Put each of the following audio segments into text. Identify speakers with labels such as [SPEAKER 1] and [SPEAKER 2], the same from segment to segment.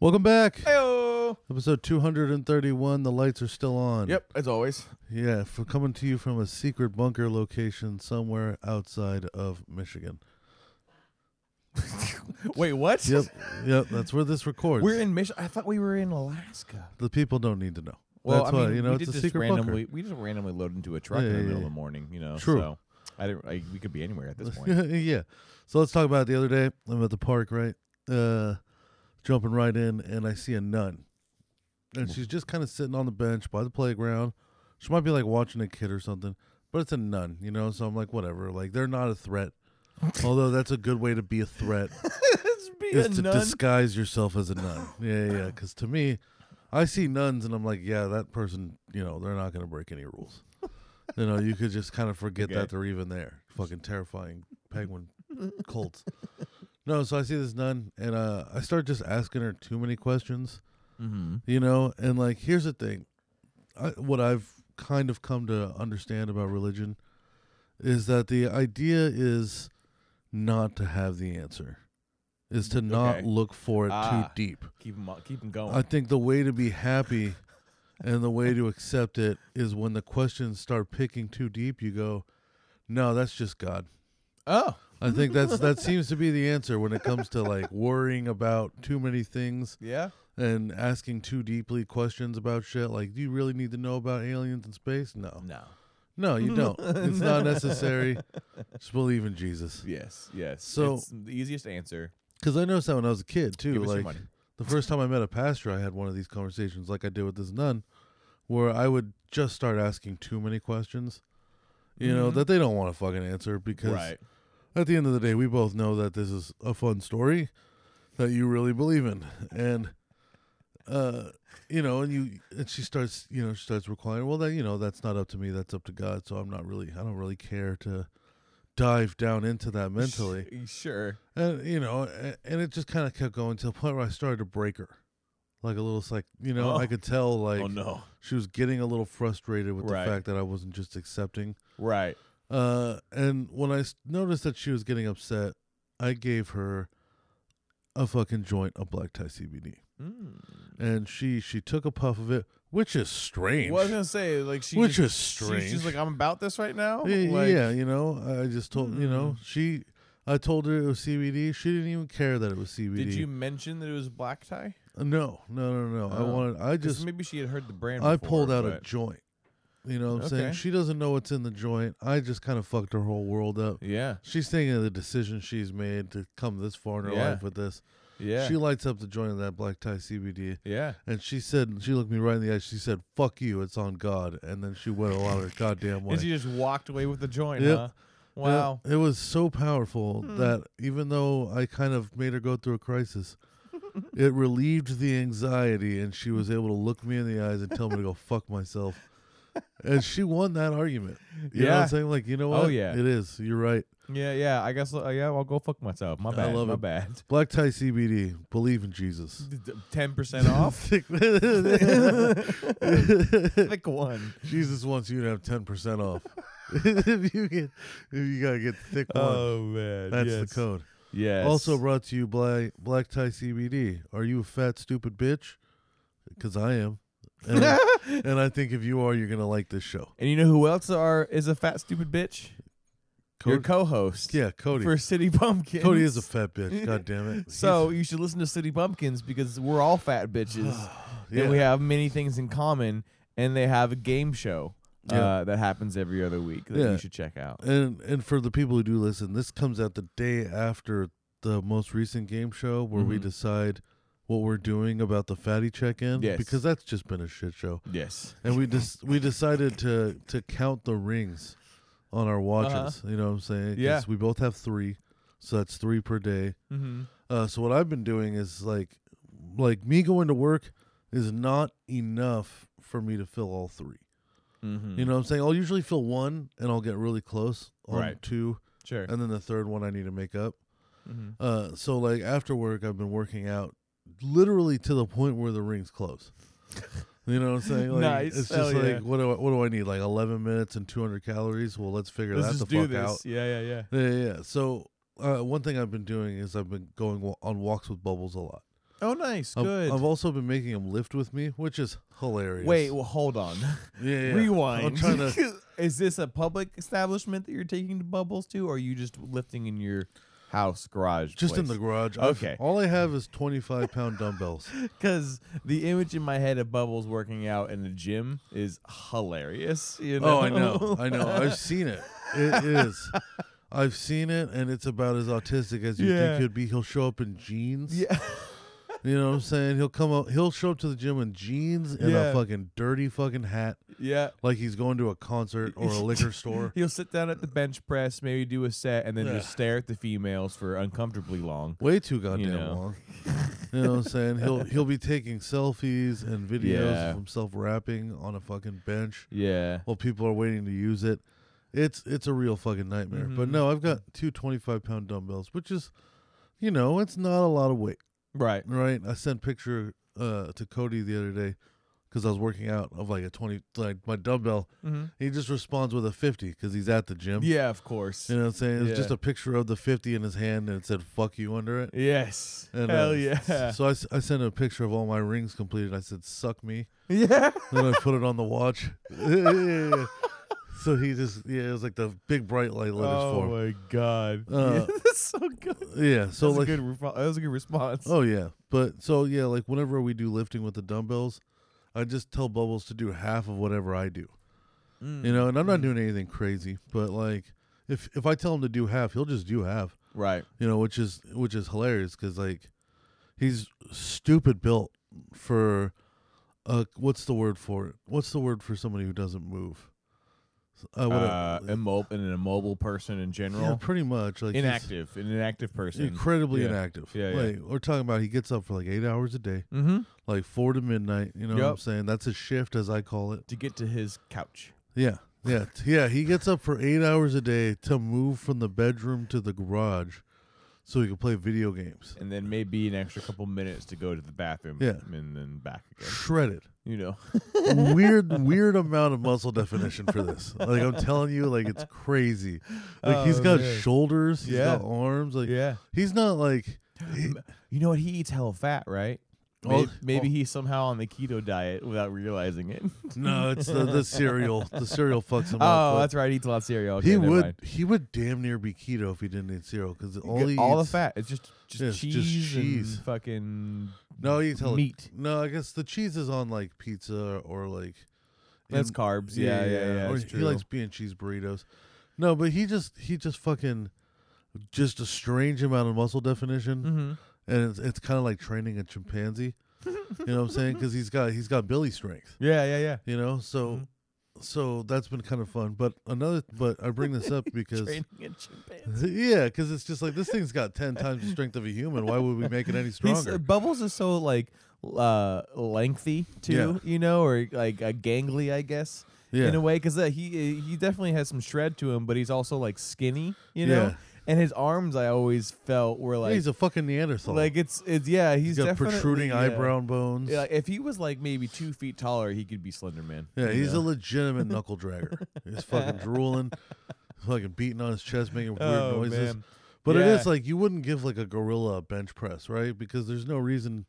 [SPEAKER 1] Welcome back.
[SPEAKER 2] Heyo.
[SPEAKER 1] Episode 231. The lights are still on.
[SPEAKER 2] Yep, as always.
[SPEAKER 1] Yeah, for coming to you from a secret bunker location somewhere outside of Michigan.
[SPEAKER 2] Wait, what?
[SPEAKER 1] Yep. yep. That's where this records.
[SPEAKER 2] We're in Michigan. I thought we were in Alaska.
[SPEAKER 1] the people don't need to know.
[SPEAKER 2] Well,
[SPEAKER 1] that's
[SPEAKER 2] I mean,
[SPEAKER 1] why, you know,
[SPEAKER 2] we
[SPEAKER 1] it's
[SPEAKER 2] did
[SPEAKER 1] a
[SPEAKER 2] just
[SPEAKER 1] secret
[SPEAKER 2] randomly, We just randomly loaded into a truck
[SPEAKER 1] Yeah,
[SPEAKER 2] in the
[SPEAKER 1] yeah,
[SPEAKER 2] middle of
[SPEAKER 1] yeah.
[SPEAKER 2] the morning, you know.
[SPEAKER 1] True.
[SPEAKER 2] So I didn't. I, we could be anywhere at this point.
[SPEAKER 1] bunker. yeah. So let's talk about it the other day. I'm at the park, right? Uh, jumping right in, and I see a nun.
[SPEAKER 2] Hmm.
[SPEAKER 1] And she's just kind of sitting on the bench by the playground. She might be like watching a kid or something, but it's a nun, you know? So I'm like, whatever. Like, they're not a threat. Although that's a good way to be a threat.
[SPEAKER 2] Let's be
[SPEAKER 1] is to disguise yourself as a nun. Yeah, yeah. Because to me, I see nuns and I'm like, yeah, that person, you know, they're not going to break any rules. You know, you could just kind of forget
[SPEAKER 2] Okay.
[SPEAKER 1] that they're even there. Fucking terrifying penguin cults. No, so I see this nun and uh, I start just asking her too many questions,
[SPEAKER 2] mm-hmm.
[SPEAKER 1] you know? And like, here's the thing I, what I've kind of come to understand about religion is that the idea is not to have the answer, is to not
[SPEAKER 2] Okay.
[SPEAKER 1] look for it
[SPEAKER 2] Ah. Oh.
[SPEAKER 1] too deep.
[SPEAKER 2] Keep them. Keep them going.
[SPEAKER 1] I think the way to be happy and the way to accept it is when the questions start picking too deep, you go, no, that's just God.
[SPEAKER 2] oh,
[SPEAKER 1] I think that's that seems to be the answer when it comes to like worrying about too many things
[SPEAKER 2] yeah.
[SPEAKER 1] and asking too deeply questions about shit. Like, do you really need to know about aliens in space? No.
[SPEAKER 2] No.
[SPEAKER 1] No, you don't. It's not necessary. Just believe in Jesus.
[SPEAKER 2] Yes. Yes.
[SPEAKER 1] So-
[SPEAKER 2] it's the easiest answer.
[SPEAKER 1] Because I noticed that when I was a kid too.
[SPEAKER 2] Give us your
[SPEAKER 1] like
[SPEAKER 2] money.
[SPEAKER 1] the first time I met a pastor, I had one of these conversations, like I did with this nun, where I would just start asking too many questions, you know, that they don't want to fucking answer. Because
[SPEAKER 2] Mm-hmm. Right.
[SPEAKER 1] at the end of the day, we both know that this is a fun story that you really believe in, and uh, you know, and you and she starts, you know, she starts requiring, well, that you know, that's not up to me, that's up to God. So I'm not really, I don't really care to dive down into that mentally.
[SPEAKER 2] Sure.
[SPEAKER 1] And you know, a- and it just kind of kept going to the point where I started to break her, like a little like you know, I
[SPEAKER 2] Oh.
[SPEAKER 1] could tell like
[SPEAKER 2] oh no.
[SPEAKER 1] she was getting a little frustrated with
[SPEAKER 2] Right.
[SPEAKER 1] the fact that I wasn't just accepting.
[SPEAKER 2] Right.
[SPEAKER 1] Uh, and when I s- noticed that she was getting upset, I gave her a fucking joint of black tie CBD,
[SPEAKER 2] Mm.
[SPEAKER 1] and she she took a puff of it, which is strange.
[SPEAKER 2] Well, I was gonna say like she.
[SPEAKER 1] Which
[SPEAKER 2] just,
[SPEAKER 1] is
[SPEAKER 2] She's just
[SPEAKER 1] strange.
[SPEAKER 2] like I'm about this right now.
[SPEAKER 1] Y-
[SPEAKER 2] Like, Hmm.
[SPEAKER 1] yeah, you know, I just told you know she. I told her it was CBD. She didn't even care that it was CBD.
[SPEAKER 2] Did you mention that it was black tie?
[SPEAKER 1] Uh, No, no, no, no. I
[SPEAKER 2] Oh.
[SPEAKER 1] wanted. I
[SPEAKER 2] 'Cause
[SPEAKER 1] just.
[SPEAKER 2] maybe she had heard the brand.
[SPEAKER 1] I
[SPEAKER 2] before,
[SPEAKER 1] pulled out a
[SPEAKER 2] but-
[SPEAKER 1] joint. You know what I'm saying?
[SPEAKER 2] Okay.
[SPEAKER 1] She doesn't know what's in the joint. I just kind of fucked her whole world up.
[SPEAKER 2] Yeah,
[SPEAKER 1] She's thinking of the decision she's made to come this far in her
[SPEAKER 2] Yeah.
[SPEAKER 1] life with this.
[SPEAKER 2] yeah,
[SPEAKER 1] She lights up the joint of that black tie CBD,
[SPEAKER 2] yeah.
[SPEAKER 1] and she said, she looked me right in the eye. She said, "Fuck you, it's on God." And then she went a lot of her goddamn way.
[SPEAKER 2] And she just walked away with the joint.
[SPEAKER 1] Yep.
[SPEAKER 2] Huh?
[SPEAKER 1] Yeah,
[SPEAKER 2] Wow.
[SPEAKER 1] it was so powerful that even though I kind of made her go through a crisis, it relieved the anxiety and she was able to look me in the eyes and tell me to go fuck myself. And she won that argument. You know what
[SPEAKER 2] Yeah.
[SPEAKER 1] I'm saying? Like, you know
[SPEAKER 2] Oh,
[SPEAKER 1] what?
[SPEAKER 2] yeah.
[SPEAKER 1] It is. You're right.
[SPEAKER 2] Yeah, yeah. I guess. Uh, yeah, I'll go fuck myself. My
[SPEAKER 1] I
[SPEAKER 2] bad.
[SPEAKER 1] love
[SPEAKER 2] my
[SPEAKER 1] it.
[SPEAKER 2] bad.
[SPEAKER 1] Black tie CBD. Believe in Jesus.
[SPEAKER 2] Ten percent off. Pick one.
[SPEAKER 1] Jesus wants you to have 10% off. if you get, if you got to get the thick one,
[SPEAKER 2] man,
[SPEAKER 1] that's the code.
[SPEAKER 2] Oh, Yes.
[SPEAKER 1] Also brought to you by Black Tie CBD. Are you a fat, stupid bitch? Because I am. And, and I think if you are, you're going to like this show.
[SPEAKER 2] and you know who else are is a fat stupid bitch? Your
[SPEAKER 1] Cody-
[SPEAKER 2] co-host.
[SPEAKER 1] yeah, Cody.
[SPEAKER 2] For City Pumpkins.
[SPEAKER 1] Cody is a fat bitch. God damn it.
[SPEAKER 2] So you should listen to City Pumpkins because we're all fat bitches.
[SPEAKER 1] He's- yeah.
[SPEAKER 2] and we have many things in common, and they have a game show uh,
[SPEAKER 1] Yeah.
[SPEAKER 2] that happens every other week that
[SPEAKER 1] Yeah.
[SPEAKER 2] you should check out.
[SPEAKER 1] and and for the people who do listen, this comes out the day after the most recent game show where we
[SPEAKER 2] Mhm.
[SPEAKER 1] decide what we're doing about the fatty check-in
[SPEAKER 2] Yes.
[SPEAKER 1] because that's just been a shit show.
[SPEAKER 2] Yes.
[SPEAKER 1] And we just we decided to to count the rings on our watches, you know what I'm saying? 'Cause
[SPEAKER 2] Uh-huh. Yeah.
[SPEAKER 1] we both have 3. So that's three per day.
[SPEAKER 2] Mm-hmm.
[SPEAKER 1] Uh, so what I've been doing is like, like me going to work is not enough for me to fill all three.
[SPEAKER 2] Mm-hmm.
[SPEAKER 1] You know what I'm saying? I'll usually fill one and I'll get really close on
[SPEAKER 2] Right.
[SPEAKER 1] two,
[SPEAKER 2] sure.
[SPEAKER 1] and then the third one I need to make up.
[SPEAKER 2] mm-hmm.
[SPEAKER 1] Uh, so like after work, I've been working out literally to the point where the rings close. You know what I'm saying? Like,
[SPEAKER 2] Nice.
[SPEAKER 1] It's
[SPEAKER 2] Hell
[SPEAKER 1] just
[SPEAKER 2] yeah.
[SPEAKER 1] like what do I, what do I need? Like 11 minutes and 200 calories. Well, let's figure
[SPEAKER 2] Let's
[SPEAKER 1] that
[SPEAKER 2] just
[SPEAKER 1] the
[SPEAKER 2] do
[SPEAKER 1] fuck
[SPEAKER 2] this.
[SPEAKER 1] out.
[SPEAKER 2] Yeah, yeah, yeah.
[SPEAKER 1] Yeah, yeah. yeah. So uh, one thing I've been doing is I've been going wa- on walks with Bubbles a lot.
[SPEAKER 2] Oh, nice.
[SPEAKER 1] I've,
[SPEAKER 2] Good.
[SPEAKER 1] I've also been making him lift with me, which is hilarious.
[SPEAKER 2] Wait, well, hold on.
[SPEAKER 1] yeah, yeah.
[SPEAKER 2] Rewind.
[SPEAKER 1] I'm trying to.
[SPEAKER 2] Is this a public establishment that you're taking to bubbles to, or are you just lifting in your house garage?
[SPEAKER 1] Just in the garage. I've-
[SPEAKER 2] Okay.
[SPEAKER 1] all I have is 25 pound dumbbells.
[SPEAKER 2] because the image in my head of bubbles working out in the gym is hilarious. You know?
[SPEAKER 1] Oh, I know. I know. I've seen it. It is. I've seen it, and it's about as autistic as you
[SPEAKER 2] Yeah.
[SPEAKER 1] think he'd be. He'll show up in jeans.
[SPEAKER 2] yeah.
[SPEAKER 1] You know what I'm saying? He'll come up. He'll show up to the gym in jeans and
[SPEAKER 2] Yeah.
[SPEAKER 1] a fucking dirty fucking hat,
[SPEAKER 2] Yeah.
[SPEAKER 1] like he's going to a concert or a liquor store.
[SPEAKER 2] He'll sit down at the bench press, maybe do a set, and then just stare at the females for uncomfortably long.
[SPEAKER 1] Way too goddamn
[SPEAKER 2] know.
[SPEAKER 1] long. You know what I'm saying? He'll he'll be taking selfies and videos
[SPEAKER 2] Yeah.
[SPEAKER 1] of himself rapping on a fucking bench.
[SPEAKER 2] Yeah.
[SPEAKER 1] while people are waiting to use it. It's it's a real fucking nightmare. But
[SPEAKER 2] Mhm.
[SPEAKER 1] no, I've got two 25 pound dumbbells, which is, you know, it's not a lot of weight,
[SPEAKER 2] Right.
[SPEAKER 1] right? I sent picture uh, to Cody the other day because I was working out of like a 20, like my dumbbell.
[SPEAKER 2] Mm-hmm.
[SPEAKER 1] He just responds with a 50 because he's at the gym.
[SPEAKER 2] Yeah, of course.
[SPEAKER 1] You know what I'm saying? It's
[SPEAKER 2] Yeah.
[SPEAKER 1] just a picture of the 50 in his hand and it said "fuck you" under it.
[SPEAKER 2] Yes.
[SPEAKER 1] And,
[SPEAKER 2] Hell
[SPEAKER 1] uh,
[SPEAKER 2] yeah.
[SPEAKER 1] So I, s- I sent a picture of all my rings completed. I said "suck me."
[SPEAKER 2] yeah.
[SPEAKER 1] then I put it on the watch. Yeah, yeah, yeah. So he just yeah, it was like the big bright light letters
[SPEAKER 2] Oh,
[SPEAKER 1] for him.
[SPEAKER 2] my god.
[SPEAKER 1] Uh,
[SPEAKER 2] yeah, that's so good.
[SPEAKER 1] Yeah, so
[SPEAKER 2] That's a
[SPEAKER 1] like
[SPEAKER 2] good repro- that was a good response.
[SPEAKER 1] oh yeah, but so yeah, like whenever we do lifting with the dumbbells, I just tell Bubbles to do half of whatever I do,
[SPEAKER 2] Mm.
[SPEAKER 1] you know. And I'm not doing anything crazy, but like if if I tell him to do half, he'll just do half,
[SPEAKER 2] Right.
[SPEAKER 1] you know, which is which is hilarious because like he's stupid built for uh what's the word for it? What's the word for somebody who doesn't move? Uh, what-
[SPEAKER 2] Uh, immo- an immobile person in
[SPEAKER 1] Yeah,
[SPEAKER 2] general.
[SPEAKER 1] pretty much. Like he's
[SPEAKER 2] inactive. An inactive person.
[SPEAKER 1] Incredibly
[SPEAKER 2] Yeah.
[SPEAKER 1] inactive.
[SPEAKER 2] Yeah, yeah.
[SPEAKER 1] Like we're talking about he gets up for like eight hours a day,
[SPEAKER 2] Mm-hmm.
[SPEAKER 1] like four to midnight, you know what I'm
[SPEAKER 2] Yup.
[SPEAKER 1] saying? That's a shift as I call it.
[SPEAKER 2] To get to his couch.
[SPEAKER 1] Yeah. Yeah. t- Yeah. He gets up for eight hours a day to move from the bedroom to the garage so he can play video games.
[SPEAKER 2] And then maybe an extra couple minutes to go to the bathroom.
[SPEAKER 1] Yeah.
[SPEAKER 2] And then back again.
[SPEAKER 1] Shredded.
[SPEAKER 2] You know.
[SPEAKER 1] Weird weird amount of muscle definition for this. Like I'm telling you, like it's crazy. Like he's
[SPEAKER 2] Oh,
[SPEAKER 1] got
[SPEAKER 2] man.
[SPEAKER 1] shoulders, he's
[SPEAKER 2] Yeah.
[SPEAKER 1] got arms, like
[SPEAKER 2] yeah.
[SPEAKER 1] he's not like
[SPEAKER 2] You know what? He eats hella fat, right? May-
[SPEAKER 1] Well-
[SPEAKER 2] Maybe, he's somehow on the keto diet without realizing it.
[SPEAKER 1] No, it's the, the cereal. The cereal fucks him up.
[SPEAKER 2] oh,
[SPEAKER 1] but
[SPEAKER 2] that's right. He eats a lot of cereal. Okay,
[SPEAKER 1] he
[SPEAKER 2] never
[SPEAKER 1] would
[SPEAKER 2] mind.
[SPEAKER 1] he would damn near be keto if he didn't eat cereal because all
[SPEAKER 2] Get
[SPEAKER 1] he
[SPEAKER 2] all the
[SPEAKER 1] eats-
[SPEAKER 2] fat. It's just just
[SPEAKER 1] Yeah, it's
[SPEAKER 2] cheese,
[SPEAKER 1] just cheese.
[SPEAKER 2] and fucking
[SPEAKER 1] No, he eats hella-
[SPEAKER 2] meat.
[SPEAKER 1] No, I guess the cheese is on like pizza or like
[SPEAKER 2] That's
[SPEAKER 1] in-
[SPEAKER 2] carbs. Yeah, yeah, yeah.
[SPEAKER 1] Or
[SPEAKER 2] it's
[SPEAKER 1] he
[SPEAKER 2] true.
[SPEAKER 1] likes being cheese burritos. No, but he just he just fucking just a strange amount of muscle definition,
[SPEAKER 2] Mhm.
[SPEAKER 1] and it's, it's kind of like training a chimpanzee. you know what I'm saying? Because he's got he's got Billy strength.
[SPEAKER 2] Yeah, yeah, yeah.
[SPEAKER 1] You know, so
[SPEAKER 2] Mm-hmm.
[SPEAKER 1] so that's been kind of fun. But another, but I bring this up because
[SPEAKER 2] Training a chimpanzee.
[SPEAKER 1] Yeah, because it's just like this thing's got ten times the strength of a human. Why would we make it any
[SPEAKER 2] He's-
[SPEAKER 1] stronger?
[SPEAKER 2] Bubbles is so like uh lengthy too, you know, or like uh, gangly, I guess.
[SPEAKER 1] Yeah.
[SPEAKER 2] In a way, because uh, he he definitely has some shred to him, but he's also like skinny, you know.
[SPEAKER 1] Yeah.
[SPEAKER 2] And his arms, I always felt were like
[SPEAKER 1] he's a fucking Neanderthal.
[SPEAKER 2] Like it's it's yeah, he's,
[SPEAKER 1] he's got
[SPEAKER 2] definitely,
[SPEAKER 1] protruding
[SPEAKER 2] yeah.
[SPEAKER 1] eyebrow and bones.
[SPEAKER 2] Yeah,
[SPEAKER 1] Yeah,
[SPEAKER 2] like, if he was like maybe two feet taller, he could be Slender Man. you
[SPEAKER 1] he's
[SPEAKER 2] know?
[SPEAKER 1] a legitimate knuckle dragger. he's fucking drooling, fucking beating on his chest, making weird
[SPEAKER 2] Oh,
[SPEAKER 1] noises.
[SPEAKER 2] man.
[SPEAKER 1] But it is
[SPEAKER 2] Yeah.
[SPEAKER 1] like you wouldn't give like a gorilla a bench press, right? Because there's no reason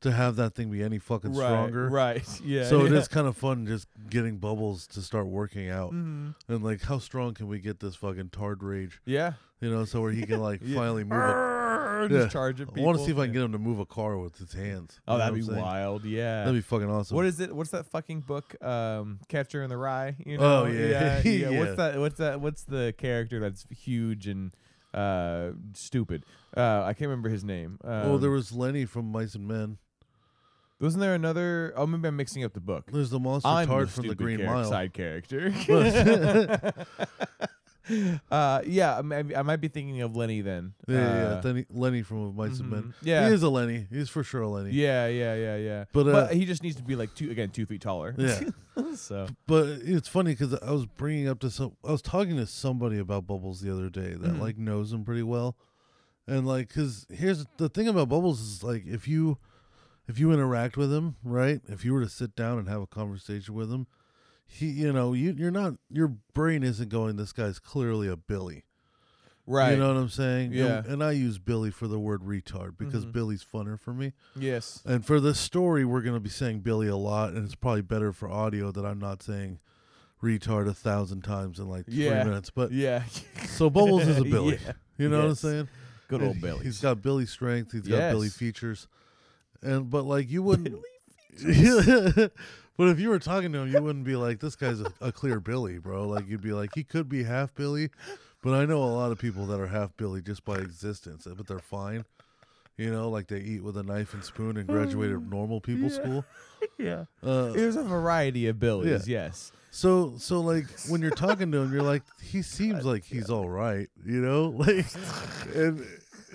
[SPEAKER 1] to have that thing be any fucking
[SPEAKER 2] right,
[SPEAKER 1] stronger.
[SPEAKER 2] Right. Yeah.
[SPEAKER 1] So it
[SPEAKER 2] yeah.
[SPEAKER 1] is kind of fun just getting bubbles to start working out
[SPEAKER 2] Mhm.
[SPEAKER 1] and like how strong can we get this fucking tard rage?
[SPEAKER 2] Yeah.
[SPEAKER 1] You know, so where he can like
[SPEAKER 2] Yeah.
[SPEAKER 1] finally move it.
[SPEAKER 2] Arrgh,
[SPEAKER 1] Yeah.
[SPEAKER 2] Just charge at
[SPEAKER 1] I
[SPEAKER 2] people.
[SPEAKER 1] want to see if I can
[SPEAKER 2] Yeah.
[SPEAKER 1] get him to move a car with his hands.
[SPEAKER 2] Oh,
[SPEAKER 1] You know
[SPEAKER 2] that'd
[SPEAKER 1] what
[SPEAKER 2] be
[SPEAKER 1] I'm saying?
[SPEAKER 2] wild. Yeah.
[SPEAKER 1] That'd be fucking awesome.
[SPEAKER 2] what is it? What's that fucking book? Um, Catcher in the Rye. You know?
[SPEAKER 1] Oh, yeah.
[SPEAKER 2] Yeah. yeah.
[SPEAKER 1] Yeah.
[SPEAKER 2] What's that? What's that? What's the character that's huge and uh stupid? Uh, I can't remember his name. Um,
[SPEAKER 1] oh, there was Lenny from Mice and Men.
[SPEAKER 2] wasn't there another? Oh, maybe I'm mixing up the book.
[SPEAKER 1] There's the monster
[SPEAKER 2] I'm
[SPEAKER 1] tard
[SPEAKER 2] the
[SPEAKER 1] from the
[SPEAKER 2] stupid
[SPEAKER 1] Green
[SPEAKER 2] charac-
[SPEAKER 1] Mile.
[SPEAKER 2] side character.
[SPEAKER 1] But-
[SPEAKER 2] uh, yeah, I, may- I might be thinking of Lenny then.
[SPEAKER 1] Yeah, yeah, yeah.
[SPEAKER 2] Uh,
[SPEAKER 1] Lenny, Lenny from Of Mice and Men.
[SPEAKER 2] mhm. Yeah.
[SPEAKER 1] he is a Lenny. He's for sure a Lenny.
[SPEAKER 2] yeah, yeah, yeah, yeah.
[SPEAKER 1] But, uh,
[SPEAKER 2] he just needs to be like two again, two feet taller. so
[SPEAKER 1] But it's funny because I was bringing up to some, I was talking to somebody about Bubbles the other day that
[SPEAKER 2] Mm-hmm.
[SPEAKER 1] like knows him pretty well, and like, cause here's the thing about Bubbles is like if you, if you interact with him, right? If you were to sit down and have a conversation with him, he, you know, you you're not your brain isn't going. This guy's clearly a Billy.
[SPEAKER 2] right.
[SPEAKER 1] You know what I'm saying?
[SPEAKER 2] Yeah. Mm-hmm.
[SPEAKER 1] And, and I use Billy for the word retard because Billy's funner for me.
[SPEAKER 2] yes.
[SPEAKER 1] And for this story, we're going to be saying Billy a lot, and it's probably better for audio that I'm not saying retard a thousand times in like three
[SPEAKER 2] Yeah.
[SPEAKER 1] minutes. But
[SPEAKER 2] Yeah.
[SPEAKER 1] so Bubbles is a Billy.
[SPEAKER 2] Yeah.
[SPEAKER 1] You know what I'm
[SPEAKER 2] Yes.
[SPEAKER 1] saying?
[SPEAKER 2] Good
[SPEAKER 1] And
[SPEAKER 2] old
[SPEAKER 1] he-
[SPEAKER 2] Billy.
[SPEAKER 1] He's got Billy strength. He's got Billy
[SPEAKER 2] Yes.
[SPEAKER 1] features. And but like you wouldn't. but if you were talking to him, you wouldn't be like, "This guy's a, a clear Billy, bro." Like you'd be like, "He could be half Billy," but I know a lot of people that are half Billy just by existence, but they're fine. You know, like they eat with a knife and spoon and graduated normal people school.
[SPEAKER 2] Um, yeah.
[SPEAKER 1] Uh,
[SPEAKER 2] There's a variety of Billys. Yes.
[SPEAKER 1] so so like when you're talking to him, you're like, he seems like he's all right, you know, like, and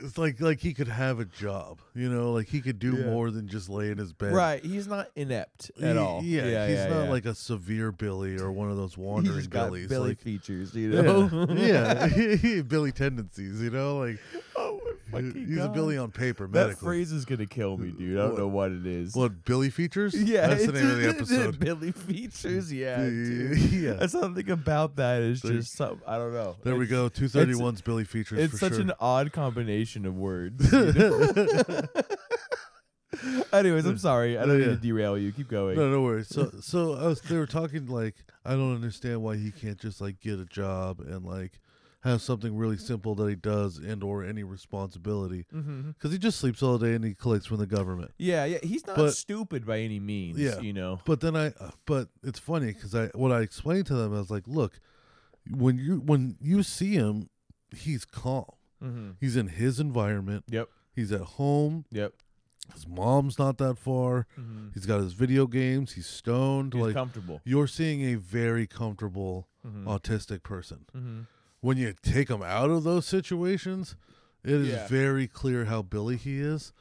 [SPEAKER 1] it's like like he could have a job, you know, like he could do
[SPEAKER 2] Yeah.
[SPEAKER 1] more than just lay in his bed.
[SPEAKER 2] Right. He's not inept
[SPEAKER 1] He-
[SPEAKER 2] at all.
[SPEAKER 1] Yeah, he's
[SPEAKER 2] yeah,
[SPEAKER 1] not
[SPEAKER 2] yeah.
[SPEAKER 1] like a severe Billy or one of those
[SPEAKER 2] he
[SPEAKER 1] wandering
[SPEAKER 2] just got
[SPEAKER 1] Billies.
[SPEAKER 2] Billy
[SPEAKER 1] like,
[SPEAKER 2] features. You know.
[SPEAKER 1] yeah, yeah, Billy tendencies, you know, like
[SPEAKER 2] oh my fucking
[SPEAKER 1] he's a
[SPEAKER 2] God.
[SPEAKER 1] Billy on paper medically.
[SPEAKER 2] That phrase is gonna kill me, dude. I don't
[SPEAKER 1] What?
[SPEAKER 2] know what it is.
[SPEAKER 1] what Billy features?
[SPEAKER 2] Yeah,
[SPEAKER 1] that's the
[SPEAKER 2] it
[SPEAKER 1] name of the
[SPEAKER 2] just-
[SPEAKER 1] episode.
[SPEAKER 2] Billy features, yeah. dude.
[SPEAKER 1] Yeah.
[SPEAKER 2] That's something about that is
[SPEAKER 1] Like-
[SPEAKER 2] just some. I don't know.
[SPEAKER 1] There we
[SPEAKER 2] It's-
[SPEAKER 1] go. Two thirty one's Billy features.
[SPEAKER 2] It's
[SPEAKER 1] for
[SPEAKER 2] such
[SPEAKER 1] sure.
[SPEAKER 2] an odd combination of words. you know? Anyways, I'm sorry. I don't
[SPEAKER 1] Yeah.
[SPEAKER 2] need to derail you. Keep going.
[SPEAKER 1] No, no worries. So, so I was, they were talking like, I don't understand why he can't just like get a job and like have something really simple that he does and or any responsibility
[SPEAKER 2] Mhm.
[SPEAKER 1] because he just sleeps all day and he collects from the government.
[SPEAKER 2] Yeah, yeah. He's not
[SPEAKER 1] But-
[SPEAKER 2] stupid by any means.
[SPEAKER 1] Yeah.
[SPEAKER 2] You know.
[SPEAKER 1] But then I, uh, but it's funny because I what I explained to them I was like, look, when you when you see him, he's calm.
[SPEAKER 2] Mm-hmm.
[SPEAKER 1] He's in his environment.
[SPEAKER 2] Yep.
[SPEAKER 1] He's at home.
[SPEAKER 2] Yep.
[SPEAKER 1] His mom's not that far.
[SPEAKER 2] Mhm.
[SPEAKER 1] He's got his video games. He's stoned.
[SPEAKER 2] He's
[SPEAKER 1] like
[SPEAKER 2] comfortable.
[SPEAKER 1] you're seeing a very comfortable
[SPEAKER 2] Mm-hmm.
[SPEAKER 1] autistic person. When you take him out of those situations, it is
[SPEAKER 2] Yeah.
[SPEAKER 1] very clear how Billy he is.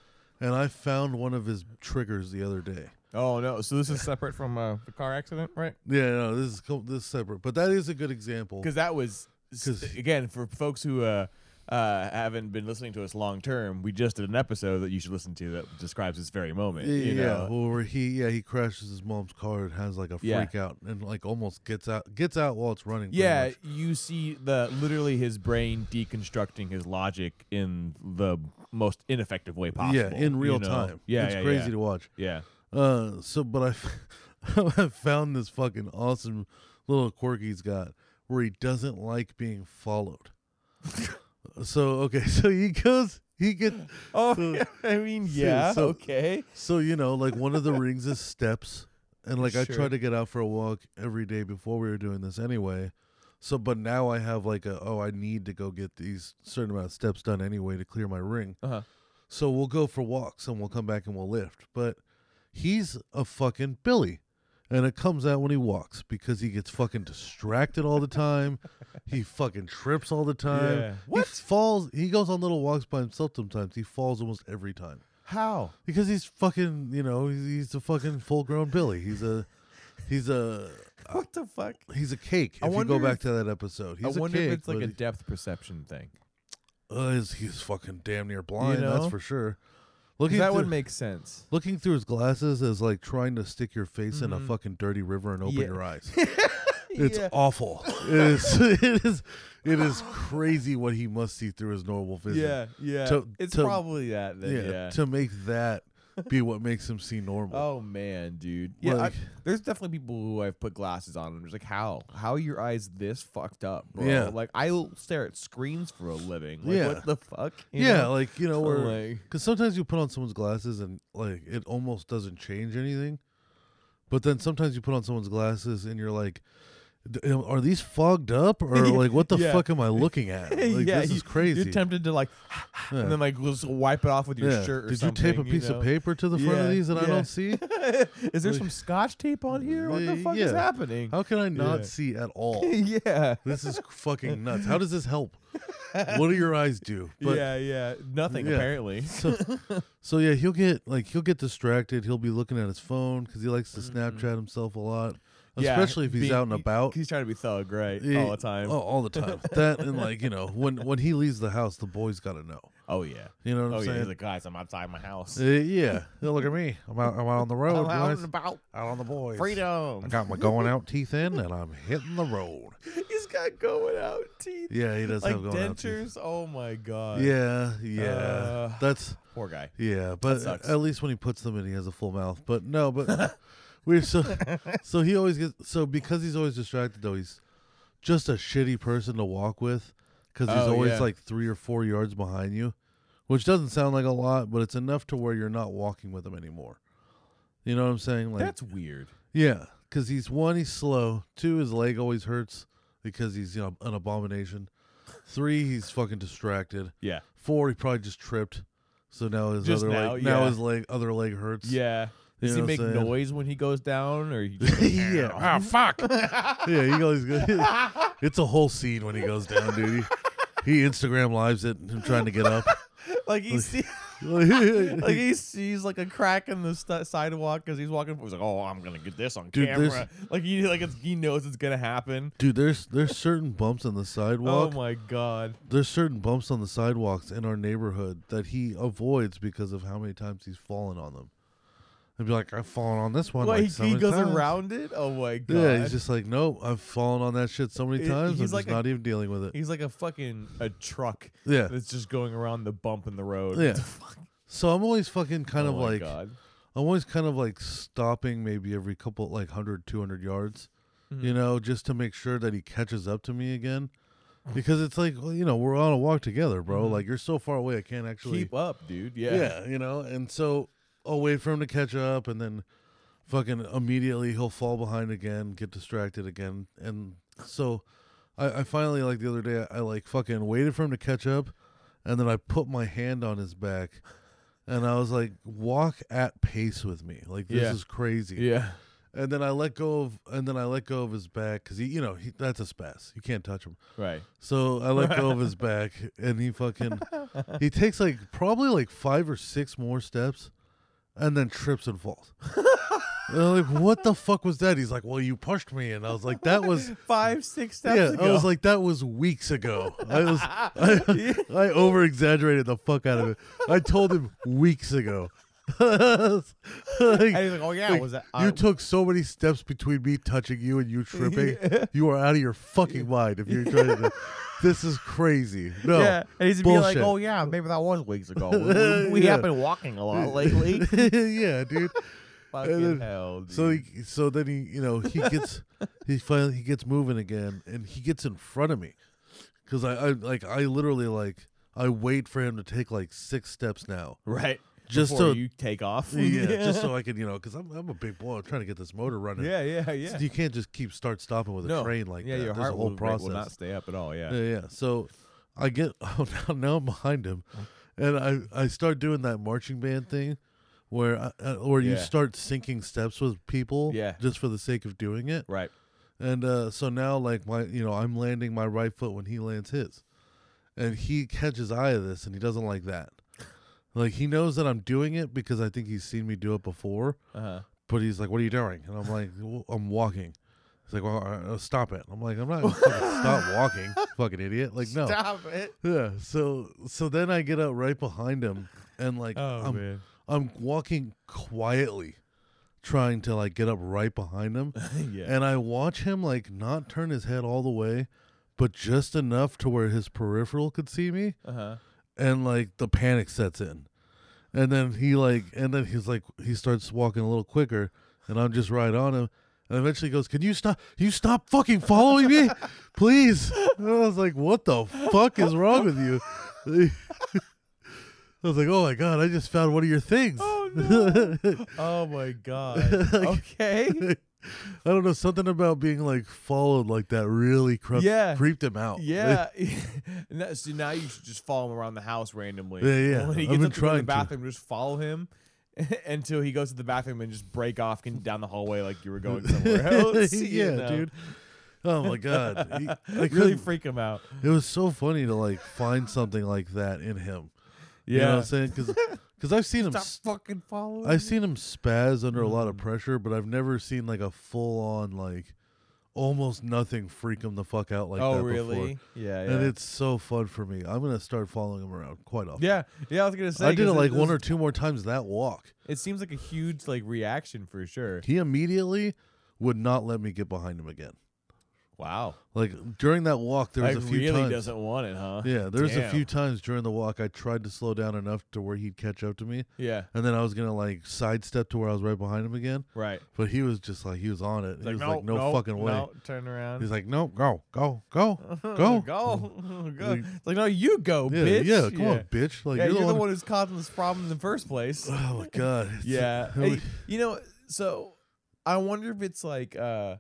[SPEAKER 1] And I found one of his triggers the other day.
[SPEAKER 2] Oh no! So this is separate from uh, the car accident, right?
[SPEAKER 1] Yeah, no, this is co- this is separate, but that is a good example.
[SPEAKER 2] because that was
[SPEAKER 1] 'Cause-
[SPEAKER 2] again for folks who uh, uh, haven't been listening to us long term. We just did an episode that you should listen to that describes this very moment.
[SPEAKER 1] Yeah,
[SPEAKER 2] you
[SPEAKER 1] yeah,
[SPEAKER 2] know?
[SPEAKER 1] well, where he yeah he crashes his mom's car and has like a
[SPEAKER 2] Yeah.
[SPEAKER 1] freak out and like almost gets out gets out while it's running. pretty
[SPEAKER 2] yeah.
[SPEAKER 1] much.
[SPEAKER 2] You see the literally his brain deconstructing his logic in the most ineffective way possible.
[SPEAKER 1] yeah, in
[SPEAKER 2] you
[SPEAKER 1] real
[SPEAKER 2] know?
[SPEAKER 1] time.
[SPEAKER 2] Yeah,
[SPEAKER 1] it's
[SPEAKER 2] yeah,
[SPEAKER 1] crazy
[SPEAKER 2] yeah.
[SPEAKER 1] to watch.
[SPEAKER 2] yeah.
[SPEAKER 1] Uh, so but I, f- I found this fucking awesome little quirk he's got where he doesn't like being followed. so okay, so he goes, he gets,
[SPEAKER 2] Oh,
[SPEAKER 1] So-
[SPEAKER 2] yeah, I mean,
[SPEAKER 1] so-
[SPEAKER 2] yeah.
[SPEAKER 1] so-
[SPEAKER 2] okay.
[SPEAKER 1] so you know, like one of the rings is steps, and like I
[SPEAKER 2] Sure.
[SPEAKER 1] try to get out for a walk every day before we were doing this anyway. So, but now I have like a oh, I need to go get these certain amount of steps done anyway to clear my ring.
[SPEAKER 2] Uh-huh.
[SPEAKER 1] So we'll go for walks and we'll come back and we'll lift. But he's a fucking Billy. And it comes out when he walks because he gets fucking distracted all the time. he fucking trips all the time.
[SPEAKER 2] Yeah.
[SPEAKER 1] He
[SPEAKER 2] What?
[SPEAKER 1] falls. He goes on little walks by himself sometimes. He falls almost every time
[SPEAKER 2] How?
[SPEAKER 1] because he's fucking, you know, he's, he's a fucking full-grown Billy. He's a he's a
[SPEAKER 2] What the fuck?
[SPEAKER 1] he's a cake.
[SPEAKER 2] I
[SPEAKER 1] If you go
[SPEAKER 2] wonder
[SPEAKER 1] back
[SPEAKER 2] if-
[SPEAKER 1] to that episode, he's
[SPEAKER 2] I wonder
[SPEAKER 1] a cake.
[SPEAKER 2] if it's like
[SPEAKER 1] but
[SPEAKER 2] a
[SPEAKER 1] he-
[SPEAKER 2] depth perception thing.
[SPEAKER 1] uh, he's, he's fucking damn near blind.
[SPEAKER 2] know?
[SPEAKER 1] That's for sure. Looking
[SPEAKER 2] That
[SPEAKER 1] through,
[SPEAKER 2] would make sense.
[SPEAKER 1] looking through his glasses is like trying to stick your face in a fucking dirty river and open
[SPEAKER 2] Mm-hmm. Yeah.
[SPEAKER 1] your eyes. It's
[SPEAKER 2] yeah.
[SPEAKER 1] awful. It is. It is. It is crazy what he must see through his normal vision.
[SPEAKER 2] Yeah, yeah.
[SPEAKER 1] To-
[SPEAKER 2] it's
[SPEAKER 1] to-
[SPEAKER 2] probably that. Then, yeah.
[SPEAKER 1] To make that be what makes him see normal.
[SPEAKER 2] Oh man, dude. Yeah, I-
[SPEAKER 1] Like-
[SPEAKER 2] there's definitely people who I've put glasses on and just like, how? How are your eyes this fucked up, bro?
[SPEAKER 1] Yeah.
[SPEAKER 2] Like I'll stare at screens for a living. Like
[SPEAKER 1] Yeah.
[SPEAKER 2] what the fuck? You
[SPEAKER 1] yeah,
[SPEAKER 2] know?
[SPEAKER 1] like you know,
[SPEAKER 2] So,
[SPEAKER 1] where
[SPEAKER 2] like-
[SPEAKER 1] because sometimes you put on someone's glasses and like it almost doesn't change anything, but then sometimes you put on someone's glasses and you're like, "D- am- are these fogged up or like what the
[SPEAKER 2] Yeah.
[SPEAKER 1] fuck am I looking at? Like
[SPEAKER 2] yeah,
[SPEAKER 1] this
[SPEAKER 2] you-
[SPEAKER 1] is crazy.
[SPEAKER 2] You're tempted to like
[SPEAKER 1] Yeah.
[SPEAKER 2] and then like just wipe it off with your
[SPEAKER 1] Yeah.
[SPEAKER 2] shirt. Or
[SPEAKER 1] Did you
[SPEAKER 2] something,
[SPEAKER 1] tape a piece
[SPEAKER 2] know?
[SPEAKER 1] of paper to the front of
[SPEAKER 2] Yeah,
[SPEAKER 1] these that I
[SPEAKER 2] yeah.
[SPEAKER 1] don't see?
[SPEAKER 2] is there
[SPEAKER 1] Like-
[SPEAKER 2] some scotch tape on here? What the
[SPEAKER 1] Uh,
[SPEAKER 2] fuck is
[SPEAKER 1] yeah.
[SPEAKER 2] happening?
[SPEAKER 1] How can I not
[SPEAKER 2] Yeah.
[SPEAKER 1] see at all?
[SPEAKER 2] yeah.
[SPEAKER 1] This is fucking nuts. How does this help? What do your eyes do?
[SPEAKER 2] yeah, yeah. Nothing
[SPEAKER 1] Yeah.
[SPEAKER 2] apparently.
[SPEAKER 1] so, so yeah, he'll get like he'll get distracted. He'll be looking at his phone because he likes to Snapchat himself a lot,
[SPEAKER 2] Mm-hmm. Yeah,
[SPEAKER 1] especially if he's
[SPEAKER 2] being-
[SPEAKER 1] out and about
[SPEAKER 2] He's trying to be thug, right?
[SPEAKER 1] Yeah,
[SPEAKER 2] All the time.
[SPEAKER 1] Oh, all the time. that and like you know when when he leaves the house, the boys got to know.
[SPEAKER 2] Oh yeah.
[SPEAKER 1] You know what
[SPEAKER 2] Oh
[SPEAKER 1] I'm
[SPEAKER 2] yeah.
[SPEAKER 1] saying?
[SPEAKER 2] He's like, guys, I'm outside my house.
[SPEAKER 1] Uh, yeah, Hey, look at me. I'm out. I'm out on the road.
[SPEAKER 2] I'm out
[SPEAKER 1] boys.
[SPEAKER 2] and about
[SPEAKER 1] Out on the boys. I
[SPEAKER 2] freedom.
[SPEAKER 1] got my going out teeth in, and I'm hitting the road.
[SPEAKER 2] He's got going out teeth.
[SPEAKER 1] Yeah, he does
[SPEAKER 2] Like
[SPEAKER 1] have going out teeth.
[SPEAKER 2] dentures. Oh my god.
[SPEAKER 1] Yeah, yeah.
[SPEAKER 2] Uh,
[SPEAKER 1] That's
[SPEAKER 2] Poor guy.
[SPEAKER 1] yeah, but
[SPEAKER 2] sucks.
[SPEAKER 1] at least when he puts them in, he has a full mouth. But no, but we're so so he always gets so because he's always distracted though. He's just a shitty person to walk with because he's
[SPEAKER 2] Oh,
[SPEAKER 1] always
[SPEAKER 2] yeah.
[SPEAKER 1] like three or four yards behind you, which doesn't sound like a lot, but it's enough to where you're not walking with him anymore. You know what I'm saying? Like
[SPEAKER 2] That's weird.
[SPEAKER 1] yeah, because he's one, he's slow. Two, his leg always hurts because he's you know an abomination. Three, he's fucking distracted.
[SPEAKER 2] Yeah.
[SPEAKER 1] Four, he probably just tripped. So now his
[SPEAKER 2] Just
[SPEAKER 1] other
[SPEAKER 2] now,
[SPEAKER 1] leg now
[SPEAKER 2] yeah.
[SPEAKER 1] his leg other leg hurts.
[SPEAKER 2] Yeah.
[SPEAKER 1] You know
[SPEAKER 2] Does he
[SPEAKER 1] what
[SPEAKER 2] make
[SPEAKER 1] I'm saying?
[SPEAKER 2] noise when he goes down, or he Oh,
[SPEAKER 1] yeah. Ah, fuck. yeah, he goes. It's a whole scene when he goes down, dude. He, he Instagram lives it. Him trying to get up.
[SPEAKER 2] like he see, like
[SPEAKER 1] dude,
[SPEAKER 2] he sees like a crack in the st- sidewalk because he's walking. He's like, oh, I'm gonna get this on
[SPEAKER 1] Dude, there's-
[SPEAKER 2] camera. Like he like it's, he knows it's gonna happen.
[SPEAKER 1] there's there's certain bumps on the sidewalk.
[SPEAKER 2] Oh my god.
[SPEAKER 1] there's certain bumps on the sidewalks in our neighborhood that he avoids because of how many times he's fallen on them. He'd be like, I've fallen on this one.
[SPEAKER 2] Well,
[SPEAKER 1] like,
[SPEAKER 2] he,
[SPEAKER 1] so
[SPEAKER 2] he
[SPEAKER 1] many
[SPEAKER 2] goes
[SPEAKER 1] times."
[SPEAKER 2] around it. Oh my god.
[SPEAKER 1] Yeah, he's just like, nope, I've fallen on that shit so many
[SPEAKER 2] He-
[SPEAKER 1] times.
[SPEAKER 2] he's
[SPEAKER 1] I'm
[SPEAKER 2] like
[SPEAKER 1] just
[SPEAKER 2] a-
[SPEAKER 1] not even dealing with it.
[SPEAKER 2] He's like a fucking a truck.
[SPEAKER 1] Yeah.
[SPEAKER 2] That's just going around the bump in the road.
[SPEAKER 1] Yeah.
[SPEAKER 2] Fuck.
[SPEAKER 1] so I'm always fucking kind
[SPEAKER 2] oh
[SPEAKER 1] of
[SPEAKER 2] my
[SPEAKER 1] like,
[SPEAKER 2] God.
[SPEAKER 1] I'm always kind of like stopping maybe every couple, like 100, 200 yards,
[SPEAKER 2] Mm-hmm.
[SPEAKER 1] you know, just to make sure that he catches up to me again. Because it's like, well, you know, we're on a walk together, bro.
[SPEAKER 2] Mm-hmm.
[SPEAKER 1] Like, you're so far away, I can't actually.
[SPEAKER 2] keep up, dude. Yeah.
[SPEAKER 1] Yeah, you know, and so I'll wait for him to catch up, and then fucking immediately he'll fall behind again, get distracted again, and so I, I finally like the other day I, like fucking waited for him to catch up, and then I put my hand on his back, and I was like, walk at pace with me, like this
[SPEAKER 2] Yeah.
[SPEAKER 1] is crazy.
[SPEAKER 2] Yeah.
[SPEAKER 1] And then I let go of, and then I let go of his back because he, you know, he, that's a spaz. You can't touch him.
[SPEAKER 2] Right.
[SPEAKER 1] So I let go of his back, and he fucking he takes like probably like five or six more steps, and then trips and falls. and I'm like, what the fuck was that? He's like, well, you pushed me, and I was like, that was
[SPEAKER 2] Five, six steps
[SPEAKER 1] yeah.
[SPEAKER 2] ago.
[SPEAKER 1] I was like, that was weeks ago. I was I, I over exaggerated the fuck out of it. I told him weeks ago.
[SPEAKER 2] and he's like, oh yeah,
[SPEAKER 1] Like,
[SPEAKER 2] was that
[SPEAKER 1] you
[SPEAKER 2] I-
[SPEAKER 1] took so many steps between me touching you and you tripping. You are out of your fucking mind if you're trying to. This is crazy. No,
[SPEAKER 2] Yeah, and he's be
[SPEAKER 1] bullshit.
[SPEAKER 2] like, "Oh yeah, maybe that was weeks ago. We, we, we
[SPEAKER 1] Yeah.
[SPEAKER 2] have been walking a lot "Oh, lately."
[SPEAKER 1] yeah, dude.
[SPEAKER 2] Fucking
[SPEAKER 1] then-
[SPEAKER 2] hell, dude.
[SPEAKER 1] So he, so then he, you know, he gets, he finally he gets moving again, and he gets in front of me, because I, I like I literally like I wait for him to take like six steps now,
[SPEAKER 2] right
[SPEAKER 1] just so-
[SPEAKER 2] before you take off.
[SPEAKER 1] yeah, just so I can, you know, because I'm I'm a big boy, I'm trying to get this motor running.
[SPEAKER 2] yeah, yeah, yeah.
[SPEAKER 1] You can't just keep start stopping with a
[SPEAKER 2] no,
[SPEAKER 1] train like
[SPEAKER 2] yeah,
[SPEAKER 1] that.
[SPEAKER 2] your
[SPEAKER 1] There's
[SPEAKER 2] heart
[SPEAKER 1] a whole
[SPEAKER 2] will,
[SPEAKER 1] process.
[SPEAKER 2] will not stay up at all. Yeah,
[SPEAKER 1] Yeah, yeah. So I get oh, now, now I'm behind him, and I I start doing that marching band thing, where I, uh, or you
[SPEAKER 2] Yeah.
[SPEAKER 1] start syncing steps with people,
[SPEAKER 2] Yeah.
[SPEAKER 1] just for the sake of doing it.
[SPEAKER 2] right.
[SPEAKER 1] And uh, so now, like my you know, I'm landing my right foot when he lands his, and he catches eye of this, and he doesn't like that. Like he knows that I'm doing it because I think he's seen me do it before,
[SPEAKER 2] Uh-huh.
[SPEAKER 1] but he's like, "What are you doing?" And I'm like, "Well, "I'm walking." He's like, "Well, all right, stop it." I'm like, "I'm not gonna fucking stop walking, fucking idiot." Like, no,
[SPEAKER 2] Stop it.
[SPEAKER 1] yeah. So so then I get out right behind him and like
[SPEAKER 2] Oh
[SPEAKER 1] I'm
[SPEAKER 2] man.
[SPEAKER 1] I'm walking quietly trying to like get up right behind him
[SPEAKER 2] yeah.
[SPEAKER 1] and I watch him like not turn his head all the way but just enough to where his peripheral could see me
[SPEAKER 2] Uh huh.
[SPEAKER 1] and like the panic sets in. And then he like and then he's like he starts walking a little quicker and I'm just right on him and eventually goes, Can you stop you stop fucking following me? Please. And I was like, What the fuck is wrong with you? I was like, Oh my god, I just found one of your things.
[SPEAKER 2] Oh no. oh my god. Okay.
[SPEAKER 1] I don't know something about being like followed like that really crept
[SPEAKER 2] Yeah.
[SPEAKER 1] creeped him out.
[SPEAKER 2] Yeah. And that- so now you should just follow him around the house randomly.
[SPEAKER 1] Yeah, yeah.
[SPEAKER 2] When he
[SPEAKER 1] I've
[SPEAKER 2] gets
[SPEAKER 1] been
[SPEAKER 2] up to go to the
[SPEAKER 1] trying to.
[SPEAKER 2] bathroom, just follow him until he goes to the bathroom and just break off and down the hallway like you were going somewhere else. you
[SPEAKER 1] yeah,
[SPEAKER 2] know?
[SPEAKER 1] dude. Oh my god, He- I
[SPEAKER 2] really
[SPEAKER 1] couldn't-
[SPEAKER 2] freak him out.
[SPEAKER 1] it was so funny to like find something like that in him.
[SPEAKER 2] Yeah.
[SPEAKER 1] You know what I'm saying? Because I've seen him.
[SPEAKER 2] Stop Mm.
[SPEAKER 1] s-
[SPEAKER 2] fucking following.
[SPEAKER 1] I've seen him spaz under a lot of pressure, but I've never seen like a full on like almost nothing freak him the fuck out like
[SPEAKER 2] oh,
[SPEAKER 1] that
[SPEAKER 2] really?
[SPEAKER 1] before.
[SPEAKER 2] Yeah. Yeah.
[SPEAKER 1] And it's so fun for me. I'm gonna start following him around quite often.
[SPEAKER 2] yeah. Yeah. I was gonna say.
[SPEAKER 1] I did it
[SPEAKER 2] 'cause
[SPEAKER 1] like one
[SPEAKER 2] does-
[SPEAKER 1] or two more times that walk.
[SPEAKER 2] It seems like a huge like reaction for sure.
[SPEAKER 1] He immediately would not let me get behind him again.
[SPEAKER 2] Wow.
[SPEAKER 1] Like during that walk, there was
[SPEAKER 2] like
[SPEAKER 1] a few
[SPEAKER 2] really
[SPEAKER 1] times.
[SPEAKER 2] doesn't want it, huh?
[SPEAKER 1] Yeah, there was a
[SPEAKER 2] Damn.
[SPEAKER 1] few times during the walk I tried to slow down enough to where he'd catch up to me,
[SPEAKER 2] Yeah.
[SPEAKER 1] and then I was gonna like sidestep to where I was right behind him again.
[SPEAKER 2] Right.
[SPEAKER 1] But he was just like he was on it. he was like, no, fucking way.
[SPEAKER 2] no, turn around.
[SPEAKER 1] He's like, no, go, go, go,
[SPEAKER 2] Uh,
[SPEAKER 1] go,
[SPEAKER 2] go, go.
[SPEAKER 1] Like-
[SPEAKER 2] It's like, no, you go,
[SPEAKER 1] Yeah,
[SPEAKER 2] bitch.
[SPEAKER 1] yeah, come on, bitch. Like
[SPEAKER 2] Yeah,
[SPEAKER 1] you're, the, one.
[SPEAKER 2] who's causing this problem in the first place.
[SPEAKER 1] Oh my god. It's-
[SPEAKER 2] yeah,
[SPEAKER 1] it
[SPEAKER 2] Hey,
[SPEAKER 1] was-
[SPEAKER 2] you know. So I wonder if it's like, uh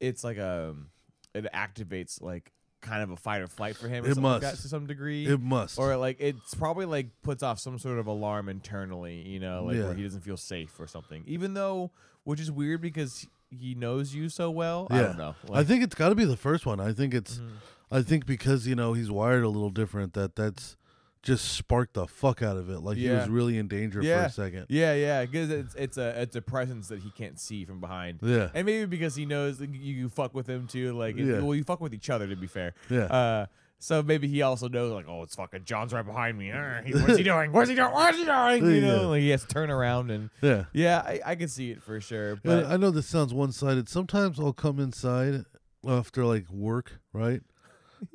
[SPEAKER 2] it's like um it activates like kind of a fight or flight for him. Or
[SPEAKER 1] It
[SPEAKER 2] something like that
[SPEAKER 1] must.
[SPEAKER 2] to some degree.
[SPEAKER 1] it must.
[SPEAKER 2] or like it's probably like puts off some sort of alarm internally, you know, like
[SPEAKER 1] Yeah.
[SPEAKER 2] where he doesn't feel safe or something. Even though, which is weird because he knows you so well. I don't know.
[SPEAKER 1] I think it's got to be the first one. I think it's,
[SPEAKER 2] Mm-hmm.
[SPEAKER 1] I think because you know he's wired a little different that that's just sparked the fuck out of it. Like he
[SPEAKER 2] Yeah.
[SPEAKER 1] was really in danger
[SPEAKER 2] yeah,
[SPEAKER 1] for a second.
[SPEAKER 2] Yeah, yeah, because it's it's a it's a presence that he can't see from behind.
[SPEAKER 1] Yeah.
[SPEAKER 2] and maybe because he knows that you, you fuck with him too. Like, it-
[SPEAKER 1] Yeah.
[SPEAKER 2] well, you fuck with each other to be fair.
[SPEAKER 1] Yeah.
[SPEAKER 2] Uh, so maybe he also knows, like, oh, it's fucking John's right behind me. Arr, he- What's he doing? What's he doing? What's he doing? You
[SPEAKER 1] Yeah.
[SPEAKER 2] know, like he has to turn around and
[SPEAKER 1] Yeah.
[SPEAKER 2] yeah, I, I can see it for sure.
[SPEAKER 1] And
[SPEAKER 2] But
[SPEAKER 1] I know this sounds one sided. Sometimes I'll come inside after like work, right?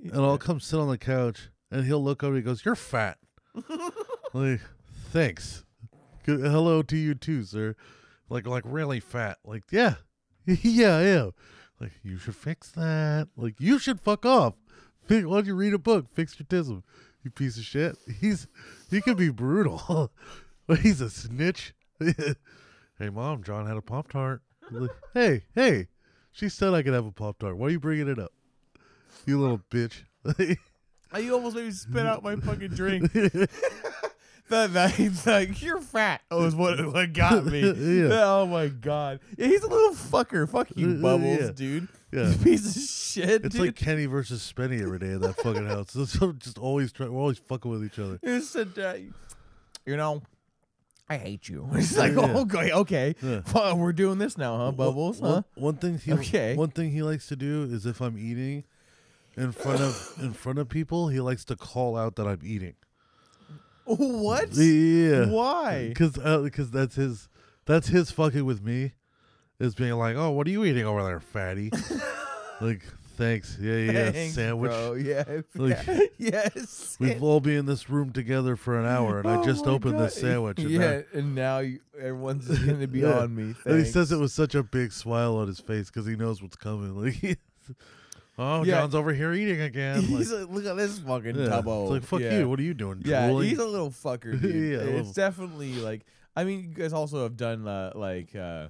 [SPEAKER 1] And I'll come sit on the couch and he'll look over and he goes, You're fat. like, thanks. Good, hello to you too, sir. Like, like really fat. Like, yeah. yeah, I am. Like, you should fix that. Like, you should fuck off. Fi- Why don't you read a book? Fix your tism, you piece of shit. He's he can be brutal. but he's a snitch. Hey, mom, John had a Pop Tart. hey, hey, she said I could have a Pop Tart. Why are you bringing it up? You little bitch.
[SPEAKER 2] you almost made me spit out my fucking drink. that, that he's like, you're fat. Oh, is what, what got me.
[SPEAKER 1] Yeah.
[SPEAKER 2] Oh my god. Yeah, he's a little fucker. Fuck you,
[SPEAKER 1] Uh,
[SPEAKER 2] Bubbles,
[SPEAKER 1] yeah.
[SPEAKER 2] dude.
[SPEAKER 1] Yeah.
[SPEAKER 2] You Piece of shit.
[SPEAKER 1] it's
[SPEAKER 2] dude.
[SPEAKER 1] like Kenny versus Spenny every day in that fucking house. It's just always try- we're always fucking with each other.
[SPEAKER 2] You said that. You know, I hate you. It's like,
[SPEAKER 1] Yeah.
[SPEAKER 2] okay, okay.
[SPEAKER 1] Yeah.
[SPEAKER 2] Fuck, we're doing this now, huh, Bubbles?
[SPEAKER 1] One,
[SPEAKER 2] Huh?
[SPEAKER 1] one thing he
[SPEAKER 2] Okay.
[SPEAKER 1] one thing he likes to do is if I'm eating in front of in front of people, he likes to call out that I'm eating.
[SPEAKER 2] What?
[SPEAKER 1] Yeah.
[SPEAKER 2] Why?
[SPEAKER 1] Because uh, that's his that's his fucking with me, is being like, oh, what are you eating over there, fatty? like, thanks, yeah, yeah, yeah,
[SPEAKER 2] Thanks,
[SPEAKER 1] sandwich.
[SPEAKER 2] Bro. Yeah.
[SPEAKER 1] Like-
[SPEAKER 2] yes.
[SPEAKER 1] We've all been in this room together for an hour, and I
[SPEAKER 2] Oh
[SPEAKER 1] just
[SPEAKER 2] my
[SPEAKER 1] opened this
[SPEAKER 2] God.
[SPEAKER 1] sandwich. And
[SPEAKER 2] yeah,
[SPEAKER 1] now-
[SPEAKER 2] and now you, everyone's gonna be
[SPEAKER 1] Yeah.
[SPEAKER 2] on me.
[SPEAKER 1] and he says
[SPEAKER 2] thanks.
[SPEAKER 1] it with such a big smile on his face because he knows what's coming. Like, he- oh,
[SPEAKER 2] Yeah.
[SPEAKER 1] John's over here eating again. Like,
[SPEAKER 2] He's like, look at this fucking
[SPEAKER 1] yeah. It's
[SPEAKER 2] tubbo.
[SPEAKER 1] like, fuck
[SPEAKER 2] yeah.
[SPEAKER 1] you. What are you doing?
[SPEAKER 2] Yeah,
[SPEAKER 1] drooling?
[SPEAKER 2] he's a little fucker. Dude.
[SPEAKER 1] Yeah, a
[SPEAKER 2] it's
[SPEAKER 1] little.
[SPEAKER 2] definitely like I mean, you guys also have done uh, like uh,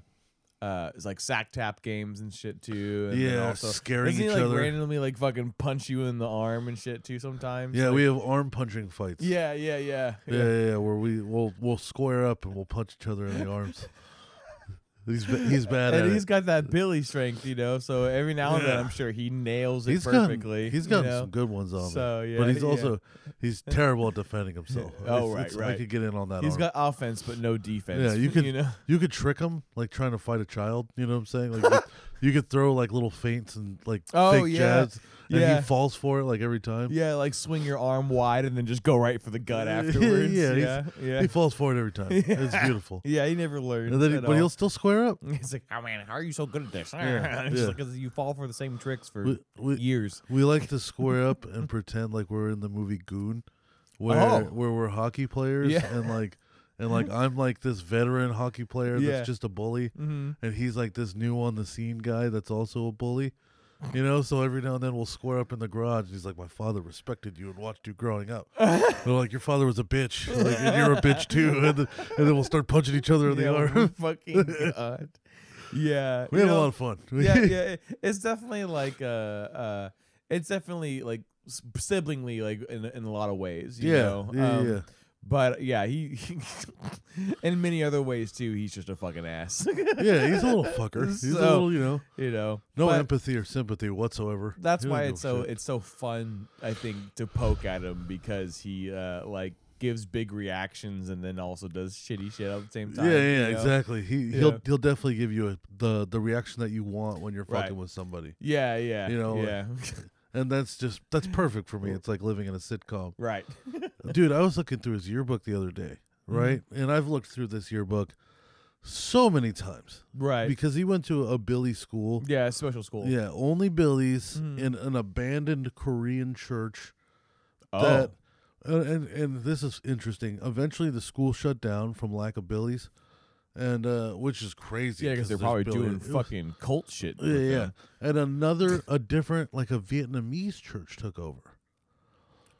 [SPEAKER 2] uh, it's like sack tap games and shit too. And then
[SPEAKER 1] Yeah,
[SPEAKER 2] also,
[SPEAKER 1] scaring
[SPEAKER 2] doesn't he,
[SPEAKER 1] each
[SPEAKER 2] like,
[SPEAKER 1] other.
[SPEAKER 2] Randomly like fucking punch you in the arm and shit too sometimes.
[SPEAKER 1] yeah,
[SPEAKER 2] Like-
[SPEAKER 1] we have arm punching fights.
[SPEAKER 2] Yeah, yeah, yeah,
[SPEAKER 1] Yeah, yeah, yeah, where we we'll we'll square up and we'll punch each other in the arms. he's ba- he's bad at
[SPEAKER 2] And he's
[SPEAKER 1] it.
[SPEAKER 2] got that Billy strength, you know. So every now and then,
[SPEAKER 1] Yeah.
[SPEAKER 2] I'm sure he nails it
[SPEAKER 1] He's gotten-
[SPEAKER 2] perfectly.
[SPEAKER 1] he's
[SPEAKER 2] you
[SPEAKER 1] gotten
[SPEAKER 2] know?
[SPEAKER 1] some good ones on
[SPEAKER 2] So,
[SPEAKER 1] me,
[SPEAKER 2] yeah,
[SPEAKER 1] but he's
[SPEAKER 2] yeah.
[SPEAKER 1] also he's terrible at defending himself.
[SPEAKER 2] Oh,
[SPEAKER 1] It's-
[SPEAKER 2] right,
[SPEAKER 1] it's- I
[SPEAKER 2] right.
[SPEAKER 1] could get in on that.
[SPEAKER 2] He's
[SPEAKER 1] arm.
[SPEAKER 2] got offense but no defense.
[SPEAKER 1] Yeah, you could-
[SPEAKER 2] you know.
[SPEAKER 1] you could trick him like trying to fight a child. You know what I'm saying? Like you, you could throw like little feints and like
[SPEAKER 2] Oh,
[SPEAKER 1] fake
[SPEAKER 2] yeah,
[SPEAKER 1] jabs, and
[SPEAKER 2] yeah.
[SPEAKER 1] he falls for it like every time.
[SPEAKER 2] Yeah, like swing your arm wide and then just go right for the gut
[SPEAKER 1] Yeah,
[SPEAKER 2] afterwards.
[SPEAKER 1] yeah,
[SPEAKER 2] yeah, yeah,
[SPEAKER 1] he's-
[SPEAKER 2] yeah.
[SPEAKER 1] He falls for it every time. It's beautiful.
[SPEAKER 2] Yeah, he never learned.
[SPEAKER 1] And then, he,
[SPEAKER 2] at
[SPEAKER 1] but he'll
[SPEAKER 2] all.
[SPEAKER 1] still square up.
[SPEAKER 2] He's like, oh man, how are you so good at this?
[SPEAKER 1] Yeah,
[SPEAKER 2] Just
[SPEAKER 1] yeah.
[SPEAKER 2] like, 'cause you fall for the same tricks for
[SPEAKER 1] We- we-
[SPEAKER 2] years.
[SPEAKER 1] We like to square up and pretend like we're in the movie Goon, where
[SPEAKER 2] Oh.
[SPEAKER 1] where we're hockey players
[SPEAKER 2] Yeah.
[SPEAKER 1] and like and like I'm like this veteran hockey player
[SPEAKER 2] Yeah.
[SPEAKER 1] that's just a bully,
[SPEAKER 2] Mm-hmm.
[SPEAKER 1] and he's like this new on the scene guy that's also a bully. You know, so every now and then we'll square up in the garage. And he's like, "My father respected you and watched you growing up." They're like, "Your father was a bitch, like, and you're a bitch too." And, then and then we'll start punching each other in the arm.
[SPEAKER 2] fucking oh, god. yeah.
[SPEAKER 1] We
[SPEAKER 2] you
[SPEAKER 1] had a
[SPEAKER 2] know,
[SPEAKER 1] lot of fun.
[SPEAKER 2] yeah, yeah. it- It's definitely like uh, uh, it's definitely like s- siblingly, like in in a lot of ways. You
[SPEAKER 1] Yeah,
[SPEAKER 2] know?
[SPEAKER 1] yeah,
[SPEAKER 2] Um,
[SPEAKER 1] yeah.
[SPEAKER 2] But yeah, he, in many other ways too. He's just a fucking ass.
[SPEAKER 1] Yeah, he's a little fucker. He's a
[SPEAKER 2] So-
[SPEAKER 1] little, you know,
[SPEAKER 2] you know.
[SPEAKER 1] no
[SPEAKER 2] But
[SPEAKER 1] empathy or sympathy whatsoever.
[SPEAKER 2] That's
[SPEAKER 1] He
[SPEAKER 2] why
[SPEAKER 1] doesn't
[SPEAKER 2] it's
[SPEAKER 1] give a
[SPEAKER 2] so
[SPEAKER 1] shit.
[SPEAKER 2] it's so fun. I think to poke at him because he uh like gives big reactions and then also does shitty shit at the same time.
[SPEAKER 1] yeah,
[SPEAKER 2] you
[SPEAKER 1] yeah,
[SPEAKER 2] know?
[SPEAKER 1] exactly. He
[SPEAKER 2] Yeah.
[SPEAKER 1] he'll he'll definitely give you a, the the reaction that you want when you're
[SPEAKER 2] Right.
[SPEAKER 1] fucking with somebody,
[SPEAKER 2] Yeah, yeah,
[SPEAKER 1] You know, like-
[SPEAKER 2] yeah,
[SPEAKER 1] and that's just that's perfect for me. It's like living in a sitcom.
[SPEAKER 2] right.
[SPEAKER 1] Dude, I was looking through his yearbook the other day,
[SPEAKER 2] Mm-hmm.
[SPEAKER 1] right? And I've looked through this yearbook so many times
[SPEAKER 2] Right.
[SPEAKER 1] because he went to a Billy school.
[SPEAKER 2] yeah, special school.
[SPEAKER 1] Yeah, only Billy's
[SPEAKER 2] Mhm.
[SPEAKER 1] in an abandoned Korean church
[SPEAKER 2] Oh.
[SPEAKER 1] that uh, and and this is interesting. Eventually the school shut down from lack of Billy's and uh which is crazy
[SPEAKER 2] Yeah, because they're
[SPEAKER 1] there's
[SPEAKER 2] probably
[SPEAKER 1] Billy-
[SPEAKER 2] doing
[SPEAKER 1] it was-
[SPEAKER 2] fucking cult shit.
[SPEAKER 1] yeah, yeah. And another a different like a Vietnamese church took over.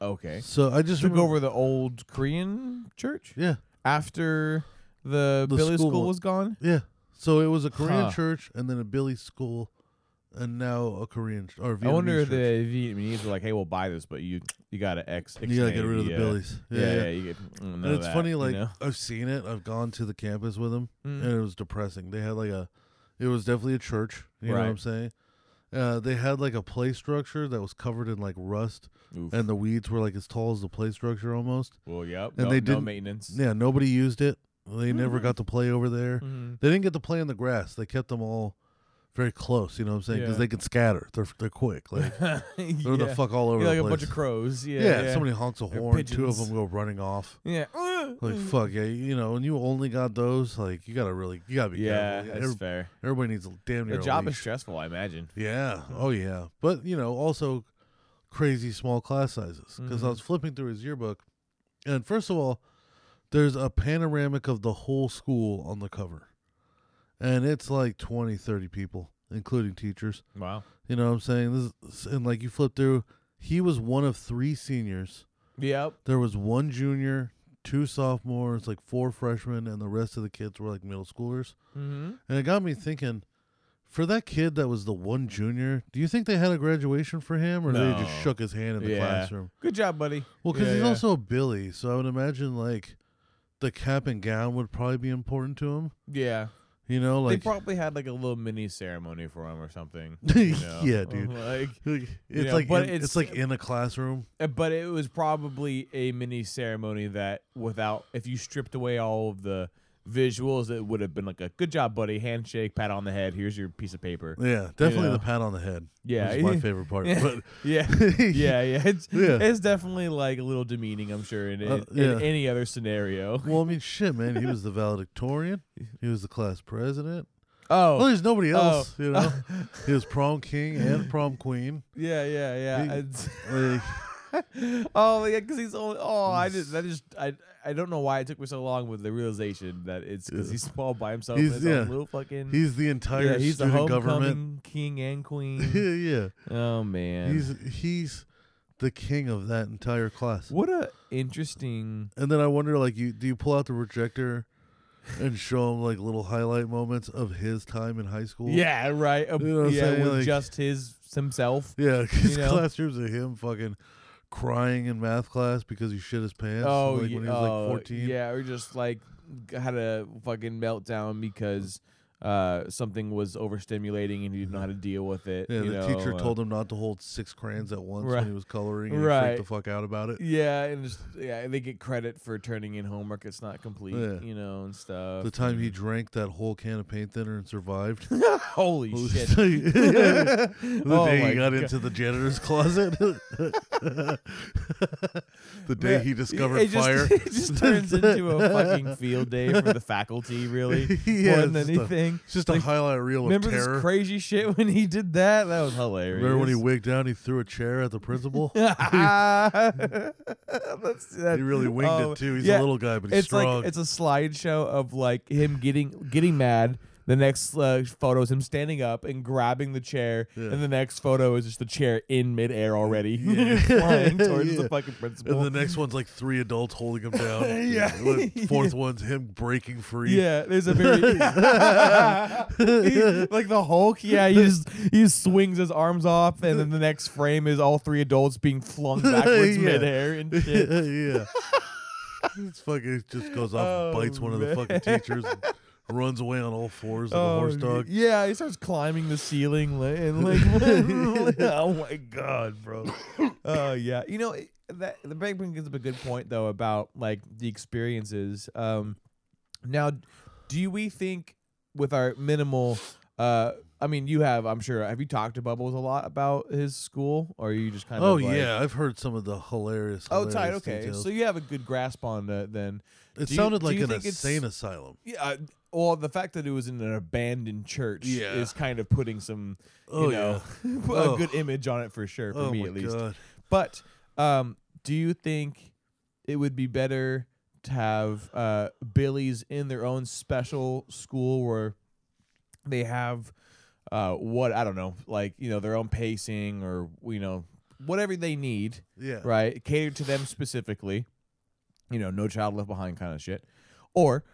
[SPEAKER 2] Okay.
[SPEAKER 1] So I just
[SPEAKER 2] Took
[SPEAKER 1] remember-
[SPEAKER 2] over the old Korean church
[SPEAKER 1] Yeah.
[SPEAKER 2] after the,
[SPEAKER 1] The
[SPEAKER 2] Billy
[SPEAKER 1] school
[SPEAKER 2] school,
[SPEAKER 1] one.
[SPEAKER 2] was gone.
[SPEAKER 1] Yeah. So it was a Korean
[SPEAKER 2] Huh.
[SPEAKER 1] church and then a Billy school and now a Korean ch- or Vietnamese
[SPEAKER 2] I wonder if the
[SPEAKER 1] church.
[SPEAKER 2] Vietnamese were like, "Hey, we'll buy this, but you you gotta ex,
[SPEAKER 1] you gotta get
[SPEAKER 2] extend
[SPEAKER 1] rid of the
[SPEAKER 2] uh,
[SPEAKER 1] Billies. Yeah.
[SPEAKER 2] Yeah, yeah.
[SPEAKER 1] yeah.
[SPEAKER 2] you get mm, none
[SPEAKER 1] And
[SPEAKER 2] of
[SPEAKER 1] it's
[SPEAKER 2] that,
[SPEAKER 1] funny,
[SPEAKER 2] you
[SPEAKER 1] like
[SPEAKER 2] know?
[SPEAKER 1] I've seen it. I've gone to the campus with them,
[SPEAKER 2] Mm.
[SPEAKER 1] and it was depressing. They had like a, it was definitely a church. You know what
[SPEAKER 2] Right.
[SPEAKER 1] I'm saying? Uh, they had like a play structure that was covered in like rust,
[SPEAKER 2] Oof.
[SPEAKER 1] and the weeds were like as tall as the play structure almost.
[SPEAKER 2] well, yep.
[SPEAKER 1] and
[SPEAKER 2] no,
[SPEAKER 1] they
[SPEAKER 2] no
[SPEAKER 1] didn't-
[SPEAKER 2] maintenance.
[SPEAKER 1] Yeah, nobody used it. They never
[SPEAKER 2] Mm-hmm.
[SPEAKER 1] got to play over there.
[SPEAKER 2] Mhm.
[SPEAKER 1] They didn't get to play in the grass. They kept them all very close. You know what I'm saying? Because
[SPEAKER 2] Yeah.
[SPEAKER 1] they can scatter. They're they're quick. Like they're
[SPEAKER 2] yeah.
[SPEAKER 1] the fuck all
[SPEAKER 2] You're
[SPEAKER 1] over
[SPEAKER 2] like
[SPEAKER 1] the
[SPEAKER 2] a
[SPEAKER 1] place.
[SPEAKER 2] bunch of crows. Yeah,
[SPEAKER 1] yeah,
[SPEAKER 2] yeah.
[SPEAKER 1] somebody honks a
[SPEAKER 2] They're
[SPEAKER 1] horn. Two of
[SPEAKER 2] pigeons. Mm.
[SPEAKER 1] them go running off.
[SPEAKER 2] yeah.
[SPEAKER 1] Like fuck, yeah, you know, and you only got those. Like you gotta really, you gotta be
[SPEAKER 2] yeah,
[SPEAKER 1] careful.
[SPEAKER 2] that's
[SPEAKER 1] Every-
[SPEAKER 2] fair.
[SPEAKER 1] everybody needs a damn near
[SPEAKER 2] The
[SPEAKER 1] a
[SPEAKER 2] job is
[SPEAKER 1] leash.
[SPEAKER 2] stressful, I imagine.
[SPEAKER 1] yeah, oh yeah, but you know, also crazy small class sizes. Because I was flipping through his yearbook, and first of all, there's a panoramic of the whole school on the cover, and it's like 20, 30 people, including teachers.
[SPEAKER 2] Wow.
[SPEAKER 1] You know what I'm saying? This is, and like you flip through, he was one of three seniors.
[SPEAKER 2] Yep.
[SPEAKER 1] There was one junior, two sophomores, like four freshmen, and the rest of the kids were like middle schoolers.
[SPEAKER 2] Mm-hmm.
[SPEAKER 1] And it got me thinking, for that kid that was the one junior, do you think they had a graduation for him, or they just
[SPEAKER 2] No.
[SPEAKER 1] shook his hand in the
[SPEAKER 2] Yeah.
[SPEAKER 1] classroom?
[SPEAKER 2] Good job, buddy.
[SPEAKER 1] Well, because
[SPEAKER 2] Yeah,
[SPEAKER 1] he's
[SPEAKER 2] yeah.
[SPEAKER 1] also a Billy, so I would imagine like the cap and gown would probably be important to him.
[SPEAKER 2] yeah.
[SPEAKER 1] You know,
[SPEAKER 2] they
[SPEAKER 1] like
[SPEAKER 2] probably had like a little mini ceremony for him or something. you know?
[SPEAKER 1] Yeah, dude.
[SPEAKER 2] Like,
[SPEAKER 1] it's
[SPEAKER 2] know,
[SPEAKER 1] like
[SPEAKER 2] but
[SPEAKER 1] in- it's,
[SPEAKER 2] it's-
[SPEAKER 1] like in a classroom.
[SPEAKER 2] uh, but it was probably a mini ceremony that without, if you stripped away all of the visuals, it would have been like a good job, buddy, handshake, pat on the head. Here's your piece of paper.
[SPEAKER 1] Yeah, definitely
[SPEAKER 2] know.
[SPEAKER 1] the pat on the head.
[SPEAKER 2] Yeah.
[SPEAKER 1] which is my favorite part. But
[SPEAKER 2] yeah. Yeah, yeah. It's,
[SPEAKER 1] Yeah.
[SPEAKER 2] it's definitely like a little demeaning, I'm sure, in, in,
[SPEAKER 1] Uh, yeah.
[SPEAKER 2] in any other scenario.
[SPEAKER 1] Well, I mean, shit, man. He was the valedictorian. He was the class president.
[SPEAKER 2] Oh,
[SPEAKER 1] Well, there's nobody
[SPEAKER 2] Oh.
[SPEAKER 1] else, you know. he was prom king and prom queen.
[SPEAKER 2] yeah, yeah, yeah.
[SPEAKER 1] He-
[SPEAKER 2] It's-
[SPEAKER 1] Like,
[SPEAKER 2] oh yeah, because he's only. Oh, I just that just I I don't know why it took me so long with the realization that it's because
[SPEAKER 1] Yeah.
[SPEAKER 2] he's small by himself.
[SPEAKER 1] He's-
[SPEAKER 2] He's yeah.
[SPEAKER 1] yeah.
[SPEAKER 2] little fucking.
[SPEAKER 1] he's the
[SPEAKER 2] yeah,
[SPEAKER 1] entire
[SPEAKER 2] he's the
[SPEAKER 1] student
[SPEAKER 2] homecoming
[SPEAKER 1] government.
[SPEAKER 2] king and
[SPEAKER 1] yeah,
[SPEAKER 2] queen.
[SPEAKER 1] yeah.
[SPEAKER 2] oh man,
[SPEAKER 1] He's he's the king of that entire class.
[SPEAKER 2] what a interesting.
[SPEAKER 1] And then I wonder, like, you do you pull out the projector and show him like little highlight moments of his time in high school?
[SPEAKER 2] Yeah, right. A-
[SPEAKER 1] You know what I'm
[SPEAKER 2] yeah,
[SPEAKER 1] saying?
[SPEAKER 2] with
[SPEAKER 1] Like-
[SPEAKER 2] just his himself.
[SPEAKER 1] yeah. His
[SPEAKER 2] You know?
[SPEAKER 1] classrooms of him fucking crying in math class because he shit his pants.
[SPEAKER 2] Oh,
[SPEAKER 1] like,
[SPEAKER 2] ye-
[SPEAKER 1] when he was
[SPEAKER 2] oh,
[SPEAKER 1] like 14.
[SPEAKER 2] Yeah, or just like g- had a fucking meltdown because uh, something was overstimulating and he didn't know how to deal with it.
[SPEAKER 1] Yeah,
[SPEAKER 2] you
[SPEAKER 1] the teacher
[SPEAKER 2] know, uh,
[SPEAKER 1] told him not to hold six crayons at once
[SPEAKER 2] Right.
[SPEAKER 1] when he was coloring, and he
[SPEAKER 2] Right.
[SPEAKER 1] freaked the fuck out about it.
[SPEAKER 2] Yeah, and just yeah, and they get credit for turning in homework. It's not complete,
[SPEAKER 1] Yeah.
[SPEAKER 2] you know, and stuff.
[SPEAKER 1] The time he drank that whole can of paint thinner and survived.
[SPEAKER 2] holy shit.
[SPEAKER 1] the
[SPEAKER 2] Oh
[SPEAKER 1] day
[SPEAKER 2] my
[SPEAKER 1] he got
[SPEAKER 2] God.
[SPEAKER 1] into the janitor's closet. the day
[SPEAKER 2] Man,
[SPEAKER 1] he discovered
[SPEAKER 2] it just,
[SPEAKER 1] fire.
[SPEAKER 2] It just turns into a fucking field day for the faculty, really,
[SPEAKER 1] Yeah,
[SPEAKER 2] more
[SPEAKER 1] it's
[SPEAKER 2] than
[SPEAKER 1] just a-
[SPEAKER 2] anything.
[SPEAKER 1] It's just a
[SPEAKER 2] Like,
[SPEAKER 1] highlight reel of
[SPEAKER 2] remember
[SPEAKER 1] terror.
[SPEAKER 2] this crazy shit when he did that? That was hilarious.
[SPEAKER 1] Remember when he wigged out? He threw a chair at the principal.
[SPEAKER 2] That's, that,
[SPEAKER 1] he really winged
[SPEAKER 2] oh,
[SPEAKER 1] it too. He's
[SPEAKER 2] yeah,
[SPEAKER 1] a little guy, but he's
[SPEAKER 2] it's
[SPEAKER 1] strong.
[SPEAKER 2] like it's a slideshow of like him getting getting mad, The next uh, photo is him standing up and grabbing the chair,
[SPEAKER 1] Yeah.
[SPEAKER 2] and the next photo is just the chair in midair already,
[SPEAKER 1] Yeah.
[SPEAKER 2] flying towards
[SPEAKER 1] Yeah.
[SPEAKER 2] the fucking
[SPEAKER 1] And
[SPEAKER 2] principal.
[SPEAKER 1] the next one's like three adults holding him down.
[SPEAKER 2] Yeah.
[SPEAKER 1] The Fourth one's him breaking free.
[SPEAKER 2] yeah, there's a very He- like the Hulk. Yeah, he just he just swings his arms off, and then the next frame is all three adults being flung backwards
[SPEAKER 1] Yeah.
[SPEAKER 2] midair and shit.
[SPEAKER 1] yeah. It's fucking it just goes off and
[SPEAKER 2] Oh,
[SPEAKER 1] bites one of the fucking
[SPEAKER 2] man.
[SPEAKER 1] teachers, and runs away on all fours like a
[SPEAKER 2] Oh,
[SPEAKER 1] horse dog.
[SPEAKER 2] Yeah, he starts climbing the ceiling li- and like, oh my god, bro. Oh yeah, you know it- that the bank brings up a good point though about like the experiences. Um, now, do we think with our minimal? Uh, I mean, you have, I'm sure. Have you talked to Bubbles a lot about his school, or are you just kind
[SPEAKER 1] Oh
[SPEAKER 2] of? like-
[SPEAKER 1] yeah, I've heard some of the hilarious.
[SPEAKER 2] Oh, tight.
[SPEAKER 1] hilarious
[SPEAKER 2] Okay,
[SPEAKER 1] details.
[SPEAKER 2] so you have a good grasp on that then.
[SPEAKER 1] it
[SPEAKER 2] do you-
[SPEAKER 1] sounded
[SPEAKER 2] do
[SPEAKER 1] like
[SPEAKER 2] you
[SPEAKER 1] an
[SPEAKER 2] think it's-
[SPEAKER 1] insane asylum.
[SPEAKER 2] Yeah. uh, Well, the fact that it was in an abandoned church
[SPEAKER 1] Yeah.
[SPEAKER 2] is kind of putting some, you
[SPEAKER 1] Oh,
[SPEAKER 2] know,
[SPEAKER 1] Oh.
[SPEAKER 2] a good image on it for sure, for
[SPEAKER 1] oh
[SPEAKER 2] me
[SPEAKER 1] my
[SPEAKER 2] at least.
[SPEAKER 1] god!
[SPEAKER 2] But um, do you think it would be better to have uh, Billy's in their own special school where they have uh, what, I don't know, like, you know, their own pacing or, you know, whatever they need?
[SPEAKER 1] Yeah,
[SPEAKER 2] right? Catered to them specifically. You know, no child left behind kind of shit. Or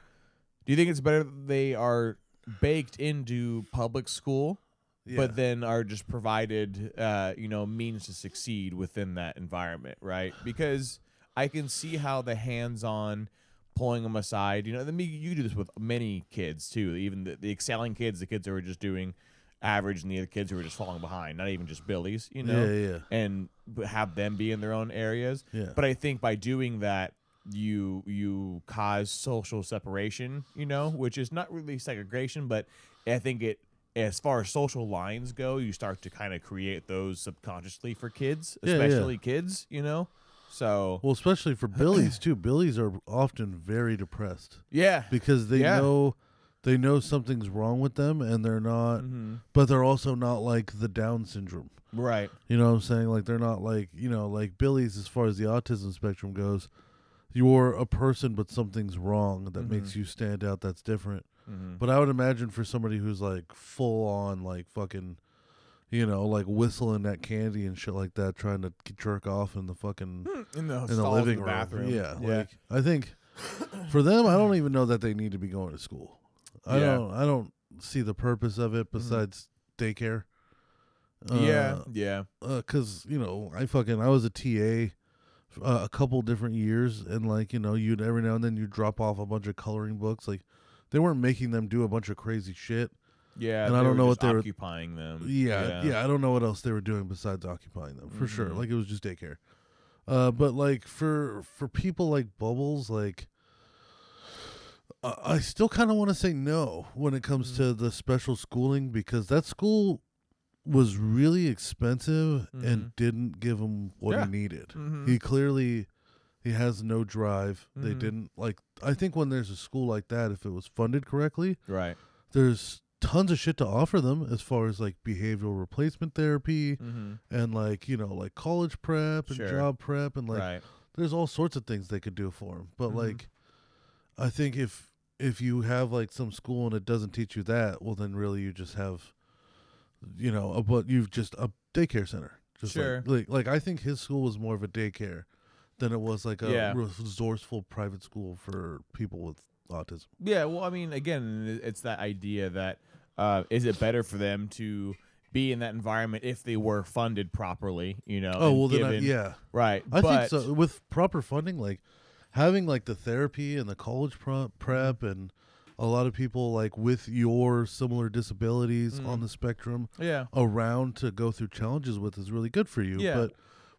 [SPEAKER 2] do you think it's better that they are baked into public school,
[SPEAKER 1] Yeah.
[SPEAKER 2] but then are just provided, uh, you know, means to succeed within that environment, right? Because I can see how the hands-on pulling them aside, you know, I mean, you do this with many kids too, even the, the excelling kids, the kids who are just doing average, and the other kids who are just falling behind, not even just Billy's, you know
[SPEAKER 1] yeah, yeah,
[SPEAKER 2] and b- have them be in their own areas.
[SPEAKER 1] Yeah.
[SPEAKER 2] But I think by doing that, you you cause social separation, you know, which is not really segregation, but I think it as far as social lines go, you start to kind of create those subconsciously for kids,
[SPEAKER 1] Yeah, yeah.
[SPEAKER 2] especially kids, you know. So
[SPEAKER 1] Well, especially for Billies too. Billies are often very depressed
[SPEAKER 2] yeah,
[SPEAKER 1] because they
[SPEAKER 2] Yeah.
[SPEAKER 1] know they know something's wrong with them, and they're not.
[SPEAKER 2] Mm-hmm.
[SPEAKER 1] But they're also not like the Down syndrome.
[SPEAKER 2] right,
[SPEAKER 1] You know what I'm saying? Like they're not like you know like Billy's as far as the autism spectrum goes. You're a person, but something's wrong that
[SPEAKER 2] Mm-hmm.
[SPEAKER 1] makes you stand out. That's different. But I would imagine for somebody who's like full on like fucking, you know, like whistling at candy and shit like that, trying to k- jerk off in the fucking
[SPEAKER 2] in the
[SPEAKER 1] in the
[SPEAKER 2] stalls,
[SPEAKER 1] living
[SPEAKER 2] in the
[SPEAKER 1] room.
[SPEAKER 2] bathroom,
[SPEAKER 1] Yeah,
[SPEAKER 2] yeah,
[SPEAKER 1] like I think for them, I don't even know that they need to be going to school. I
[SPEAKER 2] Yeah. Mm-hmm.
[SPEAKER 1] don't. I don't see the purpose of it besides daycare.
[SPEAKER 2] yeah,
[SPEAKER 1] Uh,
[SPEAKER 2] yeah.
[SPEAKER 1] because you know I fucking I was a TA uh, a couple different years, and like you know you'd every now and then you drop off a bunch of coloring books. Like they weren't making them do a bunch of crazy shit.
[SPEAKER 2] Yeah,
[SPEAKER 1] and I don't
[SPEAKER 2] were
[SPEAKER 1] know what
[SPEAKER 2] just
[SPEAKER 1] they were-
[SPEAKER 2] occupying them.
[SPEAKER 1] Yeah, yeah, I don't know what else they were doing besides occupying them for sure. Like it was just daycare. Uh, but like for for people like Bubbles, like I I still kind of want to say no when it comes to the special schooling because that school was really expensive and didn't give him what
[SPEAKER 2] Yeah.
[SPEAKER 1] he needed.
[SPEAKER 2] Mhm.
[SPEAKER 1] He clearly he has no drive. They
[SPEAKER 2] Mhm.
[SPEAKER 1] didn't like. I think when there's a school like that, if it was funded correctly,
[SPEAKER 2] Right.
[SPEAKER 1] there's tons of shit to offer them as far as like behavioral replacement therapy
[SPEAKER 2] Mm-hmm.
[SPEAKER 1] and like you know like college prep and
[SPEAKER 2] Sure.
[SPEAKER 1] job prep and like
[SPEAKER 2] right.
[SPEAKER 1] there's all sorts of things they could do for them but
[SPEAKER 2] Mhm.
[SPEAKER 1] like i think if if you have like some school and it doesn't teach you that well then really you just have you know a but you've just a daycare center just like-
[SPEAKER 2] Sure.
[SPEAKER 1] like, like i think his school was more of a daycare than it was like a
[SPEAKER 2] Yeah.
[SPEAKER 1] resourceful private school for people with autism
[SPEAKER 2] Yeah, well, I mean, again, i- it's that idea that uh, is it better for them to be in that environment if they were funded properly? You know.
[SPEAKER 1] oh
[SPEAKER 2] and
[SPEAKER 1] well then I,
[SPEAKER 2] given-
[SPEAKER 1] yeah
[SPEAKER 2] Right.
[SPEAKER 1] I
[SPEAKER 2] but,
[SPEAKER 1] think so. With proper funding, like having like the therapy and the college pro-
[SPEAKER 2] Mm-hmm.
[SPEAKER 1] prep, and a lot of people like with your similar disabilities on
[SPEAKER 2] Mm.
[SPEAKER 1] the spectrum
[SPEAKER 2] Yeah.
[SPEAKER 1] around to go through challenges with is really good for you.
[SPEAKER 2] Yeah.
[SPEAKER 1] But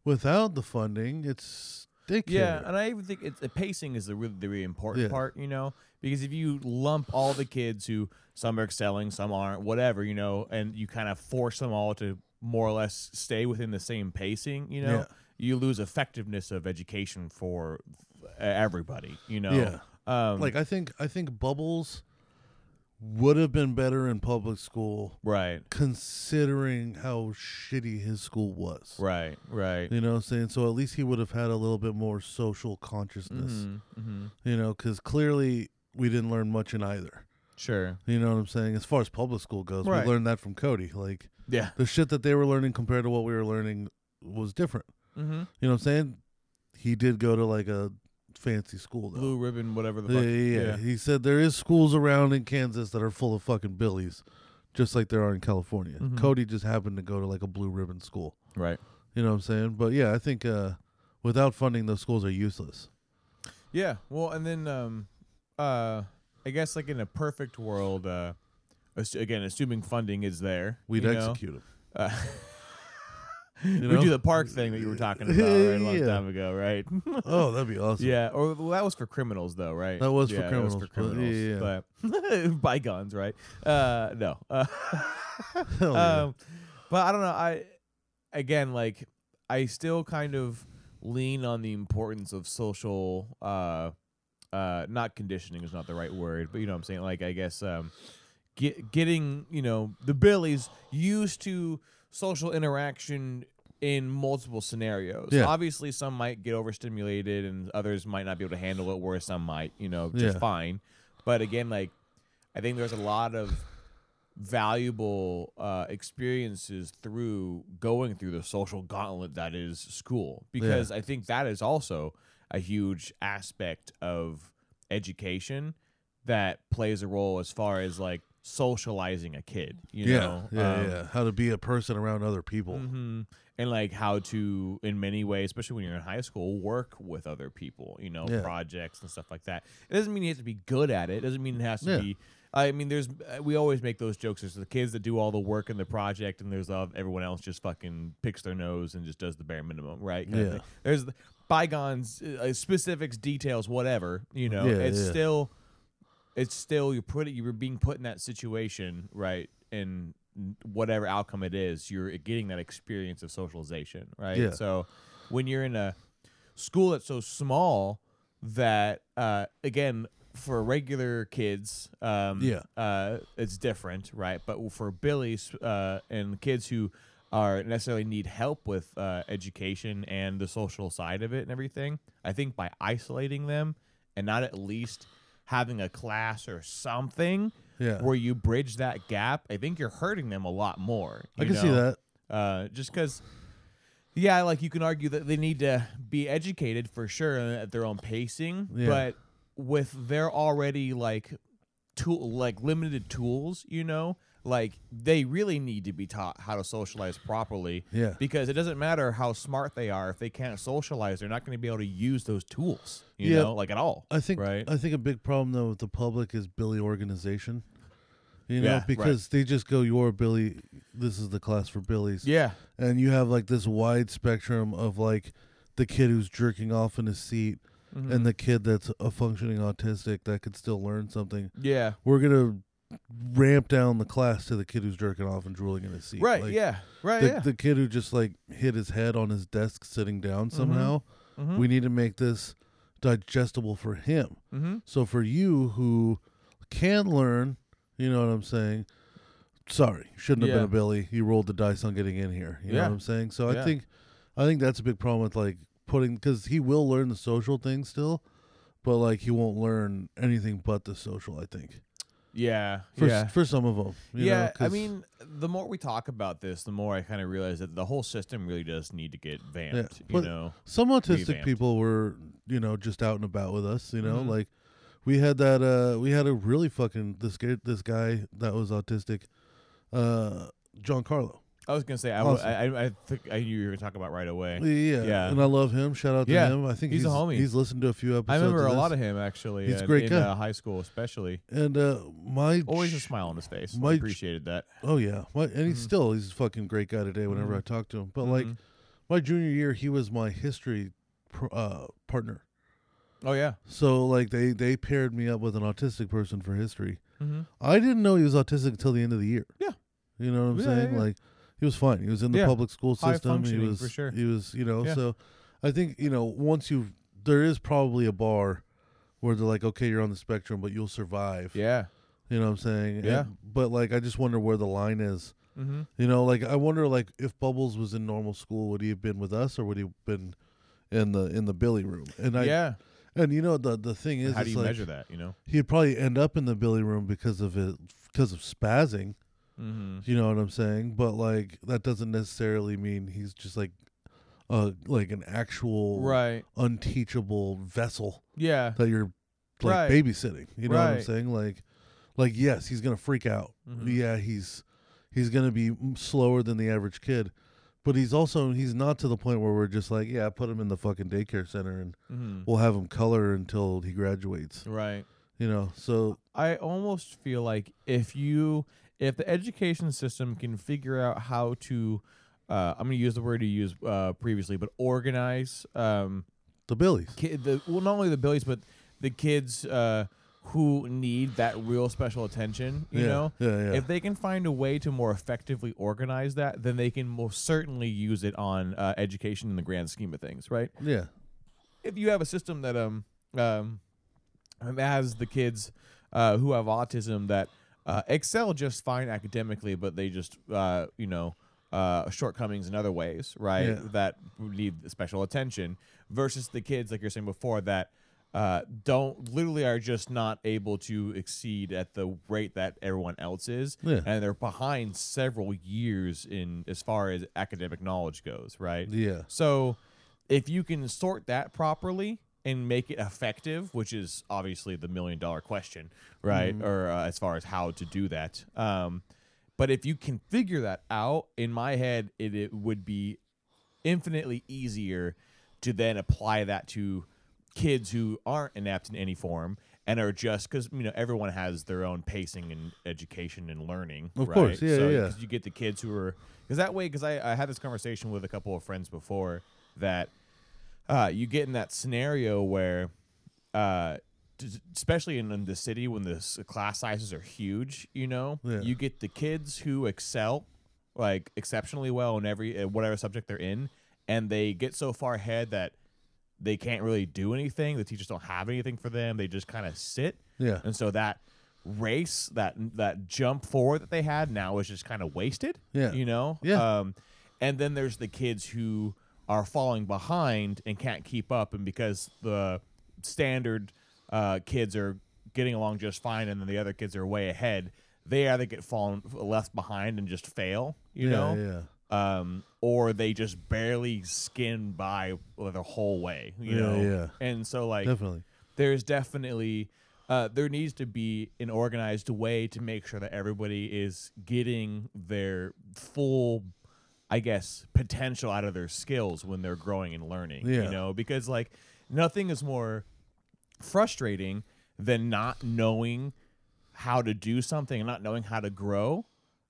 [SPEAKER 1] without the funding, it's daycare.
[SPEAKER 2] Yeah, and I even think it's the pacing is the really, the really important
[SPEAKER 1] Yeah.
[SPEAKER 2] part, you know, because if you lump all the kids who some are excelling, some aren't, whatever, you know, and you kind of force them all to more or less stay within the same pacing, you know,
[SPEAKER 1] Yeah.
[SPEAKER 2] you lose effectiveness of education for uh, everybody, you know.
[SPEAKER 1] Yeah.
[SPEAKER 2] Um,
[SPEAKER 1] like I think I think bubbles would have been better in public school,
[SPEAKER 2] right.
[SPEAKER 1] considering how shitty his school was.
[SPEAKER 2] Right, right.
[SPEAKER 1] You know what I'm saying? So at least he would have had a little bit more social consciousness.
[SPEAKER 2] Mm-hmm.
[SPEAKER 1] you know, because clearly we didn't learn much in either.
[SPEAKER 2] Sure.
[SPEAKER 1] You know what I'm saying? As far as public school goes,
[SPEAKER 2] Right.
[SPEAKER 1] we learned that from Cody. Like
[SPEAKER 2] Yeah.
[SPEAKER 1] the shit that they were learning compared to what we were learning was different.
[SPEAKER 2] Mm-hmm.
[SPEAKER 1] You know what I'm saying? He did go to like a fancy school though.
[SPEAKER 2] Blue ribbon, whatever the
[SPEAKER 1] Yeah,
[SPEAKER 2] fuck.
[SPEAKER 1] yeah, yeah. He said there is schools around in Kansas that are full of fucking billies, just like there are in California.
[SPEAKER 2] Mhm.
[SPEAKER 1] Cody just happened to go to like a blue ribbon school.
[SPEAKER 2] Right.
[SPEAKER 1] You know what I'm saying? But yeah, I think uh, without funding, those schools are useless.
[SPEAKER 2] Yeah. Well, and then um, uh, I guess like in a perfect world, uh, ass- again assuming funding is there,
[SPEAKER 1] We'd
[SPEAKER 2] you know?
[SPEAKER 1] execute them.
[SPEAKER 2] Uh,
[SPEAKER 1] You
[SPEAKER 2] We
[SPEAKER 1] know?
[SPEAKER 2] do the park thing that you were talking about right, a long
[SPEAKER 1] Yeah.
[SPEAKER 2] time ago, right?
[SPEAKER 1] oh, that'd be awesome.
[SPEAKER 2] yeah. Or well, that was for criminals, though, right?
[SPEAKER 1] That was for
[SPEAKER 2] Yeah,
[SPEAKER 1] criminals, but- yeah,
[SPEAKER 2] But, bygones, right? Uh, no. Uh,
[SPEAKER 1] Hell yeah.
[SPEAKER 2] um, but I don't know. I again, like, I still kind of lean on the importance of social. Uh, uh, not conditioning is not the right word, but you know what I'm saying. Like, I guess um, get, getting you know the Billies used to social interaction in multiple scenarios.
[SPEAKER 1] Yeah.
[SPEAKER 2] Obviously, some might get overstimulated, and others might not be able to handle it. Whereas some might, you know, just
[SPEAKER 1] Yeah.
[SPEAKER 2] fine. But again, like, I think there's a lot of valuable uh, experiences through going through the social gauntlet that is school because i think that is also a huge aspect of education that plays a role as far as like socializing a kid you
[SPEAKER 1] yeah,
[SPEAKER 2] know
[SPEAKER 1] yeah,
[SPEAKER 2] Um,
[SPEAKER 1] yeah. How to be a person around other people.
[SPEAKER 2] mhm. and like how to in many ways especially when you're in high school work with other people you know
[SPEAKER 1] Yeah.
[SPEAKER 2] projects and stuff like that it doesn't mean you have to be good at it it doesn't mean it has to
[SPEAKER 1] Yeah.
[SPEAKER 2] be i mean there's uh, we always make those jokes there's the kids that do all the work in the project and there's uh, everyone else just fucking picks their nose and just does the bare minimum right kind of
[SPEAKER 1] Yeah.
[SPEAKER 2] thing. there's the bygones uh, specifics details whatever you know
[SPEAKER 1] Yeah,
[SPEAKER 2] it's
[SPEAKER 1] yeah.
[SPEAKER 2] still it's still you're put you're being put in that situation right and whatever outcome it is you're getting that experience of socialization right
[SPEAKER 1] Yeah.
[SPEAKER 2] so when you're in a school that's so small that uh, again for regular kids um,
[SPEAKER 1] Yeah.
[SPEAKER 2] uh, it's different right but for billies uh, and kids who are necessarily need help with uh, education and the social side of it and everything i think by isolating them and not at least having a class or something
[SPEAKER 1] Yeah.
[SPEAKER 2] where you bridge that gap i think you're hurting them a lot more
[SPEAKER 1] I
[SPEAKER 2] you
[SPEAKER 1] can see
[SPEAKER 2] know?
[SPEAKER 1] that.
[SPEAKER 2] uh, just because yeah like you can argue that they need to be educated for sure and at their own pacing
[SPEAKER 1] Yeah.
[SPEAKER 2] but with their already like tool like limited tools you know like they really need to be taught how to socialize properly
[SPEAKER 1] Yeah.
[SPEAKER 2] because it doesn't matter how smart they are if they can't socialize they're not going to be able to use those tools you
[SPEAKER 1] Yeah.
[SPEAKER 2] know like at all
[SPEAKER 1] I think
[SPEAKER 2] right
[SPEAKER 1] I think a big problem though with the public is Billy organization. You know,
[SPEAKER 2] Yeah, right.
[SPEAKER 1] because they just go, "You're Billy. This is the class for Billies."
[SPEAKER 2] yeah
[SPEAKER 1] and you have like this wide spectrum of like the kid who's jerking off in his seat
[SPEAKER 2] Mm-hmm.
[SPEAKER 1] and the kid that's a functioning autistic that could still learn something.
[SPEAKER 2] yeah
[SPEAKER 1] We're gonna ramp down the class to the kid who's jerking off and drooling in his seat.
[SPEAKER 2] right
[SPEAKER 1] Like,
[SPEAKER 2] yeah right
[SPEAKER 1] The,
[SPEAKER 2] Oh, yeah
[SPEAKER 1] the kid who just like hit his head on his desk sitting down
[SPEAKER 2] Mm-hmm.
[SPEAKER 1] somehow. We need to make this digestible for him.
[SPEAKER 2] mm-hmm.
[SPEAKER 1] So for you who can learn, you know what I'm saying. Sorry, shouldn't have
[SPEAKER 2] Yeah.
[SPEAKER 1] been a Billy. You rolled the dice on getting in here. You know
[SPEAKER 2] Yeah.
[SPEAKER 1] what I'm saying. So I
[SPEAKER 2] Yeah.
[SPEAKER 1] think, I think that's a big problem with like putting because he will learn the social thing still, but like he won't learn anything but the social. I think
[SPEAKER 2] yeah
[SPEAKER 1] for s-
[SPEAKER 2] yeah
[SPEAKER 1] for some of them. You know,
[SPEAKER 2] yeah, I
[SPEAKER 1] 'cause-
[SPEAKER 2] mean, the more we talk about this, the more I kind of realize that the whole system really does need to get vamped. you
[SPEAKER 1] but-
[SPEAKER 2] know,
[SPEAKER 1] some autistic
[SPEAKER 2] revamped.
[SPEAKER 1] people were you know just out and about with us. You know,
[SPEAKER 2] Mm-hmm.
[SPEAKER 1] like we had that. uh We had a really fucking this guy, this guy that was autistic, uh, John Carlo.
[SPEAKER 2] I was gonna say I, w-
[SPEAKER 1] Awesome.
[SPEAKER 2] I, I, I think I knew you were gonna talk about right away.
[SPEAKER 1] Yeah,
[SPEAKER 2] Eh, Yeah.
[SPEAKER 1] and I love him. Shout out to
[SPEAKER 2] Yeah,
[SPEAKER 1] him. I think
[SPEAKER 2] he's a homie.
[SPEAKER 1] He's listened to a few episodes.
[SPEAKER 2] I remember
[SPEAKER 1] of
[SPEAKER 2] a lot
[SPEAKER 1] this.
[SPEAKER 2] of him actually.
[SPEAKER 1] He's a
[SPEAKER 2] in-
[SPEAKER 1] great
[SPEAKER 2] in,
[SPEAKER 1] guy.
[SPEAKER 2] Uh, high school, especially.
[SPEAKER 1] And uh, my
[SPEAKER 2] Always a
[SPEAKER 1] ch-
[SPEAKER 2] smile Mm-hmm. on his face.
[SPEAKER 1] my
[SPEAKER 2] I
[SPEAKER 1] ch-
[SPEAKER 2] appreciated that.
[SPEAKER 1] Oh yeah, my, and he's still he's a fucking great guy today. Whenever
[SPEAKER 2] Mm-hmm.
[SPEAKER 1] I talk to him, but like my junior year, he was my history pr- uh, partner.
[SPEAKER 2] Oh yeah.
[SPEAKER 1] So like they they paired me up with an autistic person for history.
[SPEAKER 2] Mm-hmm.
[SPEAKER 1] I didn't know he was autistic until the end of the year.
[SPEAKER 2] Yeah.
[SPEAKER 1] You know what I'm
[SPEAKER 2] Yeah,
[SPEAKER 1] saying?
[SPEAKER 2] yeah, yeah.
[SPEAKER 1] Like he was fine. He was in the
[SPEAKER 2] Yeah.
[SPEAKER 1] public school
[SPEAKER 2] High
[SPEAKER 1] system. He
[SPEAKER 2] functioning,
[SPEAKER 1] was
[SPEAKER 2] for sure.
[SPEAKER 1] he was, you know,
[SPEAKER 2] Yeah.
[SPEAKER 1] so I think, you know, once you there is probably a bar where they're like, okay, you're on the spectrum, but you'll survive.
[SPEAKER 2] Yeah.
[SPEAKER 1] You know what I'm saying?
[SPEAKER 2] Yeah.
[SPEAKER 1] And- but like I just wonder where the line is.
[SPEAKER 2] Mm-hmm.
[SPEAKER 1] You know, like I wonder like if Bubbles was in normal school, would he have been with us or would he have been in the in the Billy room? And I
[SPEAKER 2] yeah.
[SPEAKER 1] And you know the the thing is,
[SPEAKER 2] How do
[SPEAKER 1] it's
[SPEAKER 2] you
[SPEAKER 1] like,
[SPEAKER 2] measure that? You know.
[SPEAKER 1] He'd probably end up in the billy room because of it, because of spazzing.
[SPEAKER 2] Mm-hmm.
[SPEAKER 1] You know what I'm saying? But like that doesn't necessarily mean he's just like, uh, like an actual
[SPEAKER 2] Right.
[SPEAKER 1] unteachable vessel
[SPEAKER 2] Yeah.
[SPEAKER 1] that you're like
[SPEAKER 2] Right.
[SPEAKER 1] babysitting. You know what I'm
[SPEAKER 2] Right.
[SPEAKER 1] saying? Like, like yes, he's gonna freak out.
[SPEAKER 2] Mhm.
[SPEAKER 1] Yeah, he's he's gonna be m- slower than the average kid, but he's also he's not to the point where we're just like, yeah, put him in the fucking daycare center and
[SPEAKER 2] Mm-hmm.
[SPEAKER 1] we'll have him color until he graduates.
[SPEAKER 2] Right.
[SPEAKER 1] You know, so
[SPEAKER 2] I almost feel like if you if the education system can figure out how to uh, I'm going to use the word you used uh, previously, but organize um,
[SPEAKER 1] the Billies.
[SPEAKER 2] kid, the, well, not only the billies, but the kids uh, who need that real special attention, you
[SPEAKER 1] yeah,
[SPEAKER 2] know?
[SPEAKER 1] yeah, yeah.
[SPEAKER 2] If they can find a way to more effectively organize that, then they can most certainly use it on uh, education in the grand scheme of things, right?
[SPEAKER 1] yeah,
[SPEAKER 2] if you have a system that um um um, has the kids uh, who have autism that uh, excel just fine academically, but they just uh, you know uh, shortcomings in other ways, right?
[SPEAKER 1] Yeah.
[SPEAKER 2] That need special attention versus the kids like you're saying before that. Uh, don't literally are just not able to exceed at the rate that everyone else is,
[SPEAKER 1] Yeah.
[SPEAKER 2] and they're behind several years in as far as academic knowledge goes, right?
[SPEAKER 1] yeah.
[SPEAKER 2] So if you can sort that properly and make it effective, which is obviously the million dollar question, right? Or uh, as far as how to do that. Um, but if you can figure that out, in my head, it, it would be infinitely easier to then apply that to kids who aren't inept in any form and are just because you know everyone has their own pacing and education and learning
[SPEAKER 1] Of
[SPEAKER 2] right?
[SPEAKER 1] course, yeah,
[SPEAKER 2] so
[SPEAKER 1] yeah, yeah.
[SPEAKER 2] 'cause you get the kids who are because that way because I, I had this conversation with a couple of friends before that uh, you get in that scenario where uh, d- especially in, in the city when the s- class sizes are huge you know
[SPEAKER 1] Yeah.
[SPEAKER 2] you get the kids who excel like exceptionally well in every uh, whatever subject they're in and they get so far ahead that they can't really do anything the teachers don't have anything for them they just kind of sit
[SPEAKER 1] Yeah.
[SPEAKER 2] and so that race that that jump forward that they had now is just kind of wasted
[SPEAKER 1] Yeah.
[SPEAKER 2] you know
[SPEAKER 1] Yeah.
[SPEAKER 2] um and then there's the kids who are falling behind and can't keep up and because the standard uh, kids are getting along just fine and then the other kids are way ahead they either get fallen left behind and just fail you
[SPEAKER 1] yeah,
[SPEAKER 2] know
[SPEAKER 1] yeah.
[SPEAKER 2] um, or they just barely skin by the whole way you
[SPEAKER 1] Yeah,
[SPEAKER 2] know
[SPEAKER 1] yeah.
[SPEAKER 2] and so like
[SPEAKER 1] Definitely.
[SPEAKER 2] there's definitely uh, there needs to be an organized way to make sure that everybody is getting their full i guess potential out of their skills when they're growing and learning
[SPEAKER 1] Yeah.
[SPEAKER 2] you know because like nothing is more frustrating than not knowing how to do something and not knowing how to grow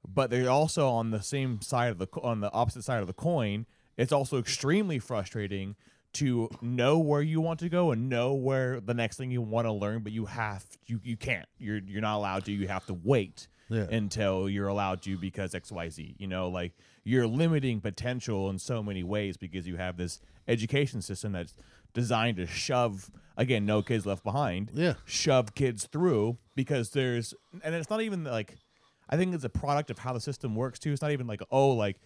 [SPEAKER 2] but they're also on the same side of the co- on the opposite side of the coin it's also extremely frustrating to know where you want to go and know where the next thing you want to learn but you have you you can't you're you're not allowed to you have to wait
[SPEAKER 1] Yeah.
[SPEAKER 2] until you're allowed to because xyz you know like you're limiting potential in so many ways because you have this education system that's designed to shove again no kids left behind
[SPEAKER 1] Yeah.
[SPEAKER 2] shove kids through because there's and it's not even like I think it's a product of how the system works too. It's not even like oh like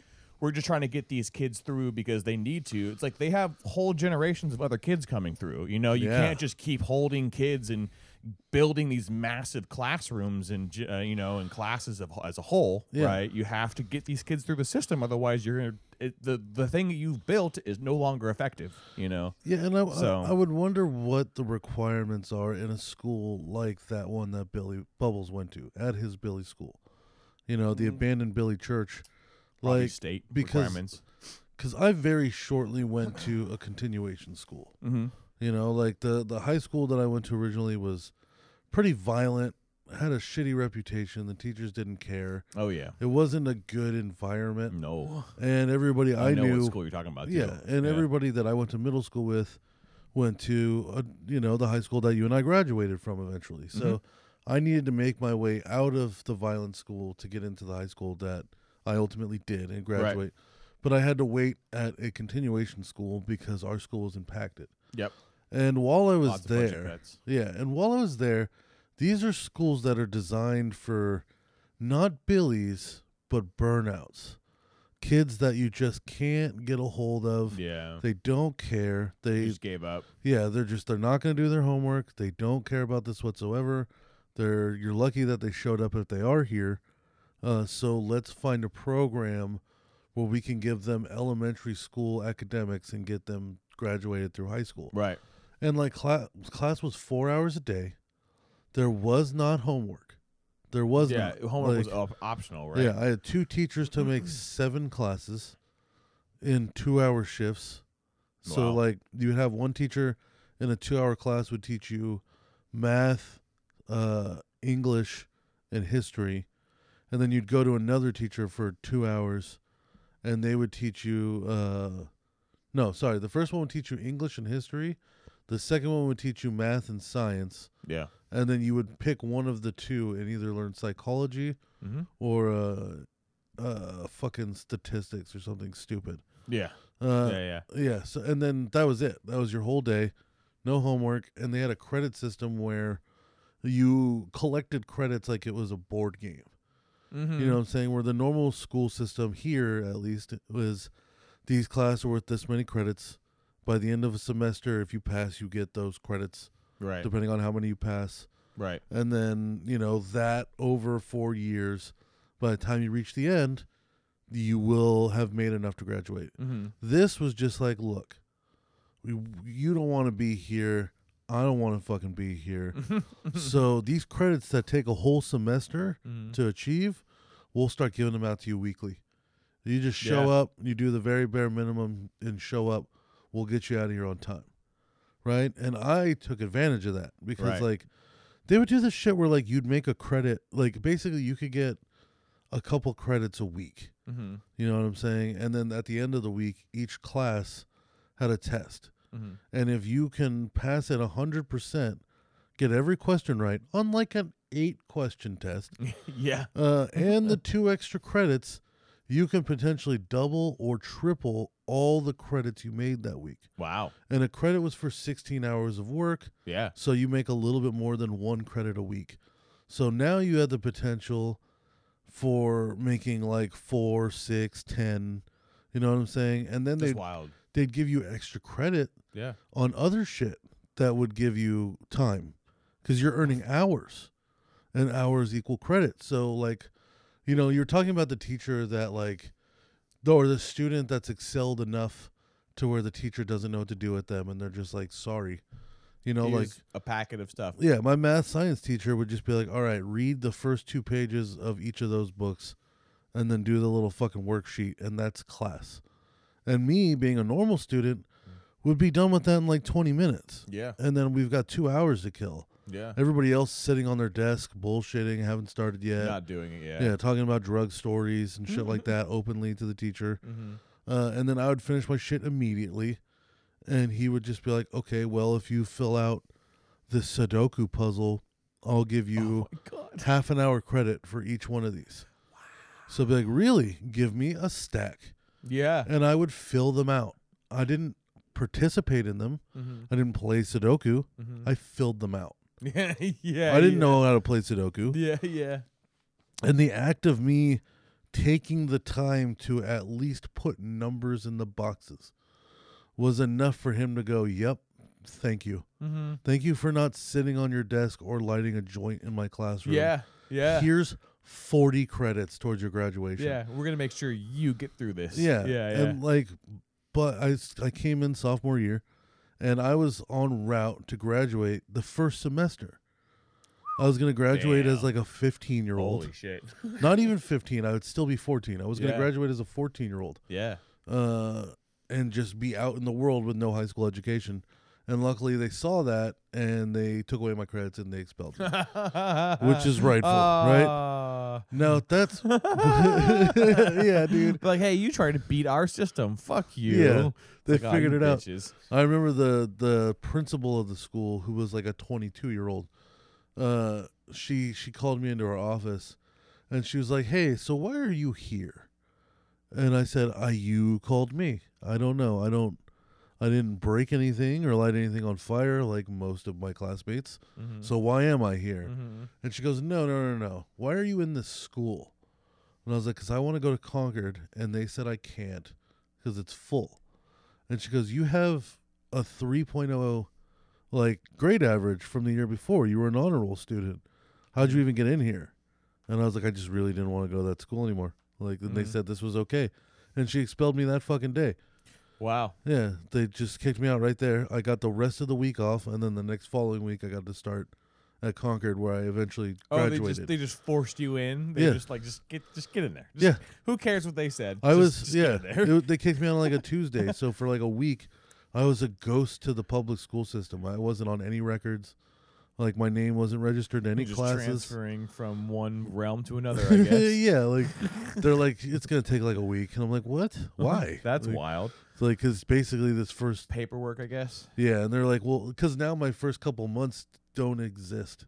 [SPEAKER 2] we're just trying to get these kids through because they need to. It's like they have whole generations of other kids coming through. You know, you
[SPEAKER 1] Yeah.
[SPEAKER 2] can't just keep holding kids and building these massive classrooms and j- uh, you know and classes of, as a whole,
[SPEAKER 1] Yeah.
[SPEAKER 2] right? You have to get these kids through the system otherwise you're gonna it, the the thing that you've built is no longer effective, you know.
[SPEAKER 1] Yeah, and I, I-
[SPEAKER 2] So-
[SPEAKER 1] I would wonder what the requirements are in a school like that one that Billy Bubbles went to at his Billy school. You know, the abandoned Billy Church.
[SPEAKER 2] Probably
[SPEAKER 1] Like,
[SPEAKER 2] Mm-hmm. state
[SPEAKER 1] because-
[SPEAKER 2] requirements.
[SPEAKER 1] because I very shortly went to a continuation school.
[SPEAKER 2] Mhm.
[SPEAKER 1] You know, like the the high school that I went to originally was pretty violent, had a shitty reputation. The teachers didn't care.
[SPEAKER 2] Oh yeah.
[SPEAKER 1] It wasn't a good environment,
[SPEAKER 2] No.
[SPEAKER 1] and everybody I,
[SPEAKER 2] I, Mm. know
[SPEAKER 1] knew,
[SPEAKER 2] what school you're talking about. too.
[SPEAKER 1] yeah, and everybody that I went to middle school with went to uh, you know the high school that you and I graduated from eventually. So
[SPEAKER 2] Mm-hmm.
[SPEAKER 1] I needed to make my way out of the violent school to get into the high school that I ultimately did and graduate. But I had to wait at a continuation school because our school was impacted.
[SPEAKER 2] Yep.
[SPEAKER 1] And while I was
[SPEAKER 2] Lots of budget
[SPEAKER 1] there,
[SPEAKER 2] cuts.
[SPEAKER 1] yeah, and while I was there, these are schools that are designed for not billies but burnouts. kids that you just can't get a hold of.
[SPEAKER 2] Yeah.
[SPEAKER 1] They don't care. They
[SPEAKER 2] just gave up.
[SPEAKER 1] yeah, they're just they're not going to do their homework. They don't care about this whatsoever. They're you're lucky that they showed up if they are here. Uh, so let's find a program where we can give them elementary school academics and get them graduated through high school.
[SPEAKER 2] Right.
[SPEAKER 1] And like class class was 4 hours a day. There was not homework. There was
[SPEAKER 2] Yeah.
[SPEAKER 1] not.
[SPEAKER 2] Homework was
[SPEAKER 1] Like,
[SPEAKER 2] op- optional, right?
[SPEAKER 1] yeah, I had two teachers to make seven classes in two hour shifts. So
[SPEAKER 2] Wow.
[SPEAKER 1] like you would have one teacher in a two hour class would teach you math, uh, English and history. And then you'd go to another teacher for two hours and they would teach you uh no, sorry, the first one would teach you English and history. The second one would teach you math and science.
[SPEAKER 2] Yeah.
[SPEAKER 1] And then you would pick one of the two and either learn psychology
[SPEAKER 2] Mm-hmm.
[SPEAKER 1] or uh, uh, fucking statistics or something stupid.
[SPEAKER 2] Yeah.
[SPEAKER 1] Uh,
[SPEAKER 2] yeah. Yeah.
[SPEAKER 1] yeah. So and then that was it. That was your whole day, no homework, and they had a credit system where you collected credits like it was a board game.
[SPEAKER 2] Mm-hmm.
[SPEAKER 1] You know what I'm saying? Where the normal school system here, at least, was these classes are worth this many credits. By the end of a semester, if you pass, you get those credits,
[SPEAKER 2] Right.
[SPEAKER 1] depending on how many you pass
[SPEAKER 2] Right.
[SPEAKER 1] and then you know that over four years by the time you reach the end you will have made enough to graduate
[SPEAKER 2] Mm-hmm.
[SPEAKER 1] this was just like look we, you don't want to be here i don't want to fucking be here so these credits that take a whole semester
[SPEAKER 2] Mhm.
[SPEAKER 1] to achieve we'll start giving them out to you weekly you just show
[SPEAKER 2] Yeah.
[SPEAKER 1] up you do the very bare minimum and show up we'll get you out of here on time right and i took advantage of that because
[SPEAKER 2] Right.
[SPEAKER 1] like they would do this shit where like you'd make a credit like basically you could get a couple credits a week
[SPEAKER 2] Mm-hmm.
[SPEAKER 1] you know what i'm saying and then at the end of the week each class had a test
[SPEAKER 2] Mm-hmm.
[SPEAKER 1] and if you can pass it 100% get every question right unlike an eight question test
[SPEAKER 2] yeah.
[SPEAKER 1] uh, and the two extra credits you can potentially double or triple all the credits you made that week
[SPEAKER 2] Wow.
[SPEAKER 1] and a credit was for 16 hours of work
[SPEAKER 2] Yeah.
[SPEAKER 1] so you make a little bit more than one credit a week. So now you have the potential for making like four, six, ten. You know what I'm saying? And then
[SPEAKER 2] That's
[SPEAKER 1] they
[SPEAKER 2] wild.
[SPEAKER 1] they'd give you extra credit
[SPEAKER 2] Yeah.
[SPEAKER 1] on other shit that would give you time because you're earning hours, and hours equal credit. So like, you know, you're talking about the teacher that like, or the student that's excelled enough to where the teacher doesn't know what to do with them, and they're just like, sorry. You know, like
[SPEAKER 2] Here's a packet of stuff.
[SPEAKER 1] yeah, my math science teacher would just be like, "All right, read the first two pages of each of those books, and then do the little fucking worksheet, and that's class." And me, being a normal student, would be done with that in like twenty minutes,
[SPEAKER 2] Yeah.
[SPEAKER 1] and then we've got two hours to kill.
[SPEAKER 2] Yeah.
[SPEAKER 1] Everybody else sitting on their desk, bullshitting, haven't started yet.
[SPEAKER 2] Not doing it yet.
[SPEAKER 1] yeah, talking about drug stories and shit like
[SPEAKER 2] Mm-hmm.
[SPEAKER 1] that openly to the teacher. Uh, and then I would finish my shit immediately. And he would just be like, okay, well, if you fill out the Sudoku puzzle, I'll give
[SPEAKER 2] Oh,
[SPEAKER 1] you
[SPEAKER 2] God.
[SPEAKER 1] half an hour credit for each one of these. So I'd be like, really? Give me a stack.
[SPEAKER 2] Yeah.
[SPEAKER 1] And I would fill them out. I didn't participate in them,
[SPEAKER 2] Mm-hmm.
[SPEAKER 1] I didn't play Sudoku. I filled them out.
[SPEAKER 2] yeah. Mm-hmm. Yeah.
[SPEAKER 1] I didn't know how to play Sudoku.
[SPEAKER 2] Yeah. Yeah.
[SPEAKER 1] And the act of me taking the time to at least put numbers in the boxes was enough for him to go, Yep, thank you.
[SPEAKER 2] Mm-hmm.
[SPEAKER 1] Thank you for not sitting on your desk or lighting a joint in my classroom.
[SPEAKER 2] Yeah. Yeah.
[SPEAKER 1] Here's 40 credits towards your graduation.
[SPEAKER 2] yeah. We're gonna make sure you get through this.
[SPEAKER 1] Yeah.
[SPEAKER 2] Yeah. Yeah.
[SPEAKER 1] And like, but I, s- I came in sophomore year and I was en route to graduate the first semester. I was going to graduate as
[SPEAKER 2] Damn.
[SPEAKER 1] like a 15 year old.
[SPEAKER 2] Holy shit.
[SPEAKER 1] not even 15 i would still be 14 i was going to
[SPEAKER 2] Yeah.
[SPEAKER 1] graduate as a 14 year old
[SPEAKER 2] yeah.
[SPEAKER 1] uh, and just be out in the world with no high school education and luckily they saw that and they took away my credits and they expelled me which is rightful right
[SPEAKER 2] right?
[SPEAKER 1] now that's yeah dude
[SPEAKER 2] Ah. Like, hey, you tried to beat our system. Fuck you.
[SPEAKER 1] Yeah, they
[SPEAKER 2] Like, "Aw,
[SPEAKER 1] figured
[SPEAKER 2] you
[SPEAKER 1] it out
[SPEAKER 2] bitches."
[SPEAKER 1] i remember the the principal of the school who was like a 22 year old uh, she she called me into her office and she was like hey so why are you here And I said, "I you called me. I don't know. I don't. I didn't break anything or light anything on fire like most of my classmates.
[SPEAKER 2] Mm-hmm.
[SPEAKER 1] So why am I here?" And she goes, "No, no, no, no. Why are you in this school? And I was like, because I want to go to Concord. And they said I can't because it's full. And she goes, You have a 3.0 like grade average from the year before. You were an honor roll student. How'd you even get in here? And I was like, I just really didn't want to go to that school anymore. Like, then they
[SPEAKER 2] Mhm.
[SPEAKER 1] said this was okay. And she expelled me that fucking day.
[SPEAKER 2] Wow.
[SPEAKER 1] Yeah, they just kicked me out right there. I got the rest of the week off, and then the next following week, I got to start at Concord, where I eventually
[SPEAKER 2] Oh,
[SPEAKER 1] graduated.
[SPEAKER 2] they just they just forced you in. They
[SPEAKER 1] Yeah.
[SPEAKER 2] just like just get just get in there. Just,
[SPEAKER 1] Yeah.
[SPEAKER 2] Who cares what they said?
[SPEAKER 1] I
[SPEAKER 2] Just-
[SPEAKER 1] was
[SPEAKER 2] just
[SPEAKER 1] yeah.
[SPEAKER 2] Get in there.
[SPEAKER 1] it was- they kicked me out on like a Tuesday, so for like a week, I was a ghost to the public school system. I wasn't on any records. Like my name wasn't registered to any
[SPEAKER 2] just
[SPEAKER 1] classes.
[SPEAKER 2] transferring from one realm to another. I guess.
[SPEAKER 1] yeah, like they're like it's gonna take like a week, and I'm like, what? Why?
[SPEAKER 2] Uh-huh. That's
[SPEAKER 1] like,
[SPEAKER 2] wild.
[SPEAKER 1] It's like because basically this first
[SPEAKER 2] Paperwork, I guess.
[SPEAKER 1] yeah, and they're like, well, because now my first couple months don't exist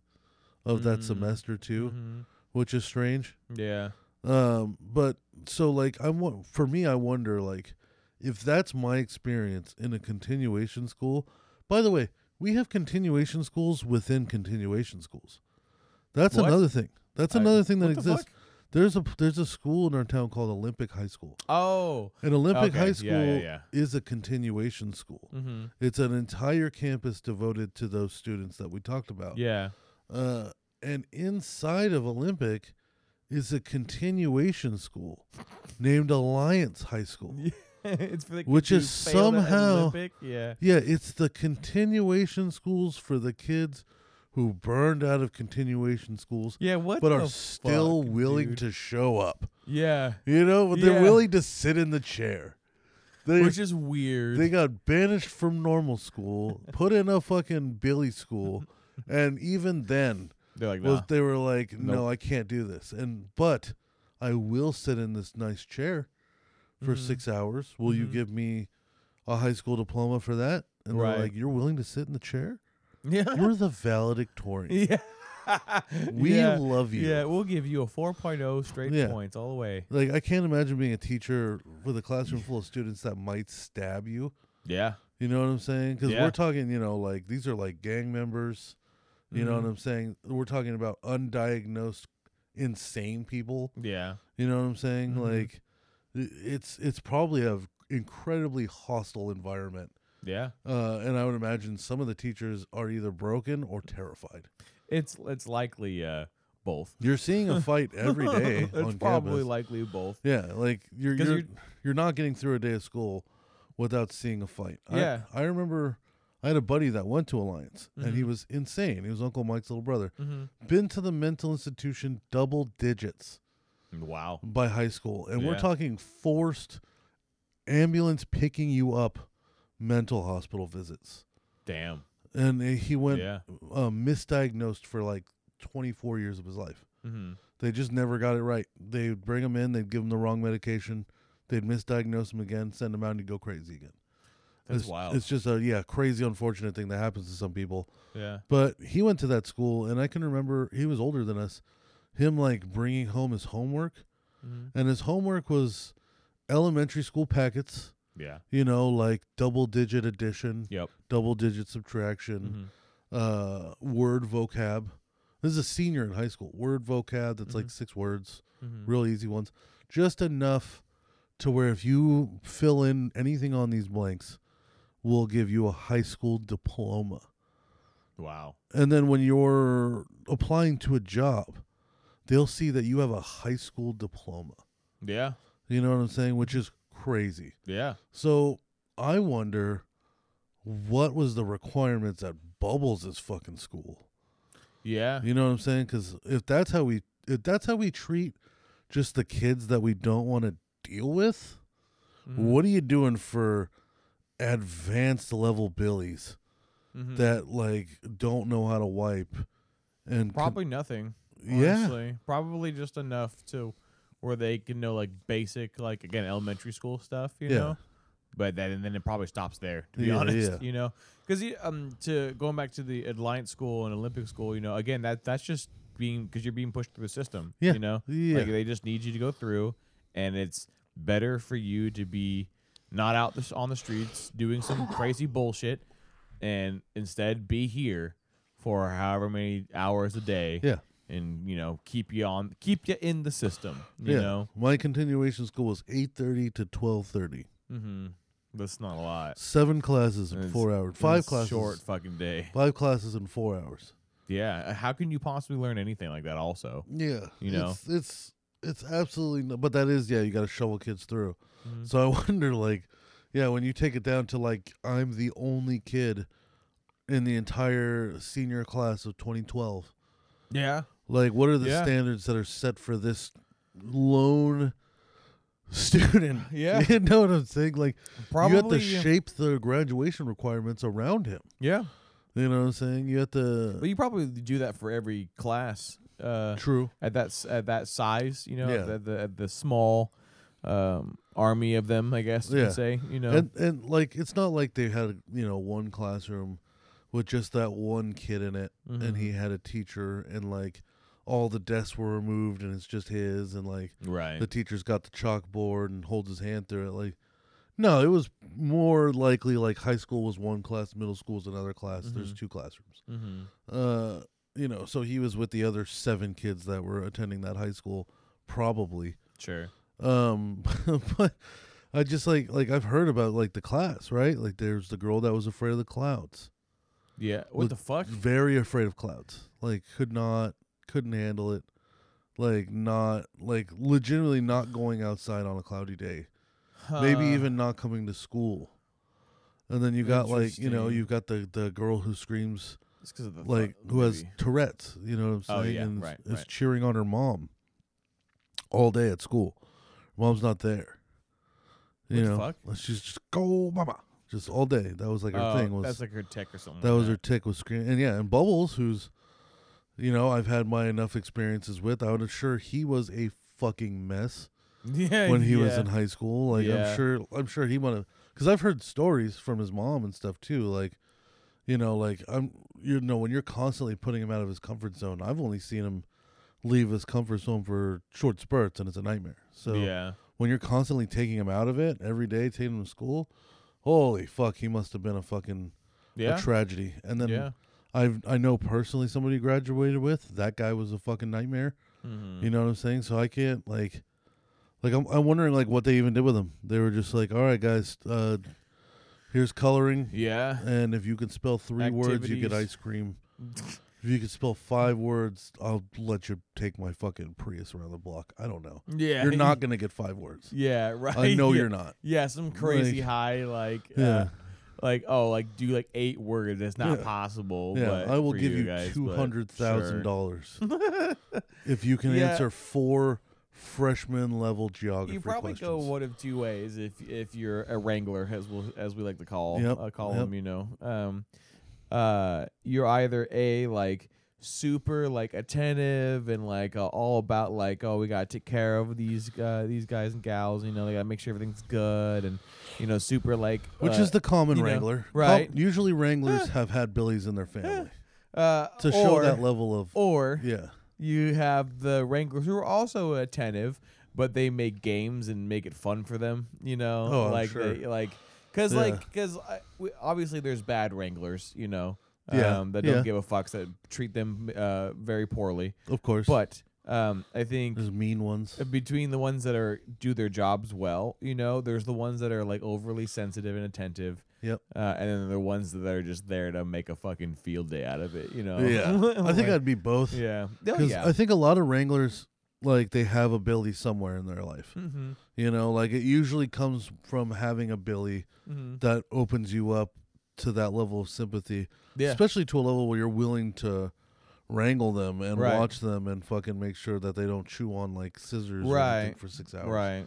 [SPEAKER 1] of that
[SPEAKER 2] Mm-hmm.
[SPEAKER 1] semester too,
[SPEAKER 2] Mhm.
[SPEAKER 1] which is strange.
[SPEAKER 2] Yeah.
[SPEAKER 1] Um, but so like I want for me, I wonder like if that's my experience in a continuation school. By the way, we have continuation schools within continuation schools. That's
[SPEAKER 2] What?
[SPEAKER 1] another thing. That's
[SPEAKER 2] I-
[SPEAKER 1] another thing that
[SPEAKER 2] what the
[SPEAKER 1] exists.
[SPEAKER 2] fuck?
[SPEAKER 1] There's a there's a school in our town called Olympic High School.
[SPEAKER 2] Oh.
[SPEAKER 1] And Olympic
[SPEAKER 2] Okay,
[SPEAKER 1] High
[SPEAKER 2] yeah,
[SPEAKER 1] School
[SPEAKER 2] yeah, yeah.
[SPEAKER 1] is a continuation school.
[SPEAKER 2] Mm-hmm.
[SPEAKER 1] It's an entire campus devoted to those students that we talked about.
[SPEAKER 2] Yeah.
[SPEAKER 1] Uh, and inside of Olympic is a continuation school named Alliance High School. Yeah.
[SPEAKER 2] it's for the kids
[SPEAKER 1] Which
[SPEAKER 2] who
[SPEAKER 1] is
[SPEAKER 2] failed at
[SPEAKER 1] somehow-
[SPEAKER 2] Olympic. Yeah.
[SPEAKER 1] it's the continuation schools for the kids who burned out of continuation schools
[SPEAKER 2] Yeah. What?
[SPEAKER 1] but
[SPEAKER 2] the
[SPEAKER 1] are still
[SPEAKER 2] fuck,
[SPEAKER 1] willing
[SPEAKER 2] dude?
[SPEAKER 1] to show up.
[SPEAKER 2] Yeah.
[SPEAKER 1] You know, but they're
[SPEAKER 2] Yeah.
[SPEAKER 1] willing to sit in the chair. They,
[SPEAKER 2] Which is weird.
[SPEAKER 1] they got banished from normal school, put in a fucking Billy school, and even then
[SPEAKER 2] They're like,
[SPEAKER 1] was
[SPEAKER 2] nah.
[SPEAKER 1] they were like, no,
[SPEAKER 2] Nope.
[SPEAKER 1] I can't do this. And but I will sit in this nice chair for
[SPEAKER 2] Mm-hmm.
[SPEAKER 1] six hours. Will you give me a high school diploma for that? And
[SPEAKER 2] Right.
[SPEAKER 1] they're like, you're willing to sit in the chair?
[SPEAKER 2] yeah.
[SPEAKER 1] You're the valedictorian.
[SPEAKER 2] Yeah.
[SPEAKER 1] We
[SPEAKER 2] Yeah.
[SPEAKER 1] love you.
[SPEAKER 2] Yeah, we'll give you a 4.0 straight
[SPEAKER 1] Yeah.
[SPEAKER 2] points all the way.
[SPEAKER 1] Like I can't imagine being a teacher with a classroom full of students that might stab you.
[SPEAKER 2] Yeah.
[SPEAKER 1] You know what I'm saying? Because
[SPEAKER 2] Yeah.
[SPEAKER 1] we're talking, you know, like these are like gang members. You
[SPEAKER 2] Mm-hmm.
[SPEAKER 1] know what I'm saying? We're talking about undiagnosed, insane people.
[SPEAKER 2] Yeah.
[SPEAKER 1] You know what I'm saying?
[SPEAKER 2] Mhm.
[SPEAKER 1] Like, i- it's it's probably a v- incredibly hostile environment,
[SPEAKER 2] Yeah.
[SPEAKER 1] uh, and I would imagine some of the teachers are either broken or terrified.
[SPEAKER 2] It's it's likely uh both.
[SPEAKER 1] You're seeing a fight every day
[SPEAKER 2] it's
[SPEAKER 1] on
[SPEAKER 2] probably
[SPEAKER 1] campus.
[SPEAKER 2] likely both.
[SPEAKER 1] yeah, like you're
[SPEAKER 2] 'Cause
[SPEAKER 1] you're, you're
[SPEAKER 2] you're-
[SPEAKER 1] not getting through a day of school without seeing a fight. I-
[SPEAKER 2] Yeah.
[SPEAKER 1] I, remember I had a buddy that went to Alliance, and he
[SPEAKER 2] Mhm.
[SPEAKER 1] was insane. He was Uncle Mike's little brother.
[SPEAKER 2] Mm-hmm.
[SPEAKER 1] Been to the mental institution double digits.
[SPEAKER 2] Mm, Wow.
[SPEAKER 1] by high school, and we're
[SPEAKER 2] Yeah.
[SPEAKER 1] talking forced ambulance picking you up mental hospital visits.
[SPEAKER 2] Damn.
[SPEAKER 1] And he went
[SPEAKER 2] yeah.
[SPEAKER 1] uh, misdiagnosed for like 24 years of his life.
[SPEAKER 2] Mm-hmm.
[SPEAKER 1] They just never got it right. They'd bring him in, they'd give him the wrong medication, they'd misdiagnose him again, send him out, and he'd go crazy again.
[SPEAKER 2] That's
[SPEAKER 1] it's,
[SPEAKER 2] wild.
[SPEAKER 1] It's just a yeah, crazy, unfortunate thing that happens to some people.
[SPEAKER 2] yeah.
[SPEAKER 1] But he went to that school, and I can remember he was older than us. Him like bringing home his homework
[SPEAKER 2] Mhm.
[SPEAKER 1] and his homework was elementary school packets
[SPEAKER 2] Yeah.
[SPEAKER 1] you know like double digit addition
[SPEAKER 2] Yep.
[SPEAKER 1] double digit subtraction
[SPEAKER 2] Mhm.
[SPEAKER 1] uh word vocab this is a senior in high school word vocab that's
[SPEAKER 2] Mm-hmm.
[SPEAKER 1] like six words
[SPEAKER 2] Mhm.
[SPEAKER 1] real easy ones just enough to where if you fill in anything on these blanks we'll give you a high school diploma
[SPEAKER 2] Wow.
[SPEAKER 1] and then when you're applying to a job they'll see that you have a high school diploma
[SPEAKER 2] Yeah.
[SPEAKER 1] you know what I'm saying? Which is crazy.
[SPEAKER 2] Yeah.
[SPEAKER 1] So I wonder what was the requirements at Bubbles' fucking school.
[SPEAKER 2] Yeah.
[SPEAKER 1] You know what I'm saying? Because if that's how we if that's how we treat just the kids that we don't want to deal with,
[SPEAKER 2] Mm-hmm.
[SPEAKER 1] what are you doing for advanced level billies
[SPEAKER 2] Mhm.
[SPEAKER 1] that like don't know how to wipe and con-
[SPEAKER 2] Probably nothing.
[SPEAKER 1] yeah
[SPEAKER 2] Honestly. Probably just enough to where they can know like basic, like again, elementary school stuff, you
[SPEAKER 1] Yeah.
[SPEAKER 2] know. But then and then it probably stops there, to be
[SPEAKER 1] Yeah,
[SPEAKER 2] honest.
[SPEAKER 1] yeah.
[SPEAKER 2] You know? Because um to going back to the Alliance school and Olympic school, you know, again that that's just being because you're being pushed through the system.
[SPEAKER 1] Yeah.
[SPEAKER 2] You know?
[SPEAKER 1] Yeah.
[SPEAKER 2] Like they just need you to go through and it's better for you to be not out the, on the streets doing some crazy bullshit and instead be here for however many hours a day
[SPEAKER 1] yeah
[SPEAKER 2] and you know keep you on keep you in the system. You
[SPEAKER 1] yeah.
[SPEAKER 2] know,
[SPEAKER 1] My continuation school was 8.30 to 12.30.
[SPEAKER 2] mm-hmm. that's not a lot.
[SPEAKER 1] Seven classes in
[SPEAKER 2] It's-
[SPEAKER 1] four hours.
[SPEAKER 2] It's
[SPEAKER 1] Five
[SPEAKER 2] a
[SPEAKER 1] classes.
[SPEAKER 2] short fucking day.
[SPEAKER 1] Five classes in four hours.
[SPEAKER 2] Yeah, uh, how can you possibly learn anything like that? Also,
[SPEAKER 1] Yeah.
[SPEAKER 2] You know?
[SPEAKER 1] It's it's, it's absolutely no, but that is yeah, you got to shovel kids through.
[SPEAKER 2] Mhm.
[SPEAKER 1] So I wonder like yeah, when you take it down to like I'm the only kid in the entire senior class of 2012.
[SPEAKER 2] yeah,
[SPEAKER 1] Like what are the
[SPEAKER 2] Yeah.
[SPEAKER 1] standards that are set for this lone student?
[SPEAKER 2] Yeah.
[SPEAKER 1] you know what I'm saying? Like
[SPEAKER 2] probably. uh
[SPEAKER 1] you have to shape the graduation requirements around him.
[SPEAKER 2] yeah,
[SPEAKER 1] You know what I'm saying? You have
[SPEAKER 2] but
[SPEAKER 1] to
[SPEAKER 2] you probably do that for every class. Uh,
[SPEAKER 1] True.
[SPEAKER 2] at that s- at that size, you know,
[SPEAKER 1] Yeah.
[SPEAKER 2] the, the the small um, army of them, I guess you
[SPEAKER 1] Yeah.
[SPEAKER 2] could say, you know,
[SPEAKER 1] And and like it's not like they had you know one classroom with just that one kid in it, and he had a teacher, and like all the desks were removed, and it's just his, and like
[SPEAKER 2] right?
[SPEAKER 1] the teacher's got the chalkboard and holds his hand through it. Like, no, it was more likely like high school was one class, middle school was another class. There's two classrooms.
[SPEAKER 2] mm-hmm.
[SPEAKER 1] Uh, you know, so he was with the other seven kids that were attending that high school, probably
[SPEAKER 2] Sure.
[SPEAKER 1] um but i just like like i've heard about like the class right like there's the girl that was afraid of the clouds
[SPEAKER 2] Yeah. What
[SPEAKER 1] Look,
[SPEAKER 2] the fuck?
[SPEAKER 1] very afraid of clouds like could not couldn't handle it like not like legitimately not going outside on a cloudy day maybe
[SPEAKER 2] Huh.
[SPEAKER 1] even not coming to school and then you got like you know
[SPEAKER 2] Interesting.
[SPEAKER 1] you've got the the girl who screams
[SPEAKER 2] It's 'cause of the fu-
[SPEAKER 1] like who has
[SPEAKER 2] maybe.
[SPEAKER 1] Tourette's, you know what I'm saying?
[SPEAKER 2] Oh, yeah,
[SPEAKER 1] and
[SPEAKER 2] right,
[SPEAKER 1] is
[SPEAKER 2] right.
[SPEAKER 1] cheering on her mom all day at school. Mom's not there. You
[SPEAKER 2] What the
[SPEAKER 1] know,
[SPEAKER 2] fuck?
[SPEAKER 1] like, she's just go mama, just all day. That was like her
[SPEAKER 2] Oh,
[SPEAKER 1] thing was
[SPEAKER 2] that's like her tech or something.
[SPEAKER 1] that
[SPEAKER 2] like
[SPEAKER 1] was her tick was screaming. And yeah, and Bubbles, who's you know I've had my enough experiences with. I'm sure he was a fucking mess
[SPEAKER 2] Yeah.
[SPEAKER 1] when he was
[SPEAKER 2] yeah.
[SPEAKER 1] in high school. Like
[SPEAKER 2] Yeah.
[SPEAKER 1] I'm sure I'm sure he might have because I've heard stories from his mom and stuff too. Like you know, like I'm you know when you're constantly putting him out of his comfort zone. I've only seen him leave his comfort zone for short spurts, and it's a nightmare. So
[SPEAKER 2] Yeah.
[SPEAKER 1] when you're constantly taking him out of it every day, taking him to school, holy fuck, he must have been a fucking
[SPEAKER 2] Yeah.
[SPEAKER 1] a tragedy. And then
[SPEAKER 2] Yeah.
[SPEAKER 1] I've I know personally somebody he graduated with that guy was a fucking nightmare.
[SPEAKER 2] Mhm.
[SPEAKER 1] You know what I'm saying? So I can't like, like I'm I'm wondering like what they even did with him. They were just like, all right, guys, uh, here's coloring,
[SPEAKER 2] Yeah.
[SPEAKER 1] and if you can spell three words, you get
[SPEAKER 2] Activities.
[SPEAKER 1] ice cream. if you can spell five words, I'll let you take my fucking Prius around the block. I don't know.
[SPEAKER 2] Yeah.
[SPEAKER 1] You're not gonna get five words.
[SPEAKER 2] Yeah. Right.
[SPEAKER 1] I know
[SPEAKER 2] yeah.
[SPEAKER 1] you're not.
[SPEAKER 2] Yeah. Some crazy
[SPEAKER 1] Like-
[SPEAKER 2] high like. Uh,
[SPEAKER 1] Yeah.
[SPEAKER 2] like oh like do like eight words. That's not
[SPEAKER 1] Yeah.
[SPEAKER 2] possible.
[SPEAKER 1] Yeah,
[SPEAKER 2] but
[SPEAKER 1] I will
[SPEAKER 2] for
[SPEAKER 1] give you
[SPEAKER 2] guys,
[SPEAKER 1] two
[SPEAKER 2] but
[SPEAKER 1] hundred thousand
[SPEAKER 2] sure.
[SPEAKER 1] dollars if you can
[SPEAKER 2] Yeah.
[SPEAKER 1] answer four freshman level geography
[SPEAKER 2] You probably
[SPEAKER 1] questions.
[SPEAKER 2] go one of two ways if if you're a wrangler, as we will as we like to call
[SPEAKER 1] Yep,
[SPEAKER 2] uh, call
[SPEAKER 1] yep.
[SPEAKER 2] them. You know, um, uh, you're either a like super like attentive and like uh, all about like oh we gotta take care of these uh, these guys and gals. You know, they gotta make sure everything's good and you know super like
[SPEAKER 1] Which
[SPEAKER 2] uh,
[SPEAKER 1] is the common
[SPEAKER 2] you know,
[SPEAKER 1] wrangler, Com-
[SPEAKER 2] right.
[SPEAKER 1] usually wranglers have had billies in their family
[SPEAKER 2] uh,
[SPEAKER 1] to show
[SPEAKER 2] or-
[SPEAKER 1] that level of
[SPEAKER 2] Or
[SPEAKER 1] yeah,
[SPEAKER 2] You have the Wranglers who are also attentive, but they make games and make it fun for them. You know,
[SPEAKER 1] Oh, I'm
[SPEAKER 2] like
[SPEAKER 1] sure.
[SPEAKER 2] they, like because
[SPEAKER 1] Yeah.
[SPEAKER 2] like because obviously there's bad Wranglers. You know,
[SPEAKER 1] Yeah,
[SPEAKER 2] um, that don't
[SPEAKER 1] yeah.
[SPEAKER 2] give a fucks that treat them uh, very poorly.
[SPEAKER 1] of course.
[SPEAKER 2] But eh, um, I think
[SPEAKER 1] there's mean ones.
[SPEAKER 2] between the ones that are do their jobs well, you know, there's the ones that are like overly sensitive and attentive.
[SPEAKER 1] Yep.
[SPEAKER 2] Uh, and then there are ones that are just there to make a fucking field day out of it, you know.
[SPEAKER 1] Yeah, I think
[SPEAKER 2] Like,
[SPEAKER 1] I'd be both.
[SPEAKER 2] yeah. Oh,
[SPEAKER 1] because
[SPEAKER 2] yeah.
[SPEAKER 1] I think a lot of wranglers like they have a billy somewhere in their life.
[SPEAKER 2] mm-hmm.
[SPEAKER 1] You know, like it usually comes from having a billy
[SPEAKER 2] Mm-hmm.
[SPEAKER 1] that opens you up to that level of sympathy,
[SPEAKER 2] Yeah.
[SPEAKER 1] especially to a level where you're willing to wrangle them and
[SPEAKER 2] Right.
[SPEAKER 1] watch them and fucking make sure that they don't chew on like scissors or anything
[SPEAKER 2] Right.
[SPEAKER 1] for six hours.
[SPEAKER 2] Right.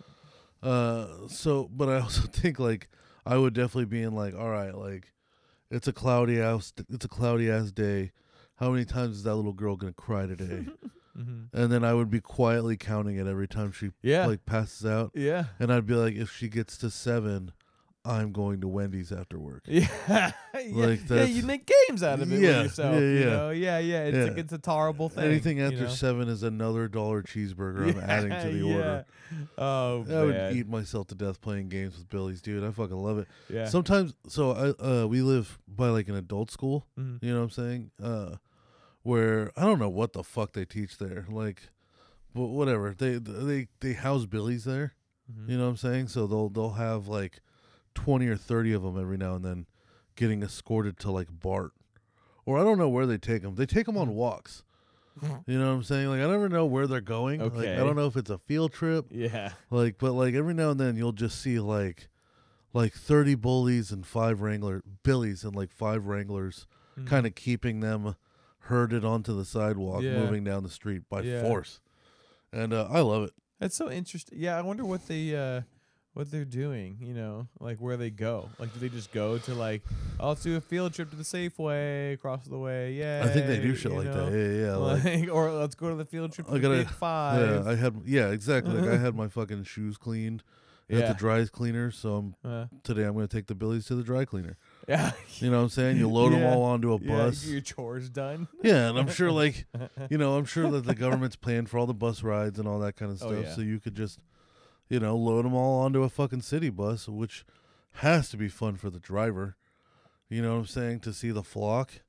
[SPEAKER 1] Uh, so, but I also think like I would definitely be in like, all right, like it's a cloudy ass, it's a cloudy ass day. How many times is that little girl gonna cry today? and then I would be quietly counting it every time she
[SPEAKER 2] Mm-hmm. Yeah.
[SPEAKER 1] like passes out,
[SPEAKER 2] Yeah.
[SPEAKER 1] and I'd be like, if she gets to seven, I'm going to Wendy's after work.
[SPEAKER 2] Yeah. yeah. yeah,
[SPEAKER 1] that's-
[SPEAKER 2] you make games out of it
[SPEAKER 1] Yeah,
[SPEAKER 2] with yourself.
[SPEAKER 1] yeah,
[SPEAKER 2] You
[SPEAKER 1] yeah.
[SPEAKER 2] know? Yeah, yeah. It's
[SPEAKER 1] Yeah.
[SPEAKER 2] like it's a tolerable thing.
[SPEAKER 1] Anything
[SPEAKER 2] you
[SPEAKER 1] after
[SPEAKER 2] know?
[SPEAKER 1] seven is another dollar cheeseburger I'm adding to the
[SPEAKER 2] yeah.
[SPEAKER 1] order.
[SPEAKER 2] Oh,
[SPEAKER 1] I would
[SPEAKER 2] man.
[SPEAKER 1] eat myself to death playing games with Billy's, dude. I fucking love it.
[SPEAKER 2] Yeah.
[SPEAKER 1] Sometimes, so I uh, we live by like an adult school.
[SPEAKER 2] Mhm.
[SPEAKER 1] You know what I'm saying? Uh, where I don't know what the fuck they teach there. Like, but whatever they they they house billies there.
[SPEAKER 2] Mm-hmm.
[SPEAKER 1] You know what I'm saying? So they'll they'll have like twenty or thirty of them every now and then, getting escorted to like Bart, or I don't know where they take them. They take them
[SPEAKER 2] Mm.
[SPEAKER 1] on walks. You know what I'm saying? Like I never know where they're going. Like,
[SPEAKER 2] Mm-hmm. Okay.
[SPEAKER 1] I don't know if it's a field trip.
[SPEAKER 2] Yeah.
[SPEAKER 1] Like, but like every now and then you'll just see like, like thirty bullies and five wrangler billies and like five wranglers,
[SPEAKER 2] Mm-hmm.
[SPEAKER 1] kind of keeping them herded onto the sidewalk,
[SPEAKER 2] Yeah.
[SPEAKER 1] moving down the street by
[SPEAKER 2] Yeah.
[SPEAKER 1] force. And uh, I love it.
[SPEAKER 2] That's so interesting. Yeah, I wonder what they uh what they're doing, you know, like where they go. Like do they just go to like oh, let's do a field trip to the Safeway across the way. Yeah.
[SPEAKER 1] I think they do shit like that. Yeah, yeah, yeah. Like,
[SPEAKER 2] Like, or let's go to the field trip to
[SPEAKER 1] I
[SPEAKER 2] the
[SPEAKER 1] gotta-
[SPEAKER 2] Big Five.
[SPEAKER 1] yeah, I had yeah exactly. Like I had my fucking shoes cleaned at
[SPEAKER 2] Mm-hmm. Yeah.
[SPEAKER 1] the dry cleaner, so I'm,
[SPEAKER 2] Uh,
[SPEAKER 1] today I'm gonna take the billies to the dry cleaner.
[SPEAKER 2] yeah.
[SPEAKER 1] You know what I'm saying? You load them
[SPEAKER 2] Yeah.
[SPEAKER 1] all onto a
[SPEAKER 2] Yeah,
[SPEAKER 1] bus.
[SPEAKER 2] Your chores done.
[SPEAKER 1] Yeah, and I'm sure like you know, I'm sure that the government's planned for all the bus rides and all that kind of
[SPEAKER 2] Oh,
[SPEAKER 1] stuff.
[SPEAKER 2] yeah.
[SPEAKER 1] So you could just, you know, load them all onto a fucking city bus, which has to be fun for the driver. You know what I'm saying? To see the flock.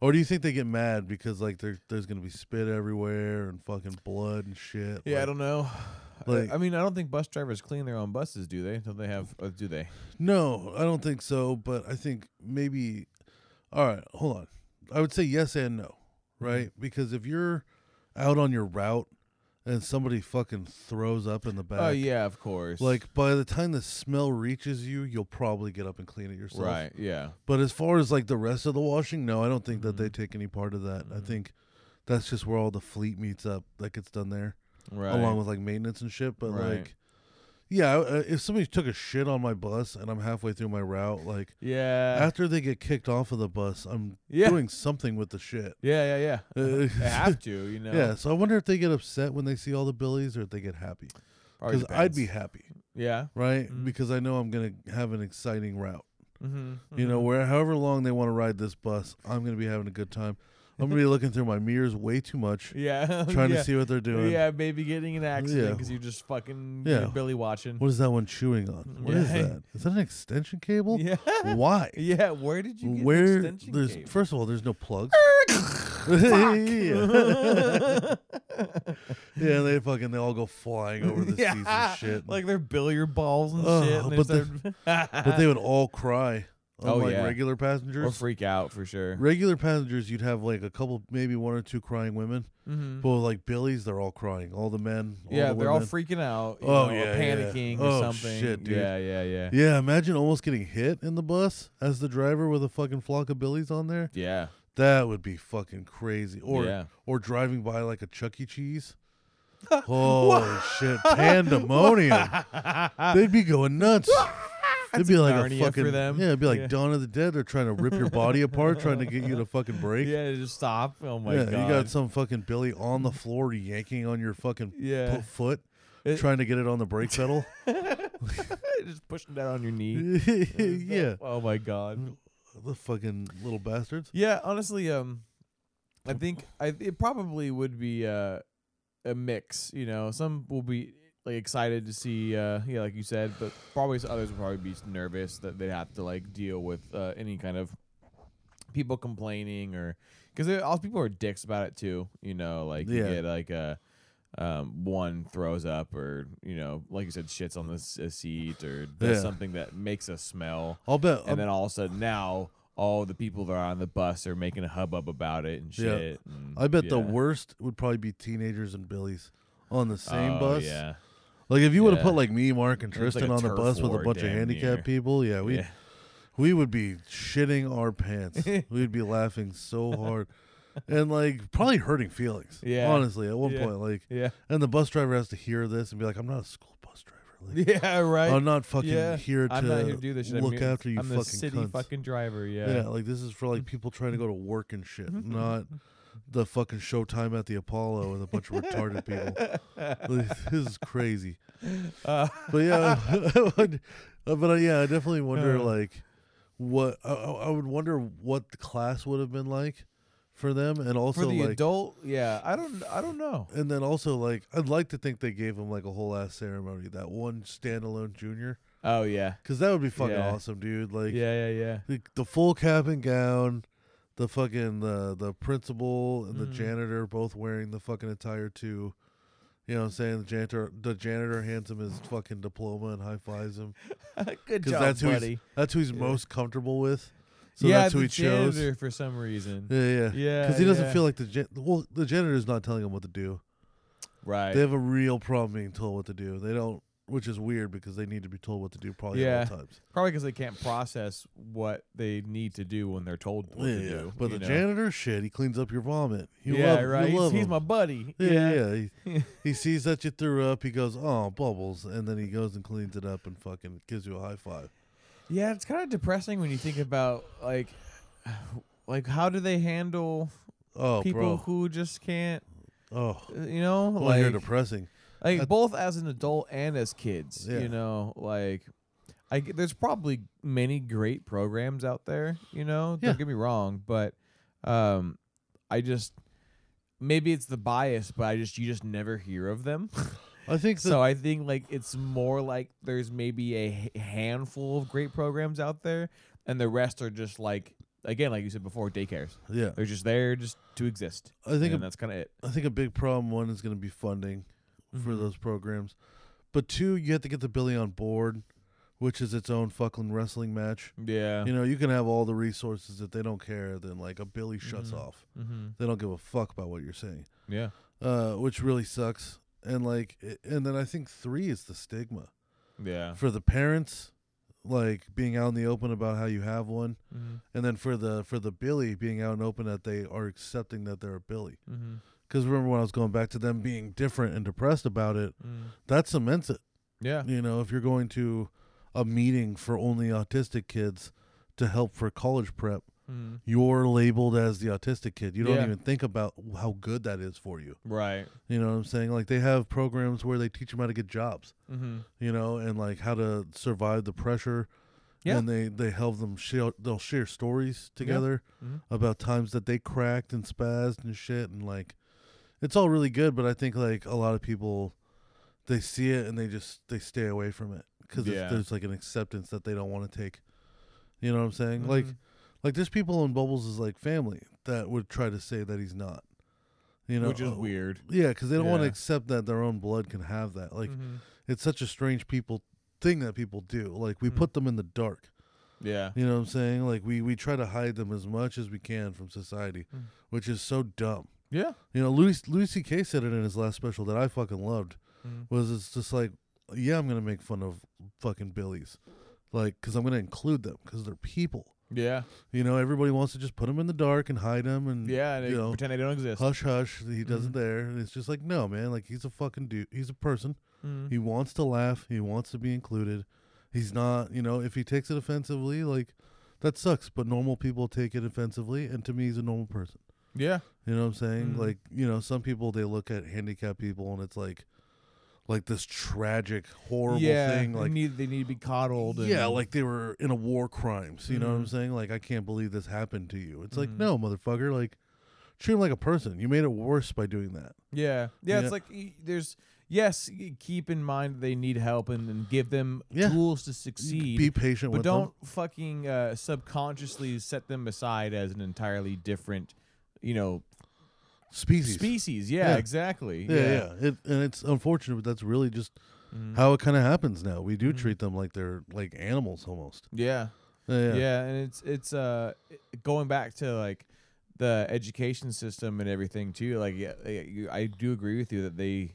[SPEAKER 1] or do you think they get mad because like there there's gonna be spit everywhere and fucking blood and shit?
[SPEAKER 2] Yeah, I
[SPEAKER 1] Like,
[SPEAKER 2] don't know. I-
[SPEAKER 1] like-
[SPEAKER 2] I mean, I don't think bus drivers clean their own buses, do they? Don't they have? Or do they?
[SPEAKER 1] No, I don't think so. But I think maybe. All right, hold on. I would say yes and no, right? Because if you're out on your route and somebody fucking throws up in the back,
[SPEAKER 2] Oh yeah, of course.
[SPEAKER 1] like by the time the smell reaches you, you'll probably get up and clean it yourself.
[SPEAKER 2] right? Yeah.
[SPEAKER 1] But as far as like the rest of the washing, no, I don't think that they take any part of that. I think that's just where all the fleet meets up that gets done there
[SPEAKER 2] Right.
[SPEAKER 1] along with like maintenance and shit. But
[SPEAKER 2] Right.
[SPEAKER 1] like, yeah, uh, if somebody took a shit on my bus and I'm halfway through my route, like
[SPEAKER 2] yeah.
[SPEAKER 1] after they get kicked off of the bus, I'm
[SPEAKER 2] Yeah.
[SPEAKER 1] doing something with the shit.
[SPEAKER 2] yeah. Yeah. Yeah.
[SPEAKER 1] Uh,
[SPEAKER 2] they have to, you know.
[SPEAKER 1] Yeah, so I wonder if they get upset when they see all the billies or if they get happy.
[SPEAKER 2] Probably
[SPEAKER 1] Because I'd
[SPEAKER 2] depends.
[SPEAKER 1] be happy,
[SPEAKER 2] Yeah.
[SPEAKER 1] right? Because I know I'm gonna have an exciting route.
[SPEAKER 2] Mm-hmm.
[SPEAKER 1] You know, where however long they want to ride this bus, I'm gonna be having a good time. I'm gonna be looking through my mirrors way too much,
[SPEAKER 2] mm-hmm. Yeah.
[SPEAKER 1] trying
[SPEAKER 2] yeah.
[SPEAKER 1] to see what they're doing.
[SPEAKER 2] Yeah, maybe getting in an accident
[SPEAKER 1] Yeah.
[SPEAKER 2] because you just fucking
[SPEAKER 1] Yeah.
[SPEAKER 2] yeah. Billy watching.
[SPEAKER 1] What is that one chewing on? What is
[SPEAKER 2] Yeah.
[SPEAKER 1] that? Is that an extension cable?
[SPEAKER 2] Yeah.
[SPEAKER 1] Why?
[SPEAKER 2] Yeah. Where did you get
[SPEAKER 1] Where
[SPEAKER 2] the extension
[SPEAKER 1] there's
[SPEAKER 2] cable?
[SPEAKER 1] first of all, there's no plugs. yeah, Yeah, they fucking they all go flying over the seats
[SPEAKER 2] yeah.
[SPEAKER 1] and shit.
[SPEAKER 2] Like they're billiard balls and
[SPEAKER 1] Oh,
[SPEAKER 2] shit. And
[SPEAKER 1] but
[SPEAKER 2] they
[SPEAKER 1] the-
[SPEAKER 2] start-
[SPEAKER 1] but they would all cry.
[SPEAKER 2] uh, Oh,
[SPEAKER 1] Unlike
[SPEAKER 2] yeah.
[SPEAKER 1] regular
[SPEAKER 2] or
[SPEAKER 1] passengers.
[SPEAKER 2] freak out for sure.
[SPEAKER 1] regular passengers, you'd have like a couple, maybe one or two crying women.
[SPEAKER 2] Mhm.
[SPEAKER 1] But with, like Billy's, they're all crying. All the men. All
[SPEAKER 2] yeah,
[SPEAKER 1] the
[SPEAKER 2] they're all
[SPEAKER 1] women.
[SPEAKER 2] freaking out. You
[SPEAKER 1] Oh,
[SPEAKER 2] know, or
[SPEAKER 1] yeah, yeah.
[SPEAKER 2] panicking
[SPEAKER 1] Oh,
[SPEAKER 2] or something.
[SPEAKER 1] shit, dude.
[SPEAKER 2] Yeah, yeah, yeah, yeah.
[SPEAKER 1] Yeah, imagine almost getting hit in the bus as the driver with a fucking flock of Billies on there. That would be fucking crazy. Or
[SPEAKER 2] Yeah.
[SPEAKER 1] or driving by like a Chuck E. Cheese. Holy shit, pandemonium! They'd be going nuts. It'd be like a
[SPEAKER 2] Narnia for
[SPEAKER 1] fucking
[SPEAKER 2] them.
[SPEAKER 1] yeah. It'd be like
[SPEAKER 2] Yeah.
[SPEAKER 1] Dawn of the Dead. They're trying to rip your body apart, trying to get you to fucking break.
[SPEAKER 2] Yeah, just stop. Oh my
[SPEAKER 1] Yeah,
[SPEAKER 2] god.
[SPEAKER 1] you got some fucking Billy on the floor yanking on your fucking
[SPEAKER 2] Yeah.
[SPEAKER 1] po- foot,
[SPEAKER 2] It-
[SPEAKER 1] trying to get it on the brake pedal.
[SPEAKER 2] just pushing that on your knee.
[SPEAKER 1] yeah,
[SPEAKER 2] Oh my god.
[SPEAKER 1] the fucking little bastards.
[SPEAKER 2] Yeah, honestly, um, I think I it probably would be uh, a mix. You know, some will be like excited to see, uh, yeah, like you said, but probably s- others would probably be nervous that they have to like deal with uh, any kind of people complaining or because all people are dicks about it too. You know, like you
[SPEAKER 1] Yeah.
[SPEAKER 2] get like a. Um, one throws up, or you know, like you said, shits on the s- a seat, or does
[SPEAKER 1] Yeah.
[SPEAKER 2] something that makes a smell
[SPEAKER 1] I'll bet.
[SPEAKER 2] and then all of a sudden now all the people that are on the bus are making a hubbub about it and
[SPEAKER 1] Yeah.
[SPEAKER 2] shit. and-
[SPEAKER 1] I bet the
[SPEAKER 2] yeah.
[SPEAKER 1] worst would probably be teenagers and Billies on the same
[SPEAKER 2] Oh,
[SPEAKER 1] bus.
[SPEAKER 2] Yeah.
[SPEAKER 1] Like if you would have
[SPEAKER 2] Yeah.
[SPEAKER 1] put like me, Mark, and
[SPEAKER 2] It looks like
[SPEAKER 1] Tristan
[SPEAKER 2] a
[SPEAKER 1] on the
[SPEAKER 2] turf
[SPEAKER 1] bus with a
[SPEAKER 2] war
[SPEAKER 1] bunch of
[SPEAKER 2] damn
[SPEAKER 1] handicapped
[SPEAKER 2] near.
[SPEAKER 1] people, yeah, we
[SPEAKER 2] yeah.
[SPEAKER 1] we would be shitting our pants. We'd be laughing so hard. And like probably hurting feelings.
[SPEAKER 2] Yeah.
[SPEAKER 1] Honestly, at one
[SPEAKER 2] Yeah.
[SPEAKER 1] point. Like
[SPEAKER 2] Yeah.
[SPEAKER 1] and the bus driver has to hear this and be like, I'm not a school bus driver. Like,
[SPEAKER 2] Yeah, right.
[SPEAKER 1] I'm not fucking
[SPEAKER 2] yeah.
[SPEAKER 1] here to
[SPEAKER 2] I'm not here to do this shit. I'm
[SPEAKER 1] look
[SPEAKER 2] here-
[SPEAKER 1] after you
[SPEAKER 2] I'm
[SPEAKER 1] fucking
[SPEAKER 2] the city
[SPEAKER 1] cunts.
[SPEAKER 2] fucking driver, yeah.
[SPEAKER 1] yeah. like this is for like people trying to go to work and shit,
[SPEAKER 2] Mm-hmm.
[SPEAKER 1] not the fucking showtime at the Apollo with a bunch of retarded people. Like, this is crazy.
[SPEAKER 2] Uh,
[SPEAKER 1] but yeah, I would- uh, but uh, yeah, I definitely wonder
[SPEAKER 2] Uh.
[SPEAKER 1] like what I, I I would wonder what the class would have been like for them, and also
[SPEAKER 2] For the
[SPEAKER 1] like
[SPEAKER 2] adult, yeah. I don't I don't know.
[SPEAKER 1] and then also like I'd like to think they gave him like a whole ass ceremony that one standalone junior
[SPEAKER 2] Oh yeah.
[SPEAKER 1] because that would be fucking
[SPEAKER 2] Yeah.
[SPEAKER 1] awesome, dude. Like
[SPEAKER 2] Yeah, yeah, yeah.
[SPEAKER 1] the, the full cap and gown, the fucking the the principal and the
[SPEAKER 2] Mhm.
[SPEAKER 1] janitor both wearing the fucking attire too. You know what I'm saying? The janitor the janitor hands him his fucking diploma and high fives him.
[SPEAKER 2] Good
[SPEAKER 1] Because
[SPEAKER 2] job,
[SPEAKER 1] that's who
[SPEAKER 2] buddy.
[SPEAKER 1] he's that's who he's
[SPEAKER 2] Yeah.
[SPEAKER 1] most comfortable with. So
[SPEAKER 2] yeah,
[SPEAKER 1] that's who
[SPEAKER 2] the
[SPEAKER 1] he chose.
[SPEAKER 2] janitor for some reason.
[SPEAKER 1] Yeah, yeah.
[SPEAKER 2] Yeah,
[SPEAKER 1] Because he doesn't
[SPEAKER 2] yeah.
[SPEAKER 1] feel like the jan- well, the janitor's not telling him what to do.
[SPEAKER 2] Right.
[SPEAKER 1] They have a real problem being told what to do. They don't, which is weird because they need to be told what to do probably
[SPEAKER 2] Yeah.
[SPEAKER 1] at all times.
[SPEAKER 2] Probably because they can't process what they need to do when they're told what
[SPEAKER 1] yeah,
[SPEAKER 2] to
[SPEAKER 1] yeah.
[SPEAKER 2] do.
[SPEAKER 1] but the
[SPEAKER 2] you know?
[SPEAKER 1] janitor, shit, he cleans up your vomit. You
[SPEAKER 2] yeah,
[SPEAKER 1] love,
[SPEAKER 2] right.
[SPEAKER 1] You
[SPEAKER 2] He's,
[SPEAKER 1] love
[SPEAKER 2] he's
[SPEAKER 1] him.
[SPEAKER 2] my buddy.
[SPEAKER 1] yeah,
[SPEAKER 2] yeah.
[SPEAKER 1] yeah. He, he sees that you threw up. He goes, "Oh, bubbles," and then he goes and cleans it up and fucking gives you a high five.
[SPEAKER 2] Yeah, it's kind of depressing when you think about like, like how do they handle
[SPEAKER 1] Oh,
[SPEAKER 2] people
[SPEAKER 1] bro.
[SPEAKER 2] who just can't,
[SPEAKER 1] oh,
[SPEAKER 2] uh, you know,
[SPEAKER 1] well,
[SPEAKER 2] like,
[SPEAKER 1] you're depressing.
[SPEAKER 2] like
[SPEAKER 1] I-
[SPEAKER 2] both as an adult and as kids,
[SPEAKER 1] Yeah.
[SPEAKER 2] you know, like. I, g- there's probably many great programs out there, you know.
[SPEAKER 1] Yeah.
[SPEAKER 2] Don't get me wrong, but um, I just maybe it's the bias, but I just you just never hear of them.
[SPEAKER 1] I think that
[SPEAKER 2] So I think like it's more like there's maybe a h- handful of great programs out there, and the rest are just like again, like you said before, daycares.
[SPEAKER 1] yeah.
[SPEAKER 2] They're just there just to exist.
[SPEAKER 1] I think
[SPEAKER 2] and
[SPEAKER 1] a-
[SPEAKER 2] that's kind of it.
[SPEAKER 1] I think a big problem one is going to be funding for
[SPEAKER 2] Mm-hmm.
[SPEAKER 1] those programs, but two, you have to get the Billy on board, which is its own fucking wrestling match.
[SPEAKER 2] Yeah.
[SPEAKER 1] You know, you can have all the resources if they don't care. Then like a Billy shuts off.
[SPEAKER 2] mm-hmm.
[SPEAKER 1] They don't give a fuck about what you're saying,
[SPEAKER 2] Yeah.
[SPEAKER 1] uh, which really sucks. And like, i- and then I think three is the stigma
[SPEAKER 2] Yeah.
[SPEAKER 1] for the parents, like being out in the open about how you have one,
[SPEAKER 2] Mm-hmm.
[SPEAKER 1] and then for the for the Billy being out and open that they are accepting that they're a Billy. Because remember when I was going back to them being different and depressed about it,
[SPEAKER 2] Mm-hmm.
[SPEAKER 1] that cements it.
[SPEAKER 2] Yeah.
[SPEAKER 1] You know, if you're going to a meeting for only autistic kids to help for college prep,
[SPEAKER 2] Mm-hmm.
[SPEAKER 1] you're labeled as the autistic kid. You don't
[SPEAKER 2] Yeah.
[SPEAKER 1] even think about how good that is for you.
[SPEAKER 2] Right.
[SPEAKER 1] You know what I'm saying? Like they have programs where they teach them how to get jobs,
[SPEAKER 2] Mm-hmm.
[SPEAKER 1] you know, and like how to survive the pressure.
[SPEAKER 2] Yeah.
[SPEAKER 1] And they they help them share they'll share stories together
[SPEAKER 2] Mhm.
[SPEAKER 1] about times that they cracked and spazzed and shit and like it's all really good, but I think like a lot of people they see it and they just they stay away from it cuz
[SPEAKER 2] Yeah.
[SPEAKER 1] there's like an acceptance that they don't want to take. You know what I'm saying?
[SPEAKER 2] Mm-hmm.
[SPEAKER 1] Like like there's people in Bubbles is like family that would try to say that he's not. You know,
[SPEAKER 2] Which is
[SPEAKER 1] uh,
[SPEAKER 2] weird.
[SPEAKER 1] Yeah, because they don't want to
[SPEAKER 2] Yeah.
[SPEAKER 1] accept that their own blood can have that. Like
[SPEAKER 2] Mhm.
[SPEAKER 1] it's such a strange people thing that people do. Like we
[SPEAKER 2] Mm.
[SPEAKER 1] put them in the dark.
[SPEAKER 2] Yeah.
[SPEAKER 1] You know what I'm saying? Like we we try to hide them as much as we can from society,
[SPEAKER 2] Mm.
[SPEAKER 1] which is so dumb.
[SPEAKER 2] Yeah.
[SPEAKER 1] You know, Louis Louis C.K. said it in his last special that I fucking loved.
[SPEAKER 2] Mhm.
[SPEAKER 1] Was it's just like, yeah, I'm gonna make fun of fucking Billies, like, cause I'm gonna include them, cause they're people.
[SPEAKER 2] Yeah.
[SPEAKER 1] You know, everybody wants to just put them in the dark and hide them, and
[SPEAKER 2] Yeah. And
[SPEAKER 1] you
[SPEAKER 2] they
[SPEAKER 1] know,
[SPEAKER 2] pretend they don't exist.
[SPEAKER 1] hush hush, he doesn't there, and it's just like, no, man, like he's a fucking dude, he's a person.
[SPEAKER 2] Mhm.
[SPEAKER 1] He wants to laugh. He wants to be included. He's not, you know, if he takes it offensively, like that sucks. But normal people take it offensively, and to me, he's a normal person.
[SPEAKER 2] Yeah.
[SPEAKER 1] You know what I'm saying?
[SPEAKER 2] Mhm.
[SPEAKER 1] Like, you know, some people they look at handicapped people and it's like, like this tragic, horrible
[SPEAKER 2] yeah.
[SPEAKER 1] thing.
[SPEAKER 2] they
[SPEAKER 1] Like,
[SPEAKER 2] need they need to be coddled.
[SPEAKER 1] yeah,
[SPEAKER 2] and-
[SPEAKER 1] like they were in a war crime. So you know what I'm
[SPEAKER 2] Mhm.
[SPEAKER 1] saying? Like, I can't believe this happened to you. It's like,
[SPEAKER 2] Mhm.
[SPEAKER 1] no, motherfucker. Like, treat him like a person. You made it worse by doing that.
[SPEAKER 2] Yeah. Yeah.
[SPEAKER 1] Yeah.
[SPEAKER 2] It's like y- there's, yes, y- keep in mind they need help and, and give them
[SPEAKER 1] Yeah.
[SPEAKER 2] tools to succeed.
[SPEAKER 1] Be patient
[SPEAKER 2] but
[SPEAKER 1] with
[SPEAKER 2] don't fucking uh, subconsciously set them aside as an entirely different, you know,
[SPEAKER 1] them. Species.
[SPEAKER 2] species. Yeah,
[SPEAKER 1] Yeah.
[SPEAKER 2] exactly.
[SPEAKER 1] Yeah, yeah. It, and it's unfortunate, but that's really just
[SPEAKER 2] Mhm.
[SPEAKER 1] how it kind of happens now. We
[SPEAKER 2] Mm-hmm.
[SPEAKER 1] do treat them like they're like animals almost.
[SPEAKER 2] Yeah.
[SPEAKER 1] Yeah, yeah.
[SPEAKER 2] Yeah. And it's, it's, uh, i- going back to like, the education system and everything too like yeah, yeah, you- i do agree with you that they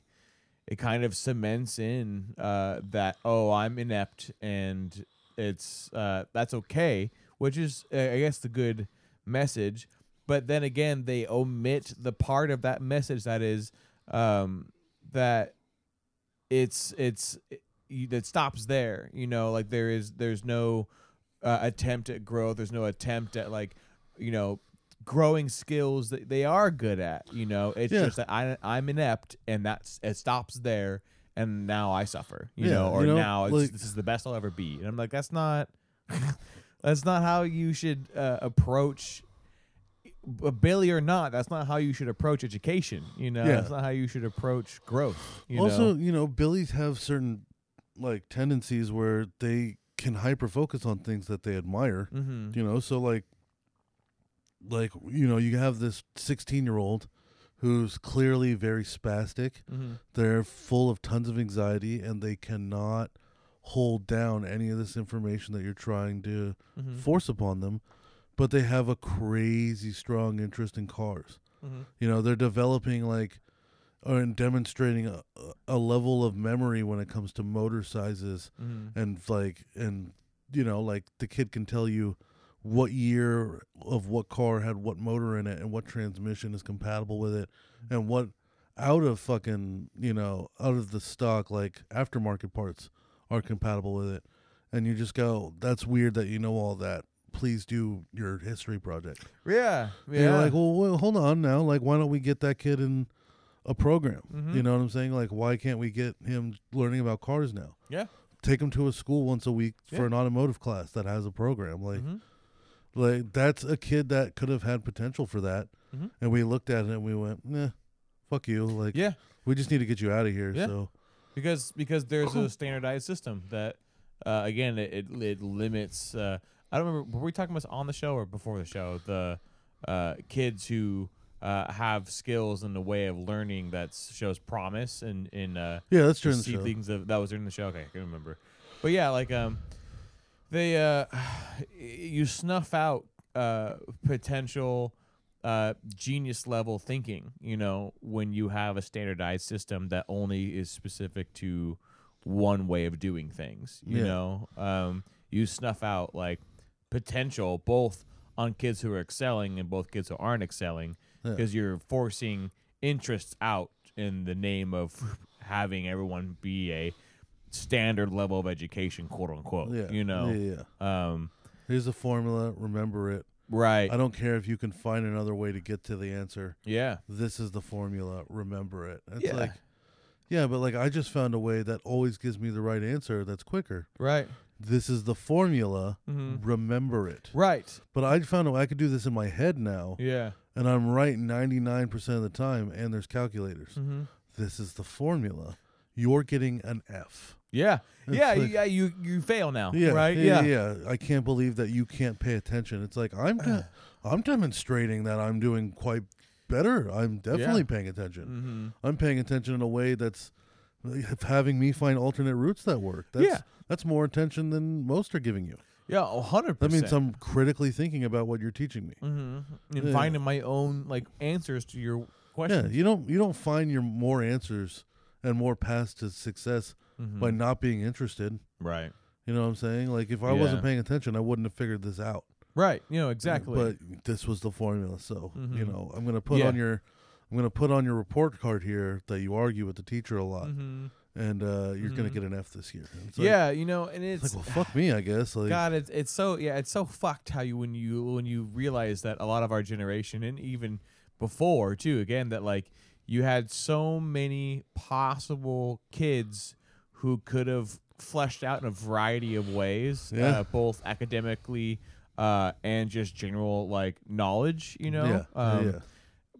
[SPEAKER 2] it kind of cements in uh, that oh I'm inept and it's uh, that's okay, which is uh, I guess the good message. But then again, they omit the part of that message that is um, that it's it's you that stops there. You know, like there is there's no uh, attempt at growth. There's no attempt at like you know growing skills that they are good at. You know, it's
[SPEAKER 1] Yeah.
[SPEAKER 2] just that I, I'm inept, and that's it stops there, and now I suffer. You
[SPEAKER 1] Yeah,
[SPEAKER 2] know, or
[SPEAKER 1] you know,
[SPEAKER 2] now it's,
[SPEAKER 1] like-
[SPEAKER 2] this is the best I'll ever be, and I'm like, that's not, that's not how you should uh, approach. b- Billy or not, that's not how you should approach education. You know,
[SPEAKER 1] Yeah.
[SPEAKER 2] that's not how you should approach growth. You
[SPEAKER 1] also,
[SPEAKER 2] know,
[SPEAKER 1] you know, billies have certain like tendencies where they can hyper focus on things that they admire.
[SPEAKER 2] mm-hmm.
[SPEAKER 1] You know, so like like you know you have this 16 year old who's clearly very spastic
[SPEAKER 2] Mhm.
[SPEAKER 1] they're full of tons of anxiety and they cannot hold down any of this information that you're trying to
[SPEAKER 2] Mhm.
[SPEAKER 1] force upon them but they have a crazy strong interest in cars
[SPEAKER 2] Mhm.
[SPEAKER 1] you know they're developing like or in demonstrating a, a level of memory when it comes to motor sizes
[SPEAKER 2] Mhm.
[SPEAKER 1] and like and you know like the kid can tell you what year of what car had what motor in it and what transmission is compatible with it and what out of fucking you know out of the stock like aftermarket parts are compatible with it and you just go that's weird that you know all that please do your history project
[SPEAKER 2] Yeah.
[SPEAKER 1] and
[SPEAKER 2] Yeah.
[SPEAKER 1] you're like well, well hold on now like why don't we get that kid in a program
[SPEAKER 2] Mhm.
[SPEAKER 1] you know what i'm saying like why can't we get him learning about cars now
[SPEAKER 2] yeah.
[SPEAKER 1] take them to a school once a week
[SPEAKER 2] Yeah.
[SPEAKER 1] for an automotive class that has a program like
[SPEAKER 2] Mhm.
[SPEAKER 1] like that's a kid that could have had potential for that
[SPEAKER 2] Mhm.
[SPEAKER 1] and we looked at it and we went nah fuck you like
[SPEAKER 2] Yeah.
[SPEAKER 1] we just need to get you out of here
[SPEAKER 2] Yeah.
[SPEAKER 1] so
[SPEAKER 2] because because there's a standardized system that uh, again it it, it limits. Uh, I don't remember were we talking about this on the show or before the show the uh, kids who uh, have skills in the way of learning that s- shows promise and in uh,
[SPEAKER 1] yeah that's
[SPEAKER 2] to
[SPEAKER 1] during the
[SPEAKER 2] see
[SPEAKER 1] show
[SPEAKER 2] things of that was during the show. Okay, I can remember. But yeah, like um, they uh, you snuff out uh potential uh genius level thinking. You know, when you have a standardized system that only is specific to one way of doing things. You
[SPEAKER 1] Yeah.
[SPEAKER 2] know, um, you snuff out like potential both on kids who are excelling and both kids who aren't excelling
[SPEAKER 1] Yeah.
[SPEAKER 2] because you're forcing interests out in the name of having everyone be a standard level of education, quote unquote.
[SPEAKER 1] yeah
[SPEAKER 2] You know,
[SPEAKER 1] yeah, yeah, yeah.
[SPEAKER 2] um,
[SPEAKER 1] here's a formula remember it
[SPEAKER 2] right?
[SPEAKER 1] i don't care if you can find another way to get to the answer
[SPEAKER 2] yeah,
[SPEAKER 1] this is the formula remember it it's
[SPEAKER 2] Yeah.
[SPEAKER 1] like yeah but like i just found a way that always gives me the right answer that's quicker
[SPEAKER 2] right,
[SPEAKER 1] this is the formula
[SPEAKER 2] Mm-hmm.
[SPEAKER 1] remember it
[SPEAKER 2] right.
[SPEAKER 1] But I found out I could do this in my head now,
[SPEAKER 2] Yeah,
[SPEAKER 1] and I'm right 99% of the time, and there's calculators.
[SPEAKER 2] Mhm.
[SPEAKER 1] This is the formula. You're getting an F.
[SPEAKER 2] yeah,
[SPEAKER 1] It's
[SPEAKER 2] yeah.
[SPEAKER 1] like-
[SPEAKER 2] yeah, you you fail now,
[SPEAKER 1] Yeah,
[SPEAKER 2] right?
[SPEAKER 1] Yeah, yeah. I can't believe that you can't pay attention. It's like I'm, de- I'm demonstrating that I'm doing quite better. I'm definitely paying attention.
[SPEAKER 2] Mm-hmm.
[SPEAKER 1] I'm paying attention in a way that's having me find alternate routes that work. That's,
[SPEAKER 2] Yeah.
[SPEAKER 1] that's more attention than most are giving you.
[SPEAKER 2] yeah, a hundred
[SPEAKER 1] That
[SPEAKER 2] percent. Mm-hmm.
[SPEAKER 1] means I'm critically thinking about what you're teaching me.
[SPEAKER 2] and
[SPEAKER 1] Yeah.
[SPEAKER 2] finding my own like answers to your questions.
[SPEAKER 1] Yeah, you don't you don't find your more answers and more paths to success
[SPEAKER 2] Mm-hmm.
[SPEAKER 1] by not being interested.
[SPEAKER 2] Right,
[SPEAKER 1] You know what I'm saying? Like if I
[SPEAKER 2] Yeah.
[SPEAKER 1] wasn't paying attention, I wouldn't have figured this out.
[SPEAKER 2] right. You know exactly. Mm-hmm.
[SPEAKER 1] But this was the formula, so you know I'm gonna put
[SPEAKER 2] Yeah.
[SPEAKER 1] on your I'm gonna put on your report card here that you argue with the teacher a lot, and uh, you're gonna get an F this year. And it's like-
[SPEAKER 2] Mm-hmm. yeah, you know, and
[SPEAKER 1] It's
[SPEAKER 2] it's
[SPEAKER 1] like well, fuck me, I guess. Like,
[SPEAKER 2] God, it's it's so yeah, it's so fucked how you when you when you realize that a lot of our generation and even before too, again, that like you had so many possible kids who could have fleshed out in a variety of ways,
[SPEAKER 1] Yeah.
[SPEAKER 2] uh, both academically uh, and just general like knowledge, you know.
[SPEAKER 1] yeah,
[SPEAKER 2] Um,
[SPEAKER 1] yeah,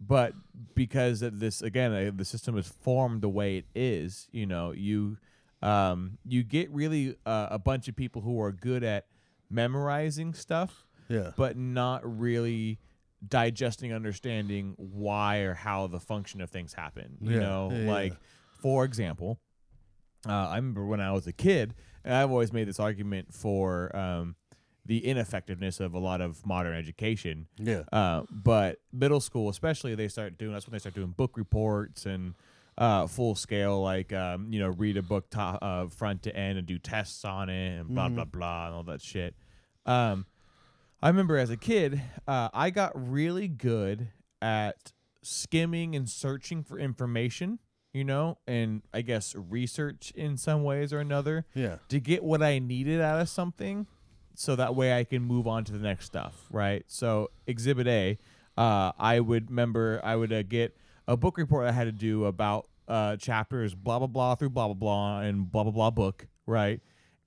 [SPEAKER 2] but because of this again uh, the system is formed the way it is you know you um, you get really uh, a bunch of people who are good at memorizing stuff
[SPEAKER 1] yeah,
[SPEAKER 2] but not really digesting understanding why or how the function of things happen you
[SPEAKER 1] Yeah,
[SPEAKER 2] know
[SPEAKER 1] yeah, yeah.
[SPEAKER 2] like for example uh, i remember when i was a kid and i've always made this argument for um, the ineffectiveness of a lot of modern education
[SPEAKER 1] yeah,
[SPEAKER 2] uh, but middle school, especially, they start doing that's when they start doing book reports and uh, full scale, like um, you know, read a book top, uh, front to end and do tests on it and blah blah blah and all that shit. Um, I remember as a kid, uh, I got really good at skimming and searching for information, you know, and I guess research in some ways or another
[SPEAKER 1] yeah,
[SPEAKER 2] to get what I needed out of something so that way I can move on to the next stuff, right? So, exhibit A, uh, I would remember, I would uh, get a book report I had to do about uh, chapters blah, blah, blah through blah, blah, blah, and blah, blah, blah book, right?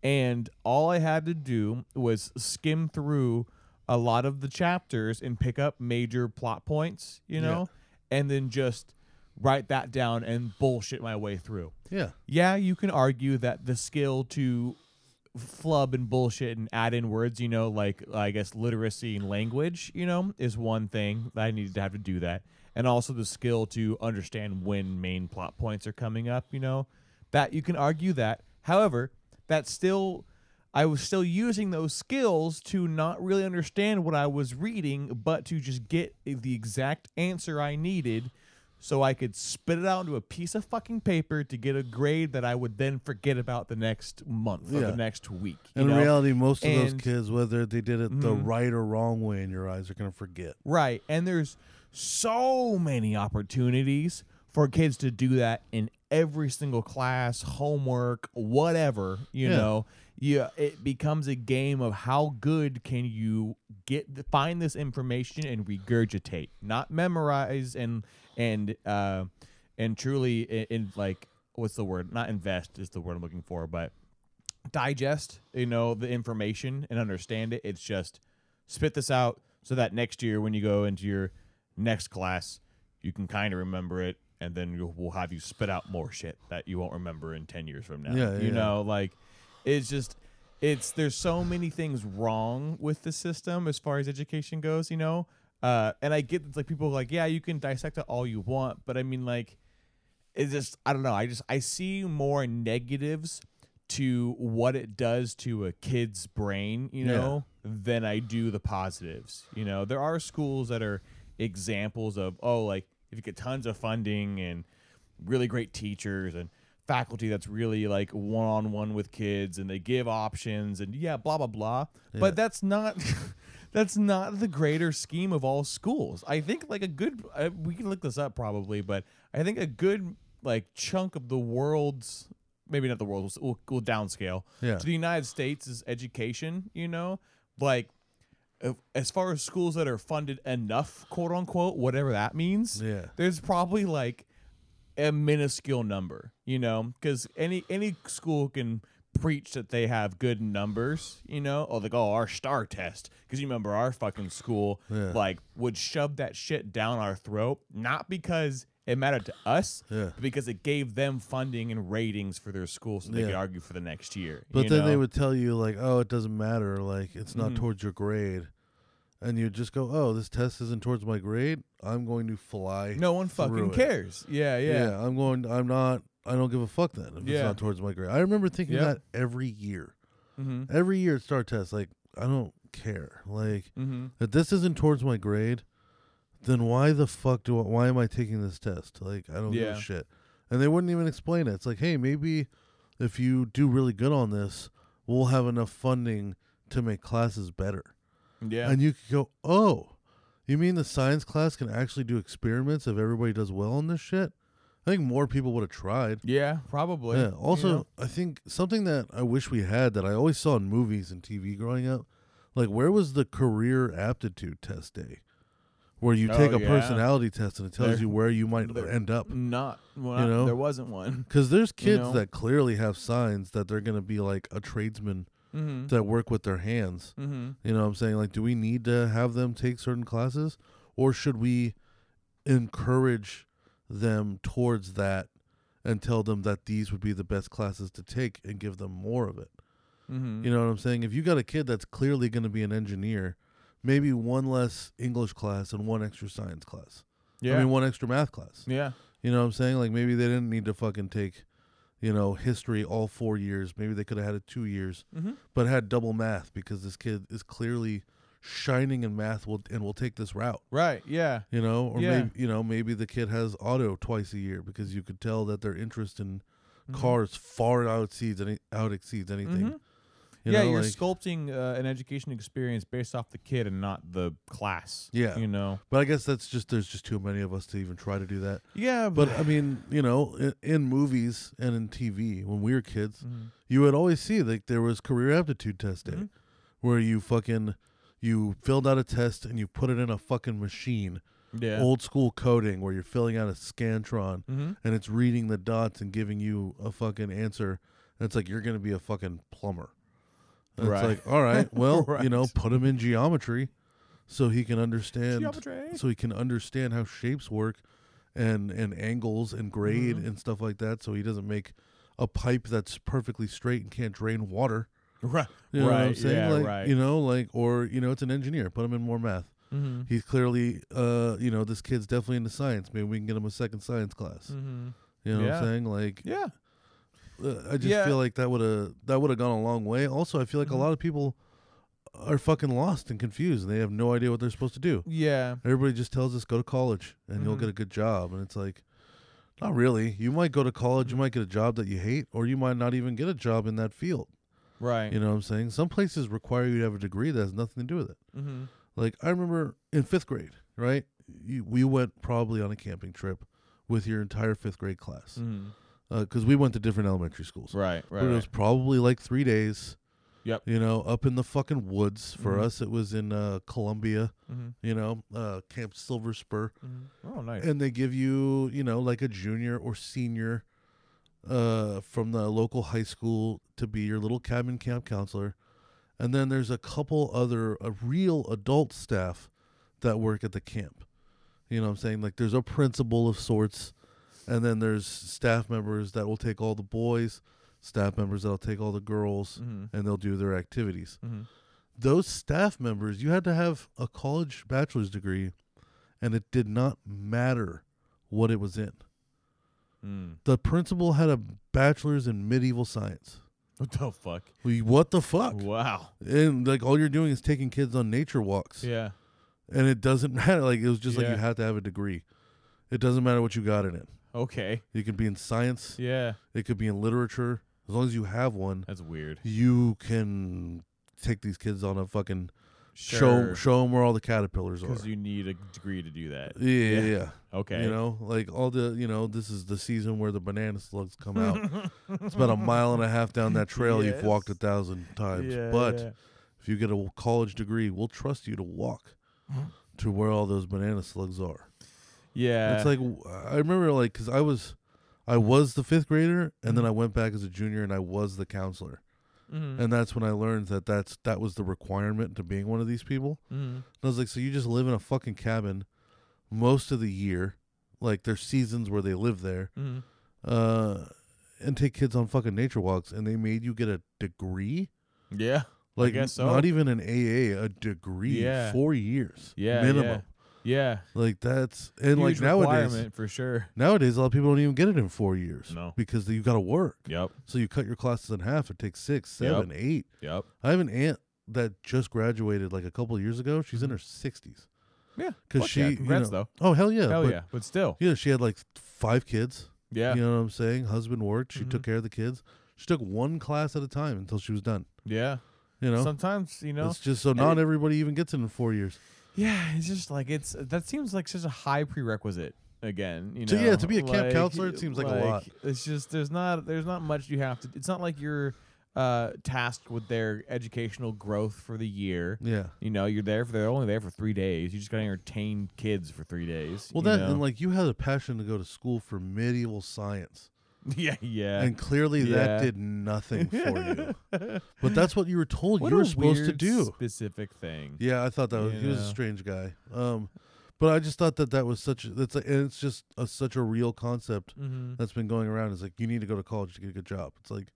[SPEAKER 2] And all I had to do was skim through a lot of the chapters and pick up major plot points, you know, and then just write that down and bullshit my way through
[SPEAKER 1] yeah,
[SPEAKER 2] yeah, you can argue that the skill to flub and bullshit and add in words, you know, like I guess literacy and language, you know, is one thing that I needed to have to do that, and also the skill to understand when main plot points are coming up, you know, that you can argue that. However, that's still I was still using those skills to not really understand what I was reading, but to just get the exact answer I needed so I could spit it out into a piece of fucking paper to get a grade that I would then forget about the next month or
[SPEAKER 1] Yeah.
[SPEAKER 2] the next week. you
[SPEAKER 1] In
[SPEAKER 2] know?
[SPEAKER 1] reality, most of those
[SPEAKER 2] And- Mm-hmm.
[SPEAKER 1] kids, whether they did it the right or wrong way in your eyes, are gonna forget.
[SPEAKER 2] Right. And there's so many opportunities for kids to do that in every single class, homework, whatever, you
[SPEAKER 1] Yeah.
[SPEAKER 2] know. Yeah, it becomes a game of how good can you get the, find this information and regurgitate, not memorize and and uh and truly in, in like what's the word? Not invest is the word I'm looking for, but digest, you know, the information and understand it. It's just spit this out so that next year when you go into your next class, you can kind of remember it and then you'll- we'll have you spit out more shit that you won't remember in 10 years from now.
[SPEAKER 1] Yeah, yeah,
[SPEAKER 2] you
[SPEAKER 1] yeah.
[SPEAKER 2] know, like it's just it's there's so many things wrong with the system as far as education goes, you know. Uh, and I get that like people are like, yeah, you can dissect it all you want, but I mean like it's just I don't know. I just I see more negatives to what it does to a kid's brain, you
[SPEAKER 1] Yeah.
[SPEAKER 2] know, than I do the positives. You know, there are schools that are examples of oh, like if you get tons of funding and really great teachers and faculty that's really like one on one with kids and they give options and yeah, blah blah blah. But that's not that's not the greater scheme of all schools. I think like a good uh, we can look this up probably, but I think a good like chunk of the world's maybe not the world we'll, we'll downscale
[SPEAKER 1] Yeah.
[SPEAKER 2] to the United States is education, you know? Like if- as far as schools that are funded enough, quote unquote, whatever that means,
[SPEAKER 1] Yeah.
[SPEAKER 2] there's probably like a minuscule number, you know, because any any school can preach that they have good numbers, you know, or like oh our star test, because you remember our fucking school
[SPEAKER 1] Yeah.
[SPEAKER 2] like would shove that shit down our throat, not because it mattered to us,
[SPEAKER 1] Yeah.
[SPEAKER 2] but because it gave them funding and ratings for their school, so they could
[SPEAKER 1] Yeah.
[SPEAKER 2] argue for the next year.
[SPEAKER 1] But
[SPEAKER 2] you
[SPEAKER 1] then they
[SPEAKER 2] know? Mm-hmm.
[SPEAKER 1] would tell you like, "Oh, it doesn't matter. Like, it's not towards your grade," and you just go, "Oh, this test isn't towards my grade. I'm going to fly."
[SPEAKER 2] No one fucking
[SPEAKER 1] through it."
[SPEAKER 2] cares. Yeah, yeah,
[SPEAKER 1] Yeah. I'm going. I'm not. I don't give a fuck then if it's
[SPEAKER 2] Yeah.
[SPEAKER 1] not towards my grade. I remember thinking
[SPEAKER 2] Yep.
[SPEAKER 1] that every year,
[SPEAKER 2] Mm-hmm.
[SPEAKER 1] every year at star test. Like, I don't care. Like,
[SPEAKER 2] Mm-hmm.
[SPEAKER 1] if this isn't towards my grade, then why the fuck do I, why am I taking this test? Like I don't give
[SPEAKER 2] Yeah.
[SPEAKER 1] a shit. And they wouldn't even explain it. It's like, hey, maybe if you do really good on this, we'll have enough funding to make classes better.
[SPEAKER 2] Yeah,
[SPEAKER 1] And you could go, oh, you mean the science class can actually do experiments if everybody does well on this shit? I think more people would have tried.
[SPEAKER 2] yeah, probably.
[SPEAKER 1] Yeah.
[SPEAKER 2] you
[SPEAKER 1] Also,
[SPEAKER 2] know?
[SPEAKER 1] I think something that I wish we had that I always saw in movies and TV growing up, like where was the career aptitude test day, where you
[SPEAKER 2] Oh,
[SPEAKER 1] take a
[SPEAKER 2] yeah.
[SPEAKER 1] personality test and it tells
[SPEAKER 2] There-
[SPEAKER 1] you where you might
[SPEAKER 2] there-
[SPEAKER 1] end up.
[SPEAKER 2] not well,
[SPEAKER 1] You know?
[SPEAKER 2] there wasn't one.
[SPEAKER 1] Because there's kids
[SPEAKER 2] know?
[SPEAKER 1] that clearly have signs that they're gonna be like a tradesman
[SPEAKER 2] Mm-hmm.
[SPEAKER 1] that work with their hands.
[SPEAKER 2] Mm-hmm.
[SPEAKER 1] You know what I'm saying? Like, do we need to have them take certain classes or should we encourage them towards that and tell them that these would be the best classes to take and give them more of it?
[SPEAKER 2] Mm-hmm.
[SPEAKER 1] You know what I'm saying? If you got a kid that's clearly going to be an engineer, maybe one less English class and one extra science class.
[SPEAKER 2] Yeah,
[SPEAKER 1] I mean, one extra math class.
[SPEAKER 2] yeah,
[SPEAKER 1] You know what I'm saying? Like, maybe they didn't need to fucking take, you know, history all four years. Maybe they could have had it two years
[SPEAKER 2] mm-hmm.
[SPEAKER 1] but had double math because this kid is clearly shining in math will and will take this route
[SPEAKER 2] right, yeah,
[SPEAKER 1] you know or
[SPEAKER 2] Yeah.
[SPEAKER 1] maybe you know maybe the kid has auto twice a year because you could tell that their interest in
[SPEAKER 2] Mm-hmm.
[SPEAKER 1] cars far out exceeds any out exceeds anything
[SPEAKER 2] Mhm.
[SPEAKER 1] you
[SPEAKER 2] yeah.
[SPEAKER 1] know,
[SPEAKER 2] you're
[SPEAKER 1] like-
[SPEAKER 2] sculpting uh, an education experience based off the kid and not the class.
[SPEAKER 1] Yeah.
[SPEAKER 2] you know.
[SPEAKER 1] but i guess that's just there's just too many of us to even try to do that
[SPEAKER 2] Yeah,
[SPEAKER 1] but i mean you know in, in movies and in tv when we were kids you would always see like there was career aptitude test day where you fucking you filled out a test and you put it in a fucking machine
[SPEAKER 2] yeah,
[SPEAKER 1] old school coding where you're filling out a scantron
[SPEAKER 2] Mhm.
[SPEAKER 1] and it's reading the dots and giving you a fucking answer and it's like you're gonna be a fucking plumber and
[SPEAKER 2] Right.
[SPEAKER 1] it's like all right well you know
[SPEAKER 2] Right.
[SPEAKER 1] put him in geometry so he can understand
[SPEAKER 2] Geometry.
[SPEAKER 1] so he can understand how shapes work and and angles and
[SPEAKER 2] Mm-hmm.
[SPEAKER 1] grade and stuff like that so he doesn't make a pipe that's perfectly straight and can't drain water
[SPEAKER 2] Right.
[SPEAKER 1] You know
[SPEAKER 2] right.
[SPEAKER 1] what I'm saying?
[SPEAKER 2] Yeah.
[SPEAKER 1] like,
[SPEAKER 2] right.
[SPEAKER 1] You know, like, or, you know, it's an engineer. Put him in more math.
[SPEAKER 2] mm-hmm.
[SPEAKER 1] He's clearly, uh, you know, this kid's definitely into science. Maybe we can get him a second science class.
[SPEAKER 2] Mm-hmm.
[SPEAKER 1] You know what
[SPEAKER 2] Yeah.
[SPEAKER 1] I'm saying? Like,
[SPEAKER 2] Yeah.
[SPEAKER 1] uh, I just
[SPEAKER 2] Yeah.
[SPEAKER 1] feel like that would have that would have gone a long way. Also, I feel like
[SPEAKER 2] Mhm.
[SPEAKER 1] a lot of people are fucking lost and confused, and they have no idea what they're supposed to do.
[SPEAKER 2] Yeah.
[SPEAKER 1] Everybody just tells us go to college and you'll
[SPEAKER 2] Mhm.
[SPEAKER 1] get a good job, and it's like, not really. You might go to college, you might get a job that you hate, or you might not even get a job in that field.
[SPEAKER 2] Right.
[SPEAKER 1] You know what I'm saying? Some places require you to have a degree that has nothing to do with it.
[SPEAKER 2] mm-hmm.
[SPEAKER 1] Like I remember in fifth grade, right? You, we went probably on a camping trip with your entire fifth grade class
[SPEAKER 2] Mm-hmm.
[SPEAKER 1] because we went to different elementary schools.
[SPEAKER 2] Right. Right.
[SPEAKER 1] But it
[SPEAKER 2] right.
[SPEAKER 1] was probably like three days.
[SPEAKER 2] Yep.
[SPEAKER 1] You know, up in the fucking woods. For
[SPEAKER 2] Mhm.
[SPEAKER 1] us, it was in uh, Columbia.
[SPEAKER 2] Mm-hmm.
[SPEAKER 1] You know, uh, Camp Silver Spur,
[SPEAKER 2] Mm-hmm. Oh, nice.
[SPEAKER 1] and they give you, you know, like a junior or senior uh, from the local high school to be your little cabin camp counselor, and then there's a couple other a real adult staff that work at the camp. You know, what I'm saying like there's a principal of sorts, and then there's staff members that will take all the boys, staff members that'll take all the girls,
[SPEAKER 2] Mm-hmm.
[SPEAKER 1] and they'll do their activities.
[SPEAKER 2] Mm-hmm.
[SPEAKER 1] Those staff members, you had to have a college bachelor's degree, and it did not matter what it was in.
[SPEAKER 2] Mm.
[SPEAKER 1] The principal had a bachelor's in medieval science.
[SPEAKER 2] What the fuck?
[SPEAKER 1] We- What the fuck?
[SPEAKER 2] Wow.
[SPEAKER 1] And like all you're doing is taking kids on nature walks,
[SPEAKER 2] Yeah.
[SPEAKER 1] and it doesn't matter. Like it was just like
[SPEAKER 2] Yeah.
[SPEAKER 1] you had to have a degree. It doesn't matter what you got in it.
[SPEAKER 2] Okay.
[SPEAKER 1] You could be in science.
[SPEAKER 2] Yeah.
[SPEAKER 1] It could be in literature. As long as you have one,
[SPEAKER 2] That's weird.
[SPEAKER 1] you can take these kids on a fucking show
[SPEAKER 2] Sure.
[SPEAKER 1] show them where all the caterpillars are.
[SPEAKER 2] Because you need a degree to do that.
[SPEAKER 1] yeah, yeah,
[SPEAKER 2] Yeah.
[SPEAKER 1] yeah.
[SPEAKER 2] Okay.
[SPEAKER 1] You know, like all the you know, this is the season where the banana slugs come out. it's about a mile and a half down that trail you've walked a
[SPEAKER 2] Yes.
[SPEAKER 1] thousand times.
[SPEAKER 2] Yeah,
[SPEAKER 1] but
[SPEAKER 2] yeah.
[SPEAKER 1] if you get a college degree, we'll trust you to walk to where all those banana slugs are.
[SPEAKER 2] Yeah.
[SPEAKER 1] It's like w- I remember, like, because I was, I was the fifth grader, and
[SPEAKER 2] Mm-hmm.
[SPEAKER 1] then I went back as a junior, and I was the counselor,
[SPEAKER 2] Mhm.
[SPEAKER 1] and that's when I learned that that's that was the requirement to being one of these people.
[SPEAKER 2] Mhm.
[SPEAKER 1] And I was like, so you just live in a fucking cabin most of the year, like there's seasons where they live there,
[SPEAKER 2] Mhm.
[SPEAKER 1] uh, and take kids on fucking nature walks, and they made you get a degree,
[SPEAKER 2] Yeah.
[SPEAKER 1] like
[SPEAKER 2] guess so.
[SPEAKER 1] not even an AA, a degree,
[SPEAKER 2] Yeah.
[SPEAKER 1] four years,
[SPEAKER 2] Yeah.
[SPEAKER 1] minimum.
[SPEAKER 2] Yeah.
[SPEAKER 1] Like that's and like
[SPEAKER 2] Huge
[SPEAKER 1] nowadays.
[SPEAKER 2] requirement for sure.
[SPEAKER 1] Nowadays, a lot of people don't even get it in four years.
[SPEAKER 2] No.
[SPEAKER 1] Because you got to work.
[SPEAKER 2] Yep.
[SPEAKER 1] So you cut your classes in half. It takes six,
[SPEAKER 2] Yep.
[SPEAKER 1] seven, eight.
[SPEAKER 2] Yep.
[SPEAKER 1] I have an aunt that just graduated like a couple of years ago. She's in
[SPEAKER 2] Mhm.
[SPEAKER 1] her 60s.
[SPEAKER 2] Yeah.
[SPEAKER 1] Because
[SPEAKER 2] Fuck
[SPEAKER 1] she.
[SPEAKER 2] yeah.
[SPEAKER 1] you
[SPEAKER 2] Congrats
[SPEAKER 1] know- Oh, hell yeah.
[SPEAKER 2] though. Hell
[SPEAKER 1] but,
[SPEAKER 2] yeah. But still.
[SPEAKER 1] Yeah, she had like five kids.
[SPEAKER 2] Yeah.
[SPEAKER 1] You know what I'm saying? Husband worked. She took
[SPEAKER 2] Mhm.
[SPEAKER 1] care of the kids. She took one class at a time until she was done.
[SPEAKER 2] Yeah.
[SPEAKER 1] You know?
[SPEAKER 2] Sometimes you know.
[SPEAKER 1] It's just so not everybody even gets it in four years.
[SPEAKER 2] Yeah. It's just like it's that seems like such a high prerequisite. Again, you know.
[SPEAKER 1] To- yeah, to be a camp
[SPEAKER 2] Like,
[SPEAKER 1] counselor, it seems like a lot.
[SPEAKER 2] It's just there's not there's not much you have to. It's not like you're uh tasked with their educational growth for the year.
[SPEAKER 1] Yeah.
[SPEAKER 2] You know, you're there for they're only there for three days. You just gotta entertain kids for three days.
[SPEAKER 1] Well,
[SPEAKER 2] you
[SPEAKER 1] that,
[SPEAKER 2] know?
[SPEAKER 1] and like you had a passion to go to school for medieval science.
[SPEAKER 2] yeah, yeah.
[SPEAKER 1] and clearly that
[SPEAKER 2] Yeah.
[SPEAKER 1] did nothing for you. But that's what you were told
[SPEAKER 2] What
[SPEAKER 1] you
[SPEAKER 2] a
[SPEAKER 1] were supposed to
[SPEAKER 2] weird
[SPEAKER 1] do.
[SPEAKER 2] specific thing.
[SPEAKER 1] Yeah, I thought that was,
[SPEAKER 2] You
[SPEAKER 1] he was a
[SPEAKER 2] know.
[SPEAKER 1] strange guy. Um, but I just thought that that was such. That's like, and it's just a, such a real concept
[SPEAKER 2] Mm-hmm.
[SPEAKER 1] that's been going around. It's like you need to go to college to get a good job. It's like,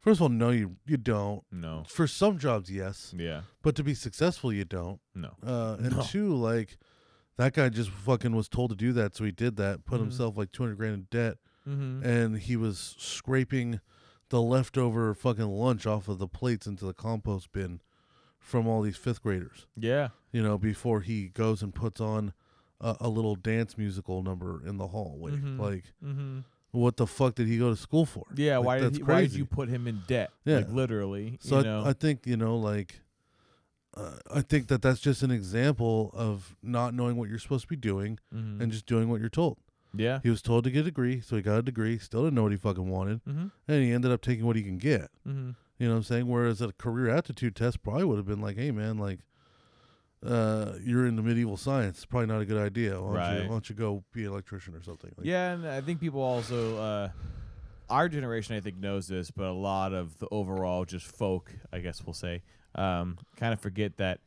[SPEAKER 1] first of all, no, you you don't.
[SPEAKER 2] No.
[SPEAKER 1] For some jobs, yes,
[SPEAKER 2] Yeah.
[SPEAKER 1] but to be successful, you don't.
[SPEAKER 2] No.
[SPEAKER 1] Uh, and
[SPEAKER 2] No.
[SPEAKER 1] two, like that guy just fucking was told to do that, so he did that. Put
[SPEAKER 2] Mhm.
[SPEAKER 1] himself like two hundred grand in debt,
[SPEAKER 2] Mm-hmm.
[SPEAKER 1] and he was scraping the leftover fucking lunch off of the plates into the compost bin from all these fifth graders,
[SPEAKER 2] Yeah.
[SPEAKER 1] you know, before he goes and puts on a, a little dance musical number in the hallway.
[SPEAKER 2] Mhm.
[SPEAKER 1] Like,
[SPEAKER 2] Mm-hmm.
[SPEAKER 1] what the fuck did he go to school for?
[SPEAKER 2] Yeah.
[SPEAKER 1] Like,
[SPEAKER 2] why did
[SPEAKER 1] that's
[SPEAKER 2] he, Why did you
[SPEAKER 1] crazy.
[SPEAKER 2] put him in debt?
[SPEAKER 1] Yeah.
[SPEAKER 2] Like literally.
[SPEAKER 1] So
[SPEAKER 2] you
[SPEAKER 1] I,
[SPEAKER 2] know.
[SPEAKER 1] I think you know, like, uh, I think that that's just an example of not knowing what you're supposed to be doing
[SPEAKER 2] Mhm.
[SPEAKER 1] and just doing what you're told.
[SPEAKER 2] yeah.
[SPEAKER 1] He was told to get a degree, so he got a degree. Still didn't know what he fucking wanted,
[SPEAKER 2] Mm-hmm.
[SPEAKER 1] and he ended up taking what he can get.
[SPEAKER 2] Mm-hmm.
[SPEAKER 1] You know what I'm saying? Whereas a career aptitude test probably would have been like, hey, man, like, uh, you're into medieval science. It's probably not a good idea. Why don't, you,
[SPEAKER 2] Right.
[SPEAKER 1] why don't you go be an electrician or something? Like,
[SPEAKER 2] Yeah, and I think people also, uh, our generation, I think, knows this, but a lot of the overall just folk, I guess we'll say, um, kind of forget that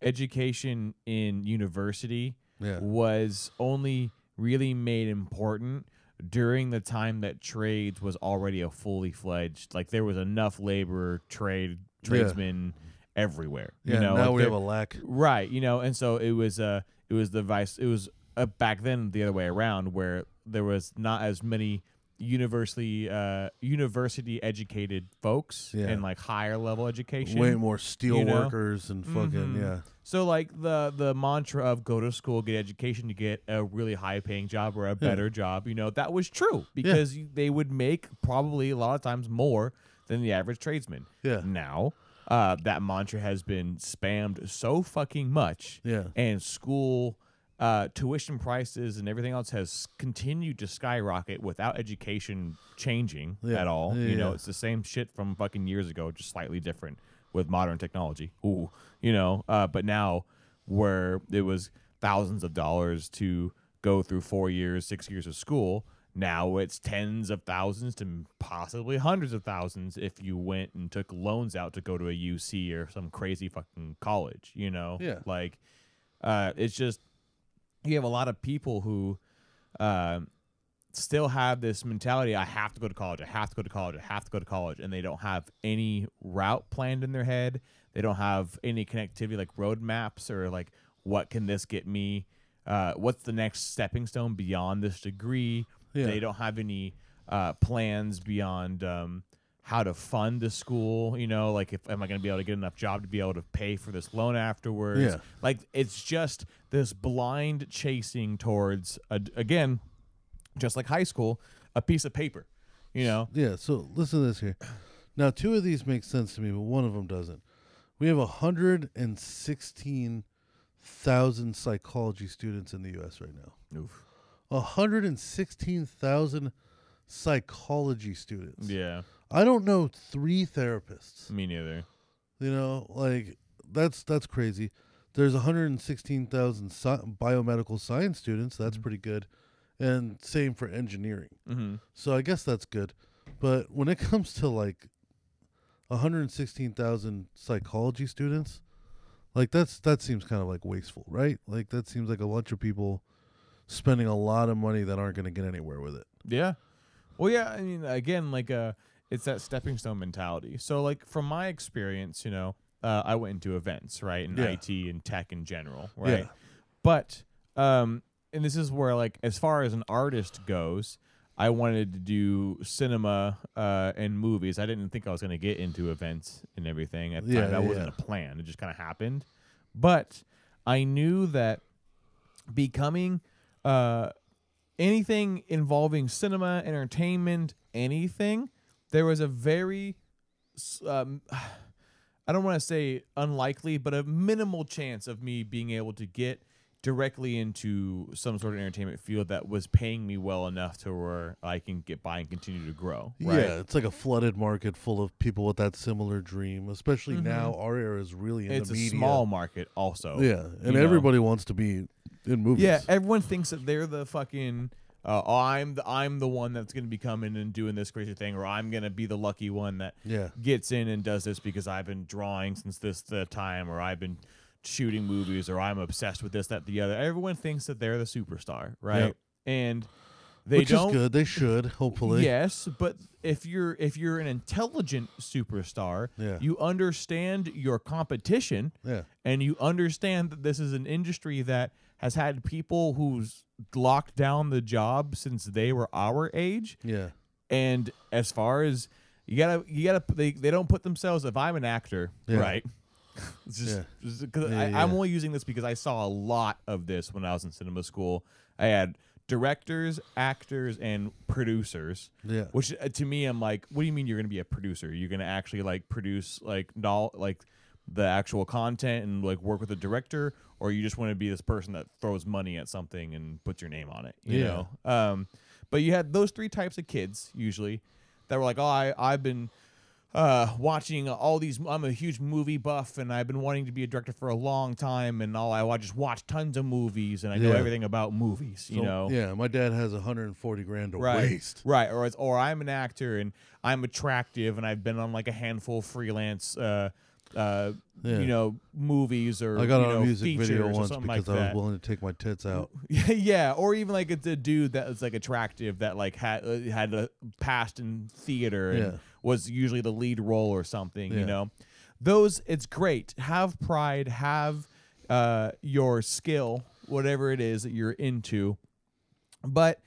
[SPEAKER 2] education in university
[SPEAKER 1] Yeah.
[SPEAKER 2] was only really made important during the time that trades was already a fully fledged like there was enough labor trade tradesmen everywhere.
[SPEAKER 1] Yeah,
[SPEAKER 2] you know,
[SPEAKER 1] now
[SPEAKER 2] like
[SPEAKER 1] we have
[SPEAKER 2] there-
[SPEAKER 1] a lack.
[SPEAKER 2] Right, you know, and so it was uh it was the vice it was uh, back then the other way around where there was not as many university uh university educated folks
[SPEAKER 1] Yeah.
[SPEAKER 2] and like higher level education.
[SPEAKER 1] Way more steel
[SPEAKER 2] you know?
[SPEAKER 1] workers and fucking
[SPEAKER 2] Mhm.
[SPEAKER 1] yeah.
[SPEAKER 2] So like the the mantra of go to school, get education to get a really high paying job or a better job, you know, that was true because you, they would make probably a lot of times more than the average tradesman.
[SPEAKER 1] Yeah.
[SPEAKER 2] Now, uh, that mantra has been spammed so fucking much.
[SPEAKER 1] Yeah.
[SPEAKER 2] And school uh, tuition prices and everything else has continued to skyrocket without education changing
[SPEAKER 1] Yeah.
[SPEAKER 2] at all. You know,
[SPEAKER 1] Yeah.
[SPEAKER 2] it's the same shit from fucking years ago, just slightly different with modern technology. Ooh, you know, uh, but now where it was thousands of dollars to go through four years, six years of school, now it's tens of thousands to possibly hundreds of thousands if you went and took loans out to go to a UC or some crazy fucking college. You know,
[SPEAKER 1] Yeah.
[SPEAKER 2] like uh, it's just you have a lot of people who. Um, still have this mentality I have to go to college, I have to go to college, I have to go to college, and they don't have any route planned in their head. They don't have any connectivity like roadmaps or like what can this get me? Uh, what's the next stepping stone beyond this degree?
[SPEAKER 1] Yeah.
[SPEAKER 2] They don't have any uh, plans beyond um, how to fund the school. You know, like if am I going to be able to get enough job to be able to pay for this loan afterwards?
[SPEAKER 1] Yeah.
[SPEAKER 2] Like it's just this blind chasing towards a, again just like high school, a piece of paper. You know,
[SPEAKER 1] Yeah, so listen to this here. Now, two of these make sense to me, but one of them doesn't. We have 116,000 psychology students in the U.S. right now. 116,000 psychology students.
[SPEAKER 2] yeah,
[SPEAKER 1] I don't know three therapists.
[SPEAKER 2] me neither.
[SPEAKER 1] You know, like that's that's crazy. There's 116,000 sci- biomedical science students. That's pretty good, and same for engineering.
[SPEAKER 2] Mm-hmm.
[SPEAKER 1] So I guess that's good. But when it comes to like 116,000 psychology students, like that's that seems kind of like wasteful, right? Like that seems like a bunch of people spending a lot of money that aren't going to get anywhere with it.
[SPEAKER 2] Yeah. Well, yeah. I mean, again, like uh, it's that stepping stone mentality. So, like from my experience, you know, uh, I went into events, right, and
[SPEAKER 1] Yeah.
[SPEAKER 2] IT and tech in general, right.
[SPEAKER 1] Yeah.
[SPEAKER 2] But um, and this is where like as far as an artist goes. I wanted to do cinema uh, and movies. I didn't think I was going to get into events and everything. At the
[SPEAKER 1] Yeah,
[SPEAKER 2] time, that wasn't
[SPEAKER 1] yeah.
[SPEAKER 2] a plan. It just kind of happened. But I knew that becoming uh, anything involving cinema, entertainment, anything, there was a very, s- um, I don't want to say unlikely, but a minimal chance of me being able to get directly into some sort of entertainment field that was paying me well enough to where I can get by and continue to grow. Right?
[SPEAKER 1] Yeah, it's like a flooded market full of people with that similar dream, especially now our era is really in
[SPEAKER 2] Mm-hmm. It's
[SPEAKER 1] the
[SPEAKER 2] a
[SPEAKER 1] media.
[SPEAKER 2] small market, also.
[SPEAKER 1] yeah,
[SPEAKER 2] you
[SPEAKER 1] and
[SPEAKER 2] know?
[SPEAKER 1] everybody wants to be in movies.
[SPEAKER 2] Yeah, everyone thinks that they're the fucking. Uh, oh, I'm the I'm the one that's gonna be coming and doing this crazy thing, or I'm gonna be the lucky one that
[SPEAKER 1] Yeah.
[SPEAKER 2] gets in and does this because I've been drawing since this the time, or I've been shooting movies, or I'm obsessed with this, that, the other. Everyone thinks that they're the superstar, right?
[SPEAKER 1] Yep.
[SPEAKER 2] And they
[SPEAKER 1] which
[SPEAKER 2] don't.
[SPEAKER 1] is good. They should hopefully.
[SPEAKER 2] Yes, but if you're if you're an intelligent superstar,
[SPEAKER 1] Yeah.
[SPEAKER 2] you understand your competition,
[SPEAKER 1] Yeah.
[SPEAKER 2] and you understand that this is an industry that has had people who's locked down the job since they were our age.
[SPEAKER 1] Yeah.
[SPEAKER 2] And as far as you gotta, you gotta, they, they don't put themselves. If I'm an actor,
[SPEAKER 1] Yeah.
[SPEAKER 2] right? It's just,
[SPEAKER 1] Yeah.
[SPEAKER 2] just- 'cause
[SPEAKER 1] Yeah,
[SPEAKER 2] I,
[SPEAKER 1] yeah,
[SPEAKER 2] I'm
[SPEAKER 1] yeah.
[SPEAKER 2] only using this because I saw a lot of this when I was in cinema school. I had directors, actors, and producers.
[SPEAKER 1] Yeah.
[SPEAKER 2] Which uh, to me, I'm like, what do you mean you're gonna be a producer? You're gonna actually like produce like no like the actual content and like work with a director, or you just want to be this person that throws money at something and puts your name on it, you
[SPEAKER 1] Yeah.
[SPEAKER 2] know? Um, but you had those three types of kids usually that were like, oh, I I've been uh, watching all these. I'm a huge movie buff, and I've been wanting to be a director for a long time. And all I, I just watch tons of movies, and I know
[SPEAKER 1] Yeah.
[SPEAKER 2] everything about movies. you
[SPEAKER 1] So,
[SPEAKER 2] know,
[SPEAKER 1] Yeah, my dad has 140 grand to
[SPEAKER 2] right,
[SPEAKER 1] waste.
[SPEAKER 2] right, or it's, or I'm an actor and I'm attractive, and I've been on like a handful of freelance uh, uh,
[SPEAKER 1] Yeah.
[SPEAKER 2] you know, movies or
[SPEAKER 1] I got
[SPEAKER 2] you
[SPEAKER 1] on
[SPEAKER 2] know,
[SPEAKER 1] a music
[SPEAKER 2] features
[SPEAKER 1] video
[SPEAKER 2] or
[SPEAKER 1] once because
[SPEAKER 2] something like
[SPEAKER 1] I was
[SPEAKER 2] that. Mm.
[SPEAKER 1] willing to take my tits out.
[SPEAKER 2] Yeah, yeah, or even like it's a dude that was like attractive that like had uh, had a past in theater and
[SPEAKER 1] Yeah.
[SPEAKER 2] was usually the lead role or something.
[SPEAKER 1] Yeah.
[SPEAKER 2] You know, those it's great. Have pride. Have uh, your skill, whatever it is that you're into, but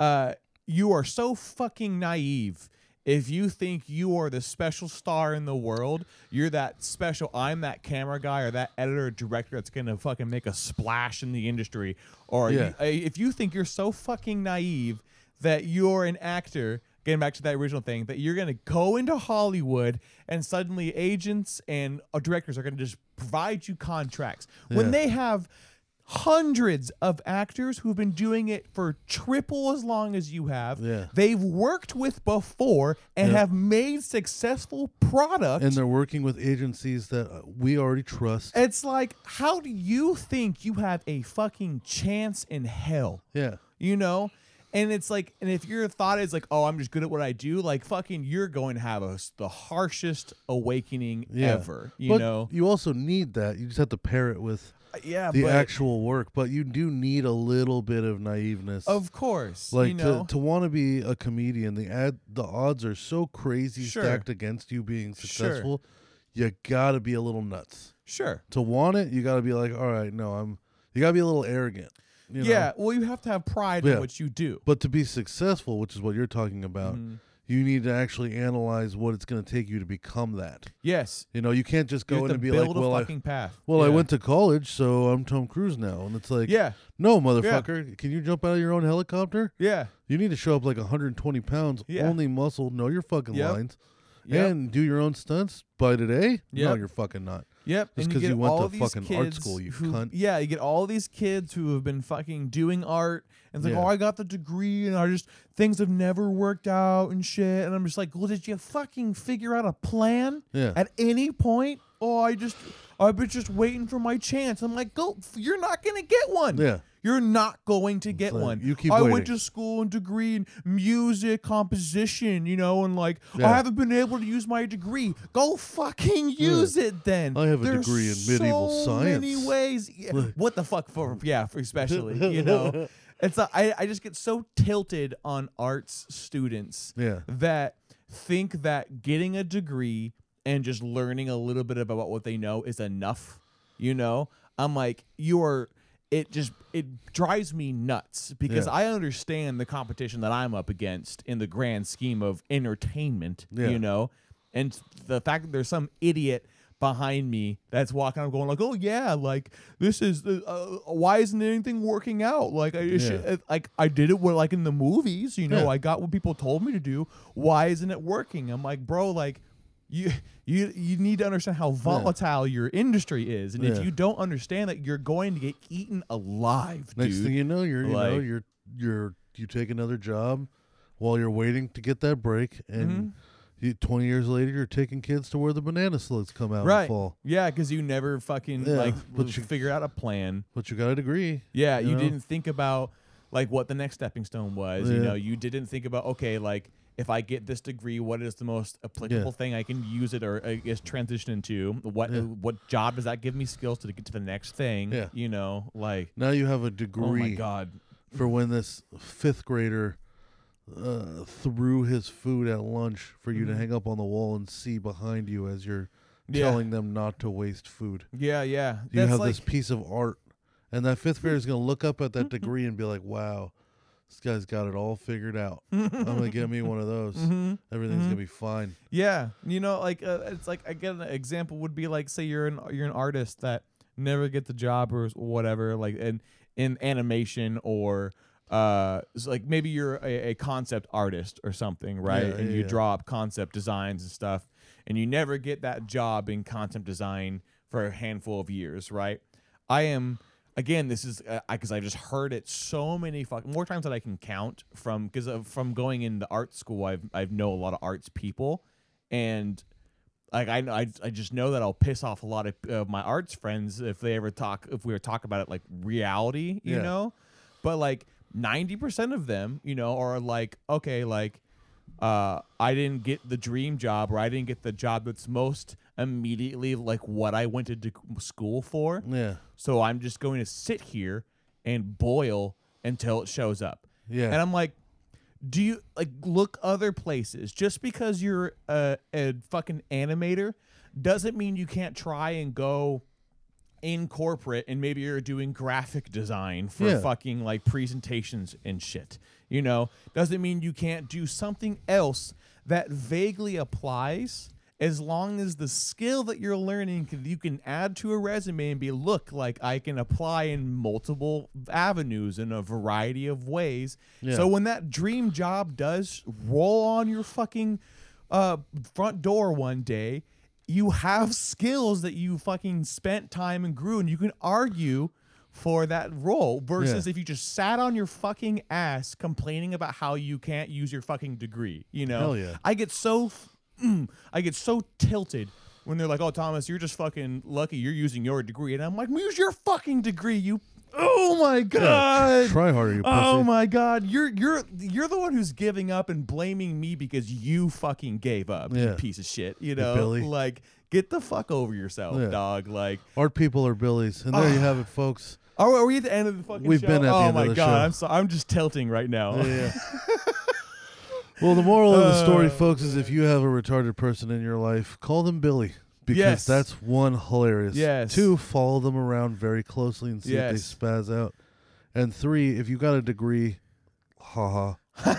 [SPEAKER 2] uh, you are so fucking naive. If you think you are the special star in the world, you're that special, I'm that camera guy or that editor or director that's gonna fucking make a splash in the industry. Or you-
[SPEAKER 1] Yeah.
[SPEAKER 2] uh, if you think you're so fucking naive that you're an actor, getting back to that original thing, that you're gonna go into Hollywood and suddenly agents and uh, directors are gonna just provide you contracts when
[SPEAKER 1] Yeah.
[SPEAKER 2] they have hundreds of actors who've been doing it for triple as long as you have
[SPEAKER 1] Yeah.
[SPEAKER 2] they've worked with before and have made successful products
[SPEAKER 1] And they're working with agencies that uh, we already trust.
[SPEAKER 2] it's like how do you think you have a fucking chance in hell
[SPEAKER 1] yeah.
[SPEAKER 2] you know and it's like and if your thought is like oh i'm just good at what i do like fucking you're going to have us the harshest awakening
[SPEAKER 1] Yeah.
[SPEAKER 2] ever you
[SPEAKER 1] But
[SPEAKER 2] know Uh,
[SPEAKER 1] You also need that. You just have to pair it with
[SPEAKER 2] yeah
[SPEAKER 1] the
[SPEAKER 2] but
[SPEAKER 1] actual work, but you do need a little bit of naiveness.
[SPEAKER 2] of course
[SPEAKER 1] like
[SPEAKER 2] you know
[SPEAKER 1] to to want to be a comedian, the ad the odds are so crazy
[SPEAKER 2] Sure.
[SPEAKER 1] stacked against you being
[SPEAKER 2] Sure.
[SPEAKER 1] successful. You got to be a little nuts.
[SPEAKER 2] sure
[SPEAKER 1] To want it, you got to be like, "All right, no, I'm you got to be a little arrogant." You know?
[SPEAKER 2] yeah well you have to have pride
[SPEAKER 1] Yeah.
[SPEAKER 2] in what you do
[SPEAKER 1] But to be successful, which is what you're talking about,
[SPEAKER 2] Mm-hmm.
[SPEAKER 1] you need to actually analyze what it's going to take you to become that.
[SPEAKER 2] yes
[SPEAKER 1] You know, you can't just go
[SPEAKER 2] you have
[SPEAKER 1] in
[SPEAKER 2] to
[SPEAKER 1] and be
[SPEAKER 2] build
[SPEAKER 1] like,
[SPEAKER 2] a
[SPEAKER 1] "Well, I
[SPEAKER 2] fucking path
[SPEAKER 1] well, I
[SPEAKER 2] Yeah.
[SPEAKER 1] went to college, so I'm Tom Cruise now." And it's like,
[SPEAKER 2] yeah
[SPEAKER 1] no, motherfucker, can you jump out of your own helicopter?
[SPEAKER 2] yeah
[SPEAKER 1] You need to show up like 120 pounds,
[SPEAKER 2] Yeah.
[SPEAKER 1] only muscle, know your fucking
[SPEAKER 2] Yep.
[SPEAKER 1] lines,
[SPEAKER 2] Yep.
[SPEAKER 1] and do your own stunts by today. No,
[SPEAKER 2] Yep.
[SPEAKER 1] you're fucking not.
[SPEAKER 2] Yep.
[SPEAKER 1] Just
[SPEAKER 2] and
[SPEAKER 1] 'cause
[SPEAKER 2] get
[SPEAKER 1] you went
[SPEAKER 2] all
[SPEAKER 1] to
[SPEAKER 2] these
[SPEAKER 1] fucking art
[SPEAKER 2] kids
[SPEAKER 1] school, you
[SPEAKER 2] who,
[SPEAKER 1] cunt.
[SPEAKER 2] Yeah, you get all these kids who have been fucking doing art and it's like,
[SPEAKER 1] Yeah.
[SPEAKER 2] oh, I got the degree and I just things have never worked out and shit. And I'm just like, well, did you fucking figure out a plan
[SPEAKER 1] Yeah.
[SPEAKER 2] at any point? Oh, I just I've been just waiting for my chance. I'm like, go you're not gonna get one.
[SPEAKER 1] Yeah.
[SPEAKER 2] You're not going to get
[SPEAKER 1] like,
[SPEAKER 2] one.
[SPEAKER 1] you keep
[SPEAKER 2] I
[SPEAKER 1] waiting.
[SPEAKER 2] went to school and degree in music composition, you know, and like
[SPEAKER 1] Yeah.
[SPEAKER 2] I haven't been able to use my degree. Go fucking use it then.
[SPEAKER 1] I have a
[SPEAKER 2] There's
[SPEAKER 1] degree in medieval
[SPEAKER 2] so Many
[SPEAKER 1] science.
[SPEAKER 2] ways. Yeah, what the fuck for? Yeah, for especially you know, it's a- I I just get so tilted on arts students
[SPEAKER 1] Yeah.
[SPEAKER 2] that think that getting a degree and just learning a little bit about what they know is enough. You know, I'm like you are. It just it drives me nuts because
[SPEAKER 1] Yeah.
[SPEAKER 2] I understand the competition that I'm up against in the grand scheme of entertainment.
[SPEAKER 1] Yeah.
[SPEAKER 2] You know, and the fact that there's some idiot behind me that's walking up going like oh yeah like this is the uh, why isn't anything working out like i it should-
[SPEAKER 1] Yeah.
[SPEAKER 2] it- like i did it what like in the movies you know
[SPEAKER 1] Yeah.
[SPEAKER 2] i got what people told me to do why isn't it working i'm like bro like you you you need to understand how volatile your industry is and
[SPEAKER 1] Yeah.
[SPEAKER 2] if you don't understand that you're going to get eaten alive
[SPEAKER 1] Next
[SPEAKER 2] dude
[SPEAKER 1] thing you know, you're you know
[SPEAKER 2] like-
[SPEAKER 1] you're you're you take another job while you're waiting to get that break, and
[SPEAKER 2] Mm-hmm.
[SPEAKER 1] you, 20 years later, you're taking kids to where the banana slugs come out and
[SPEAKER 2] right
[SPEAKER 1] fall.
[SPEAKER 2] yeah because you never fucking
[SPEAKER 1] Yeah,
[SPEAKER 2] like
[SPEAKER 1] but you-
[SPEAKER 2] figure out a plan
[SPEAKER 1] But you got a degree.
[SPEAKER 2] Yeah,
[SPEAKER 1] you
[SPEAKER 2] you,
[SPEAKER 1] know?
[SPEAKER 2] didn't think about like what the next stepping stone was. You
[SPEAKER 1] Yeah.
[SPEAKER 2] know, you didn't think about okay, like if I get this degree, what is the most applicable
[SPEAKER 1] Yeah.
[SPEAKER 2] thing I can use it or I guess transition into? What
[SPEAKER 1] Yeah.
[SPEAKER 2] what job does that give me skills to get to the next thing?
[SPEAKER 1] Yeah.
[SPEAKER 2] You know, like
[SPEAKER 1] Now you have a
[SPEAKER 2] oh my
[SPEAKER 1] degree
[SPEAKER 2] god,
[SPEAKER 1] for when this fifth grader uh, threw his food at lunch for you to hang up on the wall and see behind you as you're
[SPEAKER 2] Mm-hmm. Yeah.
[SPEAKER 1] telling them not to waste food.
[SPEAKER 2] yeah, yeah.
[SPEAKER 1] You have
[SPEAKER 2] That's like Mm-hmm.
[SPEAKER 1] this piece of art, and that fifth grader is going to look up at that degree and be like, "Wow, this guy's got it all figured out. I'm going to get me one of those.
[SPEAKER 2] Mm-hmm.
[SPEAKER 1] Everything's going to be fine."
[SPEAKER 2] Yeah, you know, like uh, it's like again, an example would be like say you're an you're an artist that never get the job or whatever, like in in animation or uh s- like maybe you're a, a concept artist or something, right?
[SPEAKER 1] Yeah,
[SPEAKER 2] and
[SPEAKER 1] yeah,
[SPEAKER 2] you
[SPEAKER 1] yeah.
[SPEAKER 2] draw up concept designs and stuff, and you never get that job in concept design for a handful of years, right? I am again. This is because I, 'cause I just heard it so many fuck more times than I can count from because from going into art school. I've I've know a lot of arts people, and like I, I I just know that I'll piss off a lot of uh, my arts friends if they ever talk if we were talk about it like reality, you
[SPEAKER 1] Yeah.
[SPEAKER 2] know. But like ninety percent of them, you know, are like okay, like uh, I didn't get the dream job or I didn't get the job that's most immediately like what I went to d- school for.
[SPEAKER 1] Yeah.
[SPEAKER 2] So I'm just going to sit here and boil until it shows up.
[SPEAKER 1] Yeah.
[SPEAKER 2] And I'm like, do you like look other places? Just because you're a, a fucking animator doesn't mean you can't try and go in corporate and maybe you're doing graphic design for
[SPEAKER 1] Yeah.
[SPEAKER 2] fucking like presentations and shit. You know, doesn't mean you can't do something else that vaguely applies as long as the skill that you're learning can, you can add to a resume and be look like I can apply in multiple avenues in a variety of ways.
[SPEAKER 1] Yeah.
[SPEAKER 2] So when that dream job does roll on your fucking uh, front door one day, you have skills that you fucking spent time and grew, and you can argue for that role versus
[SPEAKER 1] Yeah.
[SPEAKER 2] if you just sat on your fucking ass complaining about how you can't use your fucking degree. You know,
[SPEAKER 1] Hell yeah.
[SPEAKER 2] I get so, f- mm, I get so tilted. When they're like, "Oh, Thomas, you're just fucking lucky. You're using your degree," and I'm like, "Use your fucking degree, you! Oh my god!
[SPEAKER 1] Try harder, you pussy.
[SPEAKER 2] Oh my god, you're you're you're the one who's giving up and blaming me because you fucking gave up, you
[SPEAKER 1] Yeah.
[SPEAKER 2] piece of shit. You know,
[SPEAKER 1] Billy.
[SPEAKER 2] like get the fuck over yourself,
[SPEAKER 1] Yeah.
[SPEAKER 2] dog. Like,
[SPEAKER 1] Our people are billies, and there you have it, folks.
[SPEAKER 2] Oh, are, are we at the end of the fucking?
[SPEAKER 1] We've
[SPEAKER 2] show?
[SPEAKER 1] been at the
[SPEAKER 2] oh
[SPEAKER 1] end of
[SPEAKER 2] my
[SPEAKER 1] the
[SPEAKER 2] god,
[SPEAKER 1] show.
[SPEAKER 2] I'm so, I'm just tilting right now.
[SPEAKER 1] Yeah. well, the moral of the
[SPEAKER 2] Oh,
[SPEAKER 1] story, folks, is if you have a retarded person in your life, call them Billy. Because
[SPEAKER 2] Yes.
[SPEAKER 1] that's one hilarious.
[SPEAKER 2] Yes.
[SPEAKER 1] Two, follow them around very closely and see
[SPEAKER 2] Yes.
[SPEAKER 1] if they spaz out. And three, if you got a degree, haha.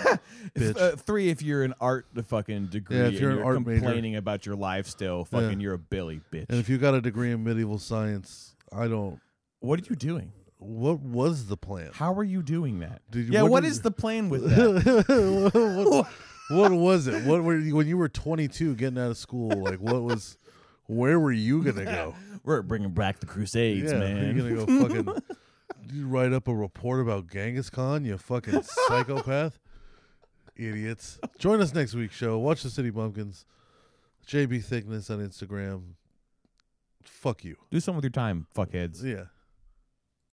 [SPEAKER 2] If-
[SPEAKER 1] Bitch.
[SPEAKER 2] uh, three, if you're an art fucking degree,
[SPEAKER 1] if
[SPEAKER 2] and
[SPEAKER 1] you're an art major.
[SPEAKER 2] complaining about your life still, fucking, you're a Billy bitch.
[SPEAKER 1] And if you got a degree in medieval science, I don't.
[SPEAKER 2] what are you doing?
[SPEAKER 1] What was the plan?
[SPEAKER 2] How are you doing that?
[SPEAKER 1] Did you-
[SPEAKER 2] yeah,
[SPEAKER 1] what
[SPEAKER 2] what
[SPEAKER 1] did
[SPEAKER 2] is
[SPEAKER 1] you-
[SPEAKER 2] the plan with that?
[SPEAKER 1] what, what was it? What were you, when you were 22 getting out of school? Like, what was? Where were you gonna go?
[SPEAKER 2] We're bringing back the Crusades, man.
[SPEAKER 1] You're gonna go fucking you write up a report about Genghis Khan, you fucking psychopath. Idiots. Join us next week's show. Watch the City Bumpkins. JB Thickness on Instagram. Fuck you.
[SPEAKER 2] Do something with your time, fuckheads.
[SPEAKER 1] Yeah.